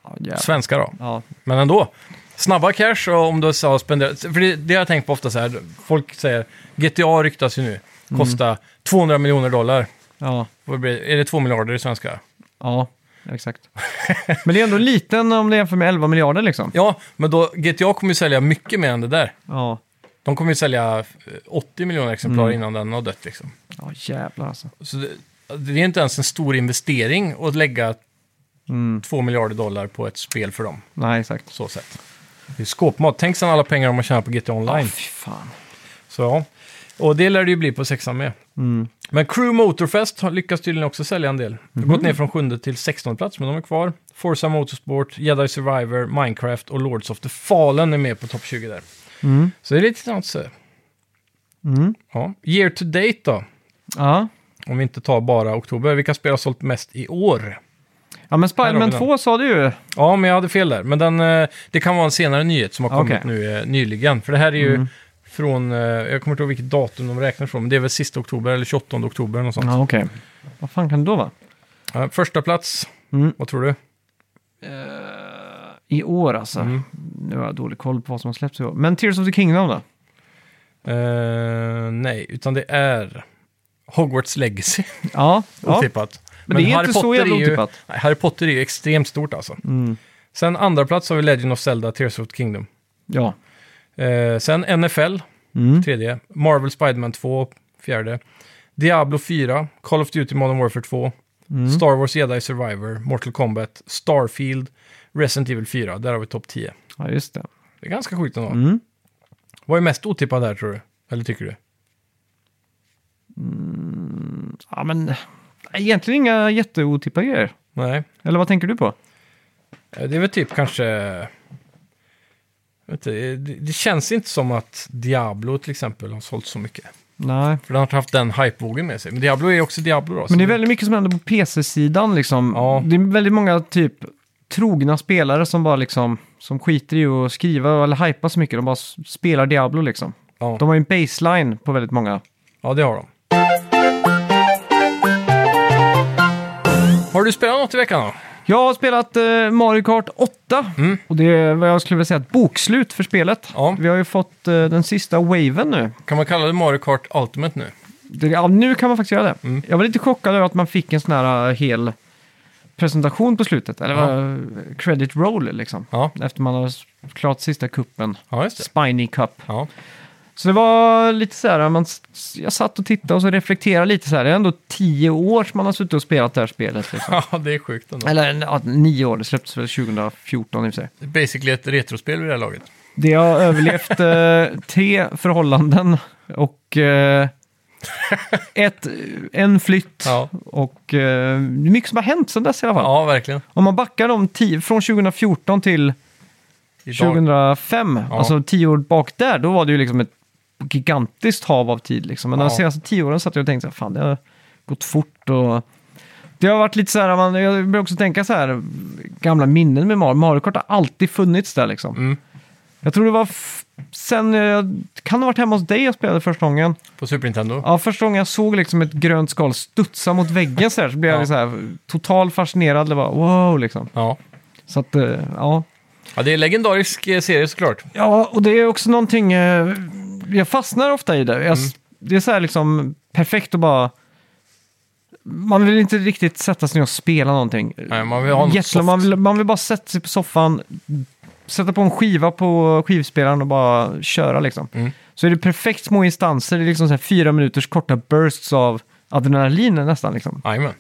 [SPEAKER 2] Ja, jävlar.
[SPEAKER 1] svenska då.
[SPEAKER 2] ja.
[SPEAKER 1] Men ändå. Snabba cash och om du sa spenderat. För det, det har jag tänkt på ofta så här. Folk säger GTA ryktas ju nu. Kosta 200 miljoner dollar.
[SPEAKER 2] ja,
[SPEAKER 1] Vad blir det? Är det 2 miljarder i svenska?
[SPEAKER 2] ja, exakt. Men det är ändå liten om det jämför med 11 miljarder liksom.
[SPEAKER 1] Ja, men då GTA kommer ju sälja mycket mer än det där.
[SPEAKER 2] Ja,
[SPEAKER 1] De kommer ju sälja eh, 80 miljoner exemplar innan den har dött liksom.
[SPEAKER 2] ja jävlar alltså.
[SPEAKER 1] Så det, det är inte ens en stor investering att lägga 2 miljarder dollar på ett spel för dem.
[SPEAKER 2] Nej, exakt.
[SPEAKER 1] Så sätt. Det är skåpmat. Tänk sen alla pengar de har tjänat på GTA Online.
[SPEAKER 2] Fy fan.
[SPEAKER 1] Så ja. Och det lär det ju bli på sexan med. Men Crew Motorfest har lyckats tydligen också sälja en del. Det har gått ner från sjunde till sextonde plats, men de är kvar. Forza Motorsport, Jedi Survivor, Minecraft och Lords of the Fallen är med på topp 20 där. Så det är lite intressant att se. Ja. Year to date då,
[SPEAKER 2] Ja.
[SPEAKER 1] om vi inte tar bara oktober. Vilka spel har sålt mest i år?
[SPEAKER 2] ja, men
[SPEAKER 1] Här har
[SPEAKER 2] Spiderman
[SPEAKER 1] vi den.
[SPEAKER 2] 2 sa du ju.
[SPEAKER 1] Ja, men jag hade fel där. Men den, eh, det kan vara en senare nyhet som har kommit
[SPEAKER 2] Okej. Mm.
[SPEAKER 1] nu eh, nyligen. För det här är ju från, eh, jag kommer inte ihåg vilket datum de räknar från, men det är väl sista oktober eller 28 oktober. eller Något sånt.
[SPEAKER 2] Ja, okej. Vad fan kan det då vara?
[SPEAKER 1] Eh, Första plats,
[SPEAKER 2] Mm.
[SPEAKER 1] vad tror du?
[SPEAKER 2] I år alltså. Nu har jag dålig koll på vad som har släppts i år. Men Tears of the Kingdom då?
[SPEAKER 1] Eh, nej, utan det är Hogwarts Legacy, *laughs*
[SPEAKER 2] Ja, ja.
[SPEAKER 1] otippat.
[SPEAKER 2] Men det är inte så jävla
[SPEAKER 1] är ju,
[SPEAKER 2] otippat.
[SPEAKER 1] nej, Harry Potter är ju extremt stort alltså.
[SPEAKER 2] Mm.
[SPEAKER 1] Sen andra plats har vi Legend of Zelda, Tears of the Kingdom.
[SPEAKER 2] ja.
[SPEAKER 1] Eh, sen NFL,
[SPEAKER 2] Mm.
[SPEAKER 1] tredje. Marvel Spiderman 2, fjärde. Diablo 4, Call of Duty Modern Warfare 2,
[SPEAKER 2] Mm.
[SPEAKER 1] Star Wars Jedi Survivor, Mortal Kombat, Starfield, Resident Evil 4. Där har vi topp 10.
[SPEAKER 2] ja, just det.
[SPEAKER 1] Det är ganska sjukt ändå.
[SPEAKER 2] Mm.
[SPEAKER 1] Vad är mest otippat där tror du? Eller tycker du?
[SPEAKER 2] Ja, men egentligen inga jätteotippade grejer.
[SPEAKER 1] Nej,
[SPEAKER 2] Eller vad tänker du på?
[SPEAKER 1] Eh, det är väl typ kanske... jag Vet inte, eh, det, det känns inte som att Diablo till exempel har sålt så mycket.
[SPEAKER 2] Nej.
[SPEAKER 1] För den har inte haft den hypevågen med sig. Men Diablo är också Diablo då. så-
[SPEAKER 2] Men det är väldigt mycket som händer på PC-sidan liksom.
[SPEAKER 1] Ja.
[SPEAKER 2] Det är väldigt många typ trogna spelare som bara liksom, som skiter i att skriva eller hypa så mycket. De bara s- spelar Diablo liksom.
[SPEAKER 1] Ja.
[SPEAKER 2] De har ju en baseline på väldigt många.
[SPEAKER 1] Ja, det har de. Har du spelat något i veckan då?
[SPEAKER 2] Jag har spelat eh, Mario Kart 8 och det är vad jag skulle vilja säga ett bokslut för spelet.
[SPEAKER 1] Mm. Ja.
[SPEAKER 2] Vi har ju fått eh, den sista waven nu.
[SPEAKER 1] Kan man kalla det Mario Kart Ultimate nu?
[SPEAKER 2] Det, ja, nu kan man faktiskt göra
[SPEAKER 1] Mm.
[SPEAKER 2] det. Jag var lite chockad över att man fick en sån här eh, hel presentation på slutet. Eller
[SPEAKER 1] Ja.
[SPEAKER 2] eh, credit roll liksom.
[SPEAKER 1] Ja,
[SPEAKER 2] Efter man har s- klart sista kuppen.
[SPEAKER 1] ja just det.
[SPEAKER 2] Spiny Cup.
[SPEAKER 1] Ja. *laughs*
[SPEAKER 2] Så det var lite så här, man, s- jag satt och tittade och så reflekterade lite så här. Det är ändå tio år som man har suttit och spelat det här spelet. *laughs* Liksom.
[SPEAKER 1] ja, det är sjukt ändå.
[SPEAKER 2] Eller ja, nio år, det släpptes väl 2014 i och för sig.
[SPEAKER 1] Det är basically ett retrospel vid det här laget.
[SPEAKER 2] Det har *laughs* överlevt eh, tre förhållanden och eh, ett, en flytt.
[SPEAKER 1] Ja,
[SPEAKER 2] Och eh, det är mycket som har hänt sedan dess i alla fall.
[SPEAKER 1] ja verkligen.
[SPEAKER 2] Om man backar dem tio, från 2014 till
[SPEAKER 1] Idag.
[SPEAKER 2] 2005,
[SPEAKER 1] Ja.
[SPEAKER 2] alltså tio år bak där, då var det ju liksom ett gigantiskt hav av tid. Liksom. Men
[SPEAKER 1] Ja.
[SPEAKER 2] de senaste tio åren satt jag och tänkte, fan det har gått fort och... Det har varit lite så här, man, jag börjar också tänka så här, gamla minnen med Mario. Mario Kart har alltid funnits där liksom.
[SPEAKER 1] Mm.
[SPEAKER 2] Jag tror det var f- sen, jag kan ha varit hemma hos dig jag spelade första gången.
[SPEAKER 1] På Super Nintendo.
[SPEAKER 2] Ja, första gången jag såg liksom ett grönt skal studsa mot väggen så, här, så blev
[SPEAKER 1] Ja.
[SPEAKER 2] jag så här, total fascinerad. Det var wow liksom.
[SPEAKER 1] Ja.
[SPEAKER 2] Så att, eh, ja.
[SPEAKER 1] ja, det är en legendarisk eh, serie såklart.
[SPEAKER 2] Ja, och det är också någonting, eh, jag fastnar ofta i det. Jag,
[SPEAKER 1] Mm.
[SPEAKER 2] s- Det är så här liksom perfekt att bara... Man vill inte riktigt sätta sig ner och spela någonting.
[SPEAKER 1] Nej, man vill ha något
[SPEAKER 2] Jättela,
[SPEAKER 1] soft.
[SPEAKER 2] man, vill, man vill bara sätta sig på soffan, sätta på en skiva på skivspelaren och bara köra liksom.
[SPEAKER 1] Mm.
[SPEAKER 2] Så är det perfekt små instanser, det är liksom så här fyra minuters korta bursts av adrenalin nästan liksom.
[SPEAKER 1] Jajamän.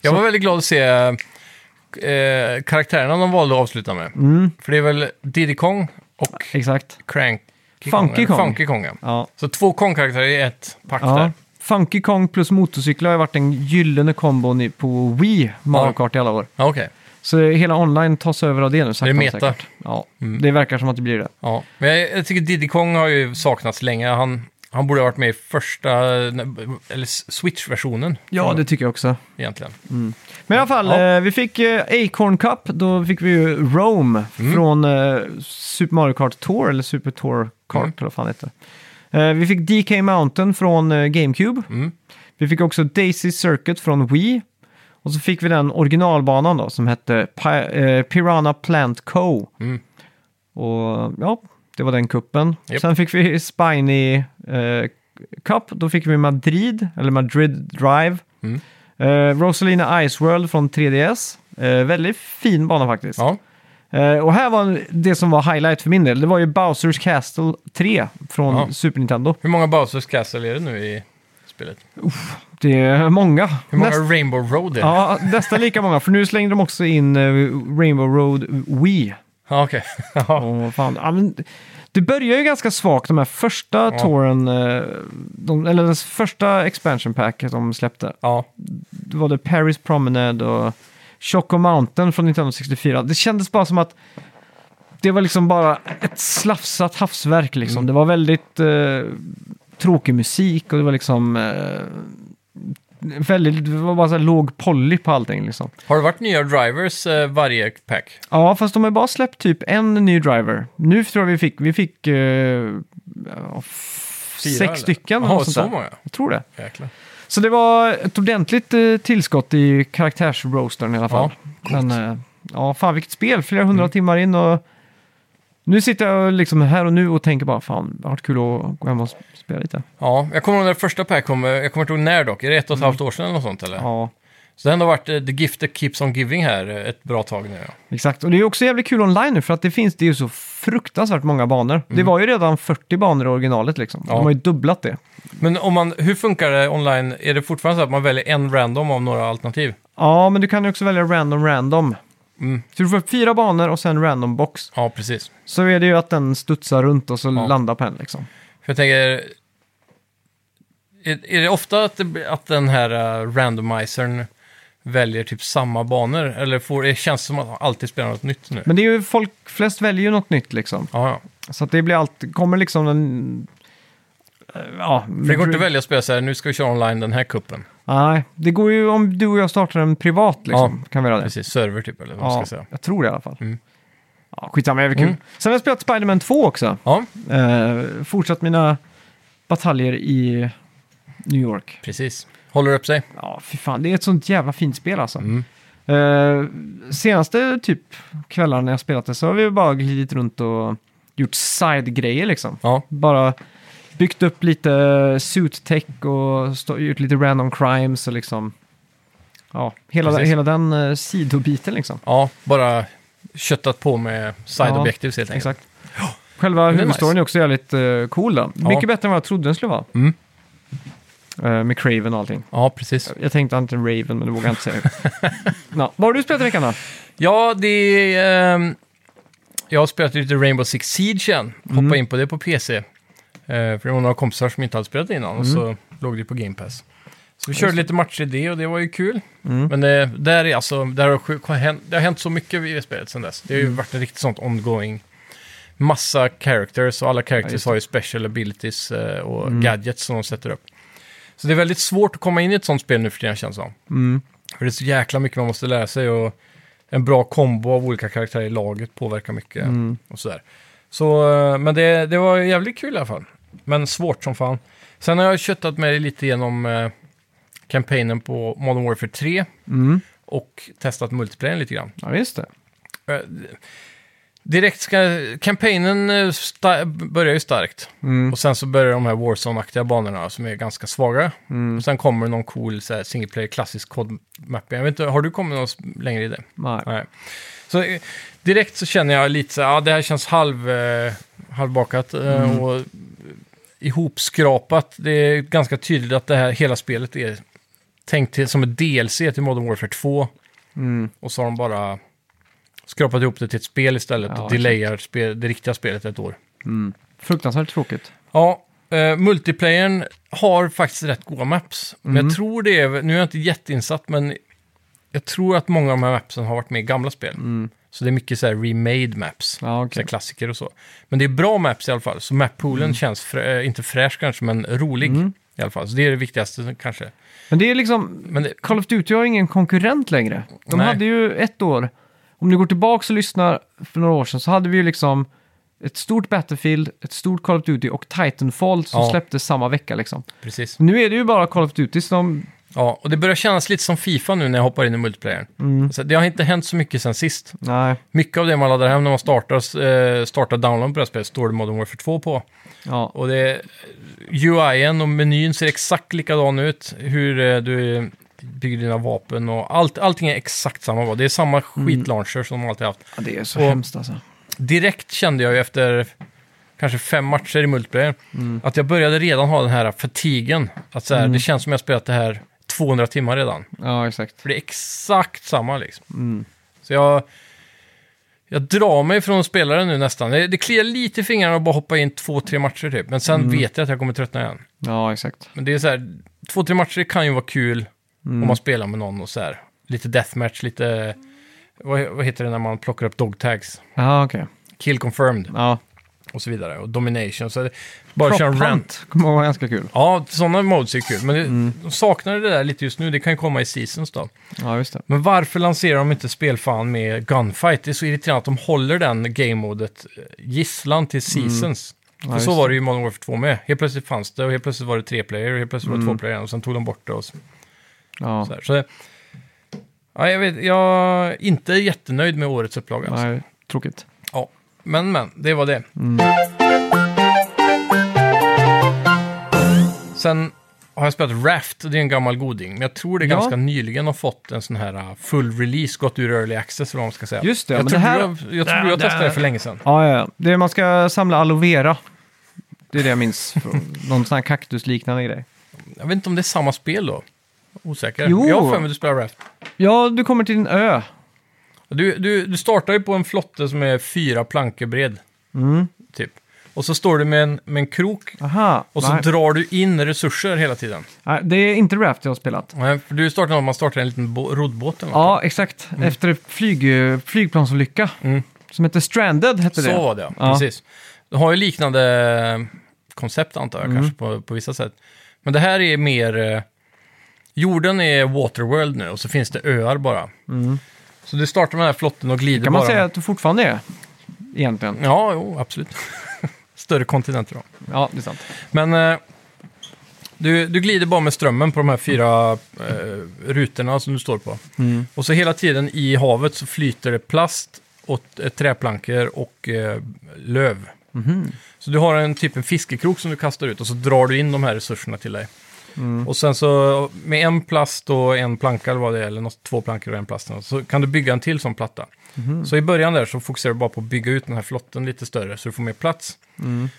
[SPEAKER 1] Jag var väldigt glad att se eh, karaktärerna de valde att avsluta med.
[SPEAKER 2] Mm.
[SPEAKER 1] För det är väl Diddy Kong och
[SPEAKER 2] Exakt.
[SPEAKER 1] Cranky
[SPEAKER 2] Funky
[SPEAKER 1] eller
[SPEAKER 2] Kong.
[SPEAKER 1] Funky Kong ja.
[SPEAKER 2] Ja.
[SPEAKER 1] Så två Kong-karaktärer i ett pack
[SPEAKER 2] Ja.
[SPEAKER 1] där.
[SPEAKER 2] Funky Kong plus motorcyklar har ju varit den gyllene kombon i- på Wii Mario
[SPEAKER 1] Ja.
[SPEAKER 2] Kart i alla år.
[SPEAKER 1] Ja, okej.
[SPEAKER 2] Så hela online tas över av det nu. sakta
[SPEAKER 1] Är det
[SPEAKER 2] men
[SPEAKER 1] meta? Mm.
[SPEAKER 2] säkert. Ja, det verkar som att det blir det.
[SPEAKER 1] Ja, men jag, jag tycker Diddy Kong har ju saknats länge. Han, han borde ha varit med i första, eller S- Switch-versionen
[SPEAKER 2] Ja, det tycker jag också.
[SPEAKER 1] egentligen.
[SPEAKER 2] Men i alla fall,
[SPEAKER 1] Ja.
[SPEAKER 2] eh, vi fick eh, Acorn Cup, då fick vi ju Rome
[SPEAKER 1] Mm.
[SPEAKER 2] från eh, Super Mario Kart Tour, eller Super Tour Kart,
[SPEAKER 1] Mm.
[SPEAKER 2] eller vad fan det heter. Eh, vi fick DK Mountain från eh, GameCube.
[SPEAKER 1] Mm.
[SPEAKER 2] Vi fick också Daisy Circuit från Wii. Och så fick vi den originalbanan då, som hette Pi- eh, Piranha Plant Co.
[SPEAKER 1] Mm.
[SPEAKER 2] Och ja, det var den kuppen.
[SPEAKER 1] Japp.
[SPEAKER 2] Sen fick vi Spiny eh, Cup, då fick vi Madrid, eller Madrid Drive.
[SPEAKER 1] Mm.
[SPEAKER 2] Eh, Rosalina Ice World från 3DS. Eh, väldigt fin bana faktiskt.
[SPEAKER 1] Ja,
[SPEAKER 2] Eh, och här var det som var highlight för min del. Det var ju Bowsers Castle 3 från
[SPEAKER 1] Ja.
[SPEAKER 2] Super Nintendo.
[SPEAKER 1] hur många Bowsers Castle är det nu i spelet?
[SPEAKER 2] Det är många.
[SPEAKER 1] Hur många
[SPEAKER 2] Näst-
[SPEAKER 1] Rainbow Road är det? Ja,
[SPEAKER 2] Ja, nästan lika många. För nu slängde de också in eh, Rainbow Road Wii.
[SPEAKER 1] okej. *laughs* ja.
[SPEAKER 2] Åh, fan. Ja, men det börjar ju ganska svagt, de här första
[SPEAKER 1] Ja.
[SPEAKER 2] touren, eh, de, eller den första expansion packet de släppte.
[SPEAKER 1] ja.
[SPEAKER 2] Det var det Paris Promenade och Choco Mountain från 1964. Det kändes bara som att det var liksom bara ett slafsat havsverk
[SPEAKER 1] Mm.
[SPEAKER 2] liksom. Det var väldigt eh, tråkig musik och det var liksom eh, väldigt, det var bara så här låg poly på allting liksom.
[SPEAKER 1] Har det varit nya drivers eh, varje pack?
[SPEAKER 2] Ja, fast de har bara släppt typ en ny driver. Nu tror jag vi fick, vi fick eh, ja, f-
[SPEAKER 1] Fyra,
[SPEAKER 2] sex
[SPEAKER 1] eller?
[SPEAKER 2] stycken.
[SPEAKER 1] Jaha,
[SPEAKER 2] eller sånt
[SPEAKER 1] så
[SPEAKER 2] där.
[SPEAKER 1] många?
[SPEAKER 2] Jag tror det.
[SPEAKER 1] Jäklar.
[SPEAKER 2] Så det var ett ordentligt eh, tillskott i karaktärsroastern i alla fall. Men, eh, ja, fan vilket spel, flera hundra
[SPEAKER 1] Mm.
[SPEAKER 2] timmar in och nu sitter jag liksom här och nu och tänker bara fan, det har varit kul att gå hem och spela lite.
[SPEAKER 1] Ja, jag kommer ihåg när första pack kom, eh, jag kommer inte ihåg när dock, är det ett och ett
[SPEAKER 2] Mm.
[SPEAKER 1] halvt år sedan eller något sånt eller?
[SPEAKER 2] Ja,
[SPEAKER 1] Så det har ändå varit eh, The Gift That Keeps On Giving här eh, ett bra tag nu. Ja.
[SPEAKER 2] exakt. Och det är också jävligt kul online nu för att det finns, det är ju så fruktansvärt många banor. Det var ju redan 40 banor i originalet liksom.
[SPEAKER 1] Mm. Ja.
[SPEAKER 2] De har ju dubblat det.
[SPEAKER 1] Men om man, hur funkar det online? Är det fortfarande så att man väljer en random av några alternativ?
[SPEAKER 2] Ja, men du kan ju också välja random random.
[SPEAKER 1] Mm.
[SPEAKER 2] Så du får upp fyra banor och sen random box.
[SPEAKER 1] Ja, precis.
[SPEAKER 2] Så är det ju att den studsar runt och så
[SPEAKER 1] Ja.
[SPEAKER 2] landar på en liksom.
[SPEAKER 1] För jag tänker, är, är det ofta att, det, att den här eh, randomizern väljer typ samma banor? Eller får, det känns som att man alltid spelar något nytt nu?
[SPEAKER 2] Men det är ju folk, flest väljer ju något nytt liksom.
[SPEAKER 1] Ja, ja.
[SPEAKER 2] Så att det blir allt, kommer liksom den... eh, Ja,
[SPEAKER 1] För det går inte att välja att spela så här, nu ska vi köra online den här kuppen.
[SPEAKER 2] Nej, det går ju om du och jag startar en privat liksom. kan vi göra det.
[SPEAKER 1] Precis, server typ eller vad man
[SPEAKER 2] Ja,
[SPEAKER 1] ska säga.
[SPEAKER 2] jag tror det i alla fall.
[SPEAKER 1] Mm.
[SPEAKER 2] Ja, skitsamma, jävligt kul.
[SPEAKER 1] Mm.
[SPEAKER 2] Sen har jag spelat Spider-Man 2 också.
[SPEAKER 1] Ja,
[SPEAKER 2] Eh, fortsatt mina bataljer i New York.
[SPEAKER 1] precis. Håller upp sig.
[SPEAKER 2] Ja, fy fan. Det är ett sånt jävla fint spel alltså.
[SPEAKER 1] Mm.
[SPEAKER 2] Eh, senaste typ kvällarna när jag spelat det så har vi bara glidit runt och gjort side-grejer liksom.
[SPEAKER 1] Ja,
[SPEAKER 2] Bara byggt upp lite suit tech och stå, gjort lite random crimes och liksom. Ja, hela,
[SPEAKER 1] Precis.
[SPEAKER 2] hela den eh, sidobiten liksom.
[SPEAKER 1] ja bara köttat på med side
[SPEAKER 2] Ja,
[SPEAKER 1] objectives helt enkelt.
[SPEAKER 2] Exakt. Själva
[SPEAKER 1] är nice.
[SPEAKER 2] huvudstoryn är också jävligt eh, cool då. Mycket bättre än vad jag trodde den skulle vara.
[SPEAKER 1] Mm.
[SPEAKER 2] Eh, med Craven och allting.
[SPEAKER 1] Ja, precis.
[SPEAKER 2] Jag tänkte antingen Raven, men det vågar jag inte
[SPEAKER 1] *laughs*
[SPEAKER 2] säga. Nå, vad har du spelat i veckan då?
[SPEAKER 1] Ja, det är... ehm, jag har spelat lite Rainbow Six Siege igen. Hoppa in på det på PC. Eh, för det var några kompisar som inte hade spelat det innan och så låg det på Game Pass. Så vi körde lite matcher i det och det var ju kul. Men eh, där är alltså, där har sjuk, har hänt, det har hänt så mycket i det spelet sedan dess. Det har ju varit en riktigt sånt ongoing. Massa characters och alla characters har ju special abilities eh, och gadgets som de sätter upp. Så det är väldigt svårt att komma in i ett sånt spel nu för tiden känns det som.
[SPEAKER 2] Mm.
[SPEAKER 1] För det är så jäkla mycket man måste lära sig och en bra kombo av olika karaktärer i laget påverkar mycket. Och sådär. Så, eh, men det, det var jävligt kul i alla fall. Men svårt som fan. Sen har jag köttat mig lite genom eh, kampanjen på Modern Warfare 3 och testat multiplayern lite grann.
[SPEAKER 2] Mm. Ja, just det.
[SPEAKER 1] Eh, Direkt ska... Kampanjen eh, sta- börjar ju starkt. Och sen så börjar de här Warzone-aktiga banorna som är ganska svaga. Och sen kommer någon cool så här, single player klassisk cod mapping. Jag vet inte, har du kommit någon längre i det?
[SPEAKER 2] Nej.
[SPEAKER 1] Nej. Så eh, direkt så känner jag lite så här, ja det här känns halv, eh, halvbakat eh, och ihopskrapat. Det är ganska tydligt att det här hela spelet är tänkt till, som ett DLC till Modern Warfare 2. Och så har de bara skrapat ihop det till ett spel istället
[SPEAKER 2] Ja,
[SPEAKER 1] och delayar spel, det riktiga spelet ett år.
[SPEAKER 2] Fruktansvärt tråkigt.
[SPEAKER 1] Ja, eh, multiplayern har faktiskt rätt goda maps. Men jag tror det är, nu är jag inte jätteinsatt, men jag tror att många av de här mapsen har varit med i gamla spel. Så det är mycket så här remade maps,
[SPEAKER 2] Ja, okej.
[SPEAKER 1] så här klassiker och så. Men det är bra maps i alla fall, så map-poolen känns, frä, eh, inte fräsch kanske, men rolig i alla fall. Så det är det viktigaste kanske.
[SPEAKER 2] Men det är liksom,
[SPEAKER 1] Men det,
[SPEAKER 2] Call of Duty har ingen konkurrent längre. De
[SPEAKER 1] Nej.
[SPEAKER 2] hade ju ett år, om ni går tillbaka och lyssnar för några år sedan, så hade vi ju liksom ett stort Battlefield, ett stort Call of Duty och Titanfall som
[SPEAKER 1] Ja.
[SPEAKER 2] släpptes samma vecka liksom.
[SPEAKER 1] precis.
[SPEAKER 2] Nu är det ju bara Call of Duty som...
[SPEAKER 1] Ja, och det börjar kännas lite som Fifa nu när jag hoppar in i multiplayern. Så det har inte hänt så mycket sen sist.
[SPEAKER 2] Nej.
[SPEAKER 1] Mycket av det man laddar hem när man startar, eh, startar download på det här spelet står det Modern Warfare 2 på.
[SPEAKER 2] Ja.
[SPEAKER 1] Och det, UIn och menyn ser exakt likadan ut. Hur eh, du bygger dina vapen och allt, allting är exakt samma. Det är samma skitlauncher som de alltid haft.
[SPEAKER 2] Ja, det är så
[SPEAKER 1] Och-
[SPEAKER 2] hemskt alltså.
[SPEAKER 1] Direkt kände jag ju efter kanske fem matcher i multiplayer att jag började redan ha den här fatigen. Att så här, Det känns som jag spelat det här 200 timmar redan.
[SPEAKER 2] Ja, exakt.
[SPEAKER 1] För det är exakt samma liksom. Så jag, jag drar mig från spelaren nu nästan. Det, det kliar lite i fingrarna att bara hoppa in två, tre matcher typ. Men sen vet jag att jag kommer tröttna igen.
[SPEAKER 2] Ja, exakt.
[SPEAKER 1] Men det är så här, två, tre matcher kan ju vara kul om
[SPEAKER 2] Mm.
[SPEAKER 1] man spelar med någon och så här. Lite deathmatch, lite... Vad, vad heter det när man plockar upp dogtags?
[SPEAKER 2] Ja, okej.
[SPEAKER 1] Kill confirmed
[SPEAKER 2] Ja.
[SPEAKER 1] och så vidare. Och domination. Så det, bara
[SPEAKER 2] Prop
[SPEAKER 1] köra en rant.
[SPEAKER 2] Hunt Mm. kommer att vara ganska kul.
[SPEAKER 1] Ja, sådana modes är kul. Men det, de saknar det där lite just nu. Det kan ju komma i seasons då.
[SPEAKER 2] Ja, just det.
[SPEAKER 1] Men varför lanserar de inte spelfan med Gunfight? Det är så irriterande att de håller den game-modet eh, gisslan till Seasons.
[SPEAKER 2] Mm. Ja,
[SPEAKER 1] För
[SPEAKER 2] just
[SPEAKER 1] så
[SPEAKER 2] det.
[SPEAKER 1] var det ju i Modern Warfare 2 med. Helt plötsligt fanns det och helt plötsligt var det tre player och helt plötsligt var det
[SPEAKER 2] Mm.
[SPEAKER 1] två player igen, och sen tog de bort det och så,
[SPEAKER 2] Ja.
[SPEAKER 1] så, här. så det- ja, jag, vet, jag är inte jättenöjd med årets upplaga. Alltså.
[SPEAKER 2] Nej, tråkigt.
[SPEAKER 1] Ja. Men, men, det var det.
[SPEAKER 2] Mm.
[SPEAKER 1] Sen har jag spelat Raft, och det är en gammal goding. Men jag tror det är
[SPEAKER 2] Ja.
[SPEAKER 1] ganska nyligen har fått en sån här uh, full release, gått ur early access eller vad man ska säga.
[SPEAKER 2] Just det,
[SPEAKER 1] jag
[SPEAKER 2] men
[SPEAKER 1] tror
[SPEAKER 2] det här-
[SPEAKER 1] du, har- jag, tror du har
[SPEAKER 2] det här-
[SPEAKER 1] testat det för länge sedan.
[SPEAKER 2] Ja, ja, ja. Det är, man ska samla aloe vera. Det är det jag minns.
[SPEAKER 1] *laughs*
[SPEAKER 2] från Någon sån här kaktusliknande grej.
[SPEAKER 1] Jag vet inte om det är samma spel då. Osäker.
[SPEAKER 2] Jo.
[SPEAKER 1] Jag har för mig att du spelar Raft.
[SPEAKER 2] Ja, du kommer till en ö.
[SPEAKER 1] Du, du, du startar ju på en flotte som är fyra plankor bred.
[SPEAKER 2] Mm.
[SPEAKER 1] Typ. Och så står du med en, med en krok
[SPEAKER 2] Aha.
[SPEAKER 1] och så
[SPEAKER 2] nej.
[SPEAKER 1] drar du in resurser hela tiden.
[SPEAKER 2] nej, det är inte Raft jag har spelat.
[SPEAKER 1] Nej, för du startar om man startar en liten bo- roddbåt eller något.
[SPEAKER 2] Ja, exakt.
[SPEAKER 1] Mm.
[SPEAKER 2] Efter flyg, flygplansolycka. Som hette Stranded, hette det.
[SPEAKER 1] Så var det, ja.
[SPEAKER 2] Ja.
[SPEAKER 1] Precis. Du har ju liknande mm, koncept antar jag, kanske på, på vissa sätt. Men det här är mer... eh, Jorden är Waterworld nu och så finns det öar bara. Så du startar med den här flotten och glider
[SPEAKER 2] Mm. Kan man
[SPEAKER 1] bara.
[SPEAKER 2] säga att du fortfarande är? Egentligen.
[SPEAKER 1] Ja, jo, absolut. *laughs* Större kontinenter då.
[SPEAKER 2] Ja, det är sant.
[SPEAKER 1] Men eh, du, du glider bara med strömmen på de här fyra eh, rutorna som du står på. Och så hela tiden i havet så flyter det plast, och eh, träplankor och eh, löv. Så du har en typ en fiskekrok som du kastar ut och så drar du in de här resurserna till dig. Och sen så med en plast och en planka eller vad det är, eller något, två plankor och en plast, så kan du bygga en till sån platta. Så i början där så fokuserar du bara på att bygga ut den här flotten lite större så du får mer plats.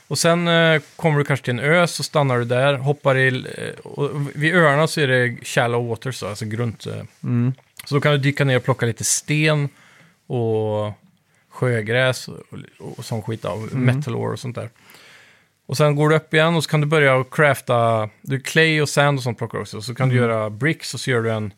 [SPEAKER 1] Och sen eh, kommer du kanske till en ö, så stannar du där, hoppar i... Eh, och vid öarna så är det shallow water, så, alltså grunt. Eh. Så då kan du dyka ner och plocka lite sten och sjögräs och, och, och sån skit, av metal ore och sånt där. Och sen går du upp igen och så kan du börja att crafta, du har clay och sand och sånt plockar du också. Så kan du göra bricks och så gör du en,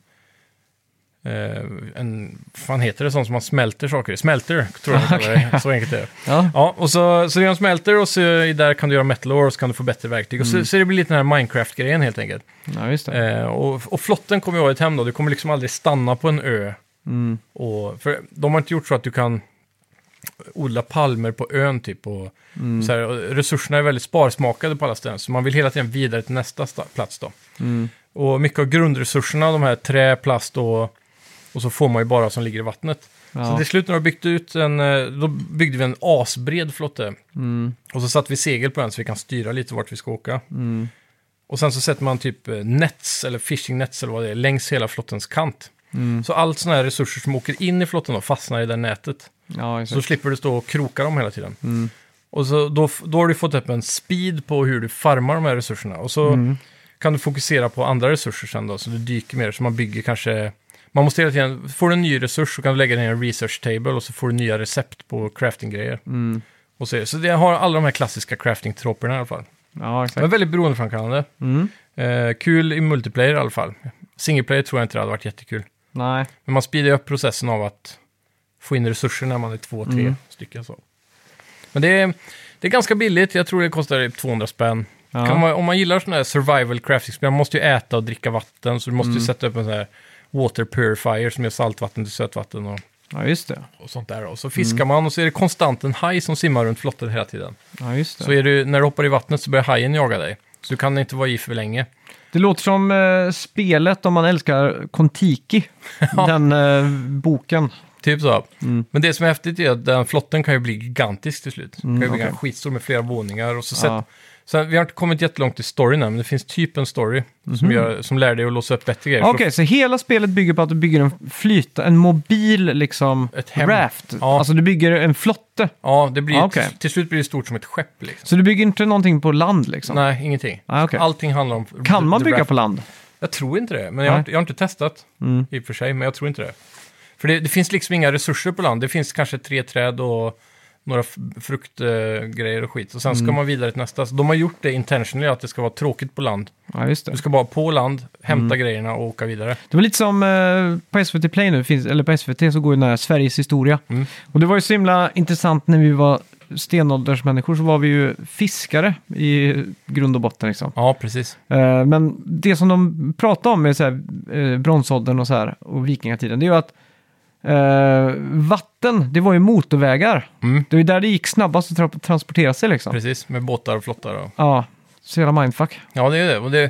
[SPEAKER 1] eh, en, vad fan heter det, sånt som man smälter saker i? Smälter tror jag de kallar det, så enkelt är det.
[SPEAKER 2] Ja.
[SPEAKER 1] Ja, och så, så det är en smälter och så i där kan du göra metal ore och så kan du få bättre verktyg. Och så, så det blir lite den här Minecraft-grejen helt enkelt.
[SPEAKER 2] ja, just det.
[SPEAKER 1] Eh, och, och flotten kommer ju vara ett hem då, du kommer liksom aldrig stanna på en ö. Och, för de har inte gjort så att du kan odla palmer på ön typ. Och, så här, och resurserna är väldigt sparsmakade på alla ställen, så man vill hela tiden vidare till nästa sta- plats då. Och mycket av grundresurserna, de här trä, plast och, och så får man ju bara som ligger i vattnet. Så
[SPEAKER 2] Ja.
[SPEAKER 1] till slut när de har byggt ut en, eh, då byggde vi en asbred flotte. Och så satte vi segel på den så vi kan styra lite vart vi ska åka. Och sen så sätter man typ eh, nets, eller fishing nets eller vad det är, längs hela flottens kant. Så allt sådana här resurser som åker in i flotten då fastnar i det nätet.
[SPEAKER 2] ja,
[SPEAKER 1] Så
[SPEAKER 2] exakt.
[SPEAKER 1] slipper du stå och kroka dem hela tiden. Och så, då, f- då har du fått upp en speed på hur du farmar de här resurserna. Och så kan du fokusera på andra resurser sen då, så du dyker mer. Så man bygger kanske... Man måste hela tiden... Får du en ny resurs så kan du lägga ner en research table och så får du nya recept på crafting-grejer. Och så, så det har alla de här klassiska crafting-troperna i alla fall.
[SPEAKER 2] Ja,
[SPEAKER 1] Men
[SPEAKER 2] exakt.
[SPEAKER 1] väldigt beroendeframkallande. Eh, kul i multiplayer i alla fall. Singleplayer tror jag inte det hade varit jättekul.
[SPEAKER 2] Nej.
[SPEAKER 1] Men man speedar ju upp processen av att få in resurser när man är två, tre
[SPEAKER 2] Mm.
[SPEAKER 1] stycken. Så. Men det är, det är ganska billigt, jag tror det kostar typ 200 spänn.
[SPEAKER 2] Ja.
[SPEAKER 1] Kan man, om man gillar sådana här survival crafting man måste ju äta och dricka vatten, så du måste
[SPEAKER 2] Mm.
[SPEAKER 1] ju sätta upp en sån här water purifier som gör saltvatten till sötvatten och,
[SPEAKER 2] Ja, just det.
[SPEAKER 1] och sånt där. Och så fiskar
[SPEAKER 2] Mm.
[SPEAKER 1] man och så är det konstant en haj som simmar runt flotten hela tiden.
[SPEAKER 2] Ja, just det.
[SPEAKER 1] Så är du, när du hoppar i vattnet så börjar hajen jaga dig. Så du kan inte vara i för länge.
[SPEAKER 2] Det låter som eh, spelet om man älskar Kontiki. Den eh, boken.
[SPEAKER 1] Typ så.
[SPEAKER 2] Mm.
[SPEAKER 1] Men det som är häftigt är att den flotten kan ju bli gigantisk till slut. Den kan ju bli
[SPEAKER 2] Mm, okej.
[SPEAKER 1] skitstor med flera våningar. Och så
[SPEAKER 2] Ja.
[SPEAKER 1] sett, sen, vi har inte kommit jättelångt i storyn än, men det finns typ en story som, gör, som lär dig att låsa upp bättre grejer.
[SPEAKER 2] Mhm. Okej, så hela spelet bygger på att du bygger en flyta, en mobil liksom
[SPEAKER 1] Ett hem.
[SPEAKER 2] raft.
[SPEAKER 1] Ja.
[SPEAKER 2] Alltså du bygger en flotte.
[SPEAKER 1] Så, ja, det blir,
[SPEAKER 2] Ah, okej.
[SPEAKER 1] till slut blir det stort som ett skepp. Liksom.
[SPEAKER 2] Så du bygger inte någonting på land liksom?
[SPEAKER 1] Nej, ingenting.
[SPEAKER 2] Ah, okej.
[SPEAKER 1] Allting handlar om...
[SPEAKER 2] Kan man
[SPEAKER 1] the
[SPEAKER 2] bygga
[SPEAKER 1] raft.
[SPEAKER 2] på land?
[SPEAKER 1] Jag tror inte det, men jag har,
[SPEAKER 2] Nej. Mm.
[SPEAKER 1] inte- jag har inte testat i och för sig, men jag tror inte det. För det, det finns liksom inga resurser på land. Det finns kanske tre träd och några fruktgrejer och skit. Och sen
[SPEAKER 2] Mm.
[SPEAKER 1] ska man vidare till nästa. Så de har gjort det intentionally, att det ska vara tråkigt på land.
[SPEAKER 2] Ja, just
[SPEAKER 1] Du
[SPEAKER 2] det.
[SPEAKER 1] ska bara på land,
[SPEAKER 2] Mm.
[SPEAKER 1] hämta grejerna och åka vidare.
[SPEAKER 2] Det var lite som eh, på SVT Play nu, finns, eller på SVT så går ju den här Sveriges historia.
[SPEAKER 1] Mm.
[SPEAKER 2] Och det var ju så himla intressant när vi var stenåldersmänniskor så var vi ju fiskare i grund och botten liksom.
[SPEAKER 1] Ja, precis.
[SPEAKER 2] Eh, Men det som de pratar om med så här, eh, bronsåldern och, så här, och vikingatiden, det är ju att eh, vatten, det var ju motorvägar.
[SPEAKER 1] Mm.
[SPEAKER 2] Det var ju där det gick snabbast att tra- transportera sig liksom.
[SPEAKER 1] Precis, med båtar och flottar. Och...
[SPEAKER 2] Ja, så jävla mindfuck.
[SPEAKER 1] Ja, det är det. Och det.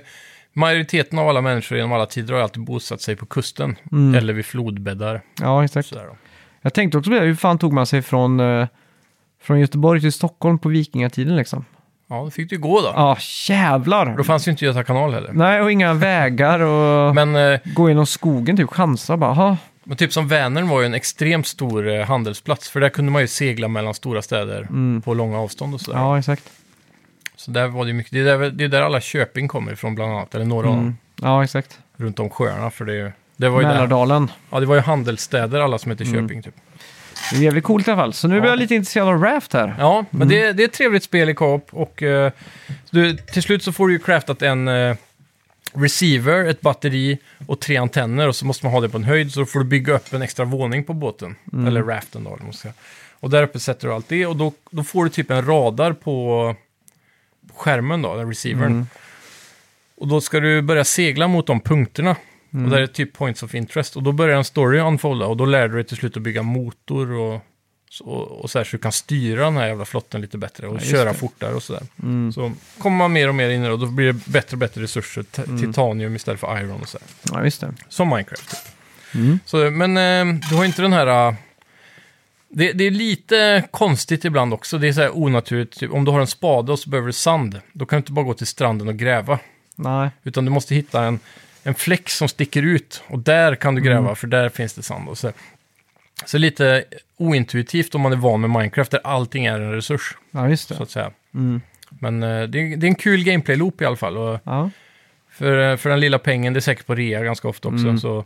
[SPEAKER 1] Majoriteten av alla människor genom alla tider har alltid bosatt sig på kusten
[SPEAKER 2] Mm.
[SPEAKER 1] eller vid flodbäddar.
[SPEAKER 2] Ja, exakt.
[SPEAKER 1] Sådär då.
[SPEAKER 2] Jag tänkte också på det, hur fan tog man sig från, eh, från Göteborg till Stockholm på vikingatiden liksom?
[SPEAKER 1] Ja, då fick du gå då.
[SPEAKER 2] Ja, jävlar!
[SPEAKER 1] Då fanns ju inte Göta kanal heller.
[SPEAKER 2] Nej, och
[SPEAKER 1] *laughs*
[SPEAKER 2] inga vägar och
[SPEAKER 1] Men eh,
[SPEAKER 2] gå genom skogen typ, chansa bara. Aha.
[SPEAKER 1] Men typ som Vänern var ju en extremt stor eh, handelsplats, för där kunde man ju segla mellan stora städer på långa avstånd och sådär.
[SPEAKER 2] Mm. Ja, exakt.
[SPEAKER 1] Så där var det ju mycket, det är där, det är där alla köping kommer ifrån bland annat, eller några av dem,
[SPEAKER 2] Ja, exakt.
[SPEAKER 1] runt om sjöarna, för det, är ju- det var ju där.
[SPEAKER 2] Mm. Mälardalen. Mm.
[SPEAKER 1] Ja, det var ju handelsstäder alla som heter Köping typ.
[SPEAKER 2] Det är jävligt coolt i alla fall. Så nu blir jag lite intresserad av Raft här.
[SPEAKER 1] Ja, men det, det är ett trevligt spel i co-op och eh, du, till slut så får du ju craftat en eh, receiver, ett batteri och tre antenner och så måste man ha det på en höjd så då får du bygga upp en extra våning på båten, eller raften då. eller vad man ska säga. Och där uppe sätter du allt det och då, då får du typ en radar på skärmen då, den receivern. Och då ska du börja segla mot de punkterna. Och där är typ points of interest. Och då börjar en story unfolda. Och då lär du dig till slut att bygga motor och, så- och så, här, så du kan styra den här jävla flotten lite bättre. Och
[SPEAKER 2] just
[SPEAKER 1] köra
[SPEAKER 2] det. Mm.
[SPEAKER 1] fortare och sådär. Så kommer man mer och mer in i det och då blir det bättre och bättre resurser. T-
[SPEAKER 2] Mm.
[SPEAKER 1] Titanium istället för iron och sådär.
[SPEAKER 2] Ja, just det.
[SPEAKER 1] Som Minecraft. Typ.
[SPEAKER 2] Mm.
[SPEAKER 1] Så, men eh, du har inte den här... eh, det, det är lite konstigt ibland också. Det är så här onaturligt. Typ, om du har en spade och så behöver du sand. Då kan du inte bara gå till stranden och gräva.
[SPEAKER 2] Nej.
[SPEAKER 1] Utan du måste hitta en, en fläck som sticker ut. Och där kan du gräva, för där finns det sand. Och så. så lite ointuitivt om man är van med Minecraft, där allting är en resurs.
[SPEAKER 2] Ja, just det.
[SPEAKER 1] Så att säga. Men eh, det, är- det är en kul gameplay-loop i alla fall. Och
[SPEAKER 2] Ja.
[SPEAKER 1] för, för den lilla pengen, det är säkert på rea ganska ofta också. Så,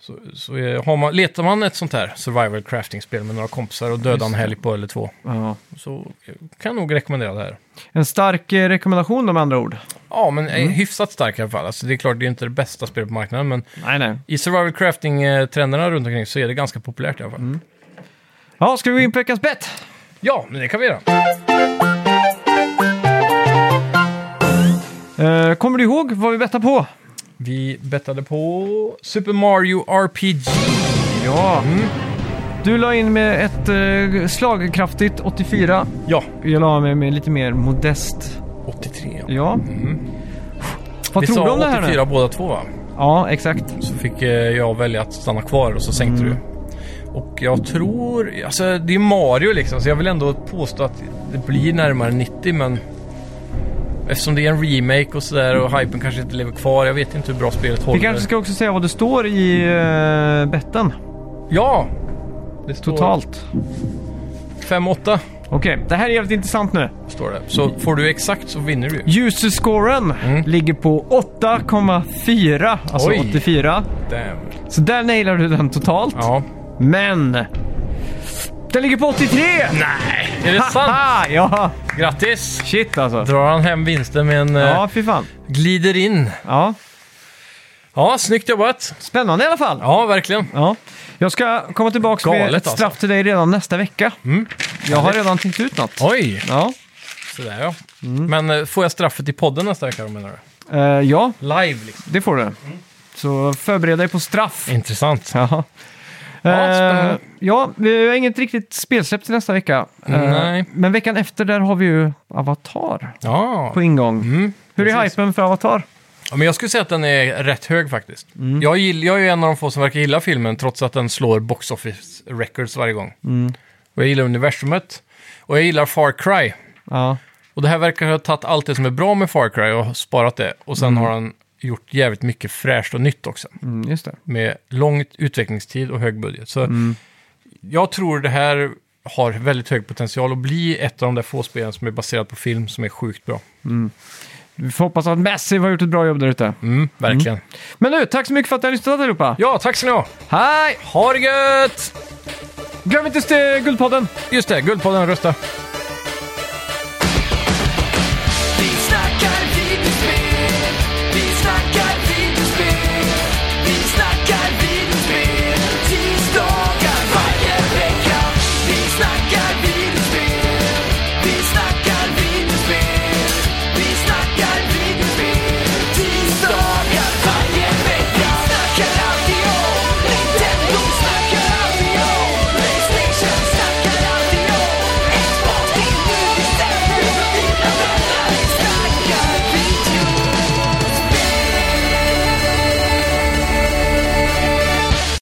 [SPEAKER 1] så, så är, har man, letar man ett sånt här survival crafting-spel med några kompisar och dödar en helg på eller två,
[SPEAKER 2] ja.
[SPEAKER 1] så kan jag nog rekommendera det här.
[SPEAKER 2] En stark eh, rekommendation om andra ord.
[SPEAKER 1] Ja, men är hyfsat stark i alla fall. Alltså, det är klart, det är inte det bästa spelet på marknaden, men
[SPEAKER 2] Nej, nej.
[SPEAKER 1] I survival crafting-trenderna runt omkring så är det ganska populärt i alla fall.
[SPEAKER 2] Mm. Ja, ska vi gå in på veckans bett?
[SPEAKER 1] Ja, men det kan vi göra.
[SPEAKER 2] Eh, kommer du ihåg vad vi bettade på?
[SPEAKER 1] Vi bettade på Super Mario RPG.
[SPEAKER 2] Ja. Mm. Du la in med ett eh, slagkraftigt 84.
[SPEAKER 1] Ja,
[SPEAKER 2] Jag la med, med lite mer modest.
[SPEAKER 1] 83. Ja.
[SPEAKER 2] Ja. Vad
[SPEAKER 1] Vi
[SPEAKER 2] tror du om det
[SPEAKER 1] sa
[SPEAKER 2] här
[SPEAKER 1] 84
[SPEAKER 2] nu?
[SPEAKER 1] båda två va?
[SPEAKER 2] Ja, exakt.
[SPEAKER 1] Så fick eh, jag välja att stanna kvar och så sänkte
[SPEAKER 2] Mm.
[SPEAKER 1] du. Och jag tror, alltså det är Mario liksom så jag vill ändå påstå att det blir närmare 90 men eftersom det är en remake och sådär och hypen kanske inte lever kvar. Jag vet inte hur bra spelet håller.
[SPEAKER 2] Vi kanske ska också säga vad det står i eh, betten
[SPEAKER 1] Ja! Det står
[SPEAKER 2] totalt.
[SPEAKER 1] 5-8.
[SPEAKER 2] Okej, det här är jävligt intressant nu.
[SPEAKER 1] står det. Så får du exakt så vinner du ju.
[SPEAKER 2] User-scoren ligger på 8,4. Alltså
[SPEAKER 1] Mm. Oj.
[SPEAKER 2] 84.
[SPEAKER 1] Damn.
[SPEAKER 2] Så där nailar du den totalt.
[SPEAKER 1] Ja.
[SPEAKER 2] Men... Den ligger på 83!
[SPEAKER 1] Nej! Är det *laughs* sant?
[SPEAKER 2] Haha, ja,
[SPEAKER 1] Grattis!
[SPEAKER 2] shit alltså.
[SPEAKER 1] Drar han hem vinsten med en... eh,
[SPEAKER 2] Ja, fy fan.
[SPEAKER 1] Glider in.
[SPEAKER 2] Ja.
[SPEAKER 1] Ja, snyggt jobbat.
[SPEAKER 2] Spännande i alla fall.
[SPEAKER 1] Ja, verkligen.
[SPEAKER 2] Ja. Jag ska komma tillbaka med
[SPEAKER 1] Galet,
[SPEAKER 2] ett straff
[SPEAKER 1] alltså.
[SPEAKER 2] till
[SPEAKER 1] Mm.
[SPEAKER 2] dig redan nästa vecka. Jag har redan tänkt ut något.
[SPEAKER 1] Oj,
[SPEAKER 2] Ja.
[SPEAKER 1] sådär ja. Men eh, får jag straffet i podden nästa vecka då menar du?
[SPEAKER 2] Eh, ja,
[SPEAKER 1] Live liksom.
[SPEAKER 2] det får du. Så förbered dig på straff.
[SPEAKER 1] Intressant.
[SPEAKER 2] Jaha.
[SPEAKER 1] spännande.
[SPEAKER 2] Eh, ja, vi har inget riktigt spelsläpp till nästa vecka. Eh,
[SPEAKER 1] Nej.
[SPEAKER 2] Men veckan efter där har vi ju Avatar
[SPEAKER 1] Ja.
[SPEAKER 2] på ingång.
[SPEAKER 1] Mm.
[SPEAKER 2] Hur är
[SPEAKER 1] precis.
[SPEAKER 2] hypen för Avatar?
[SPEAKER 1] ja, men jag skulle säga att den är rätt hög faktiskt. Jag, gill, jag är ju en av de få som verkar gilla filmen trots att den slår box office records varje gång. Och jag gillar universumet. Och jag gillar Far Cry.
[SPEAKER 2] Ja.
[SPEAKER 1] Och det här verkar ha tagit allt det som är bra med Far Cry och sparat det. Och sen har han gjort jävligt mycket fräscht och nytt också.
[SPEAKER 2] Mm, just det.
[SPEAKER 1] Med lång utvecklingstid och hög budget. Så jag tror det här har väldigt hög potential att bli ett av de där få spelen som är baserat på film som är sjukt bra.
[SPEAKER 2] Vi får hoppas att Massive har gjort ett bra jobb där ute.
[SPEAKER 1] Mm, verkligen.
[SPEAKER 2] Men nu, tack så mycket för att ni har lyssnat allihopa.
[SPEAKER 1] Ja, tack ska ni ha!
[SPEAKER 2] Hej!
[SPEAKER 1] Ha det gött!
[SPEAKER 2] Glöm inte st- Guldpodden!
[SPEAKER 1] Just det, Guldpodden, rösta!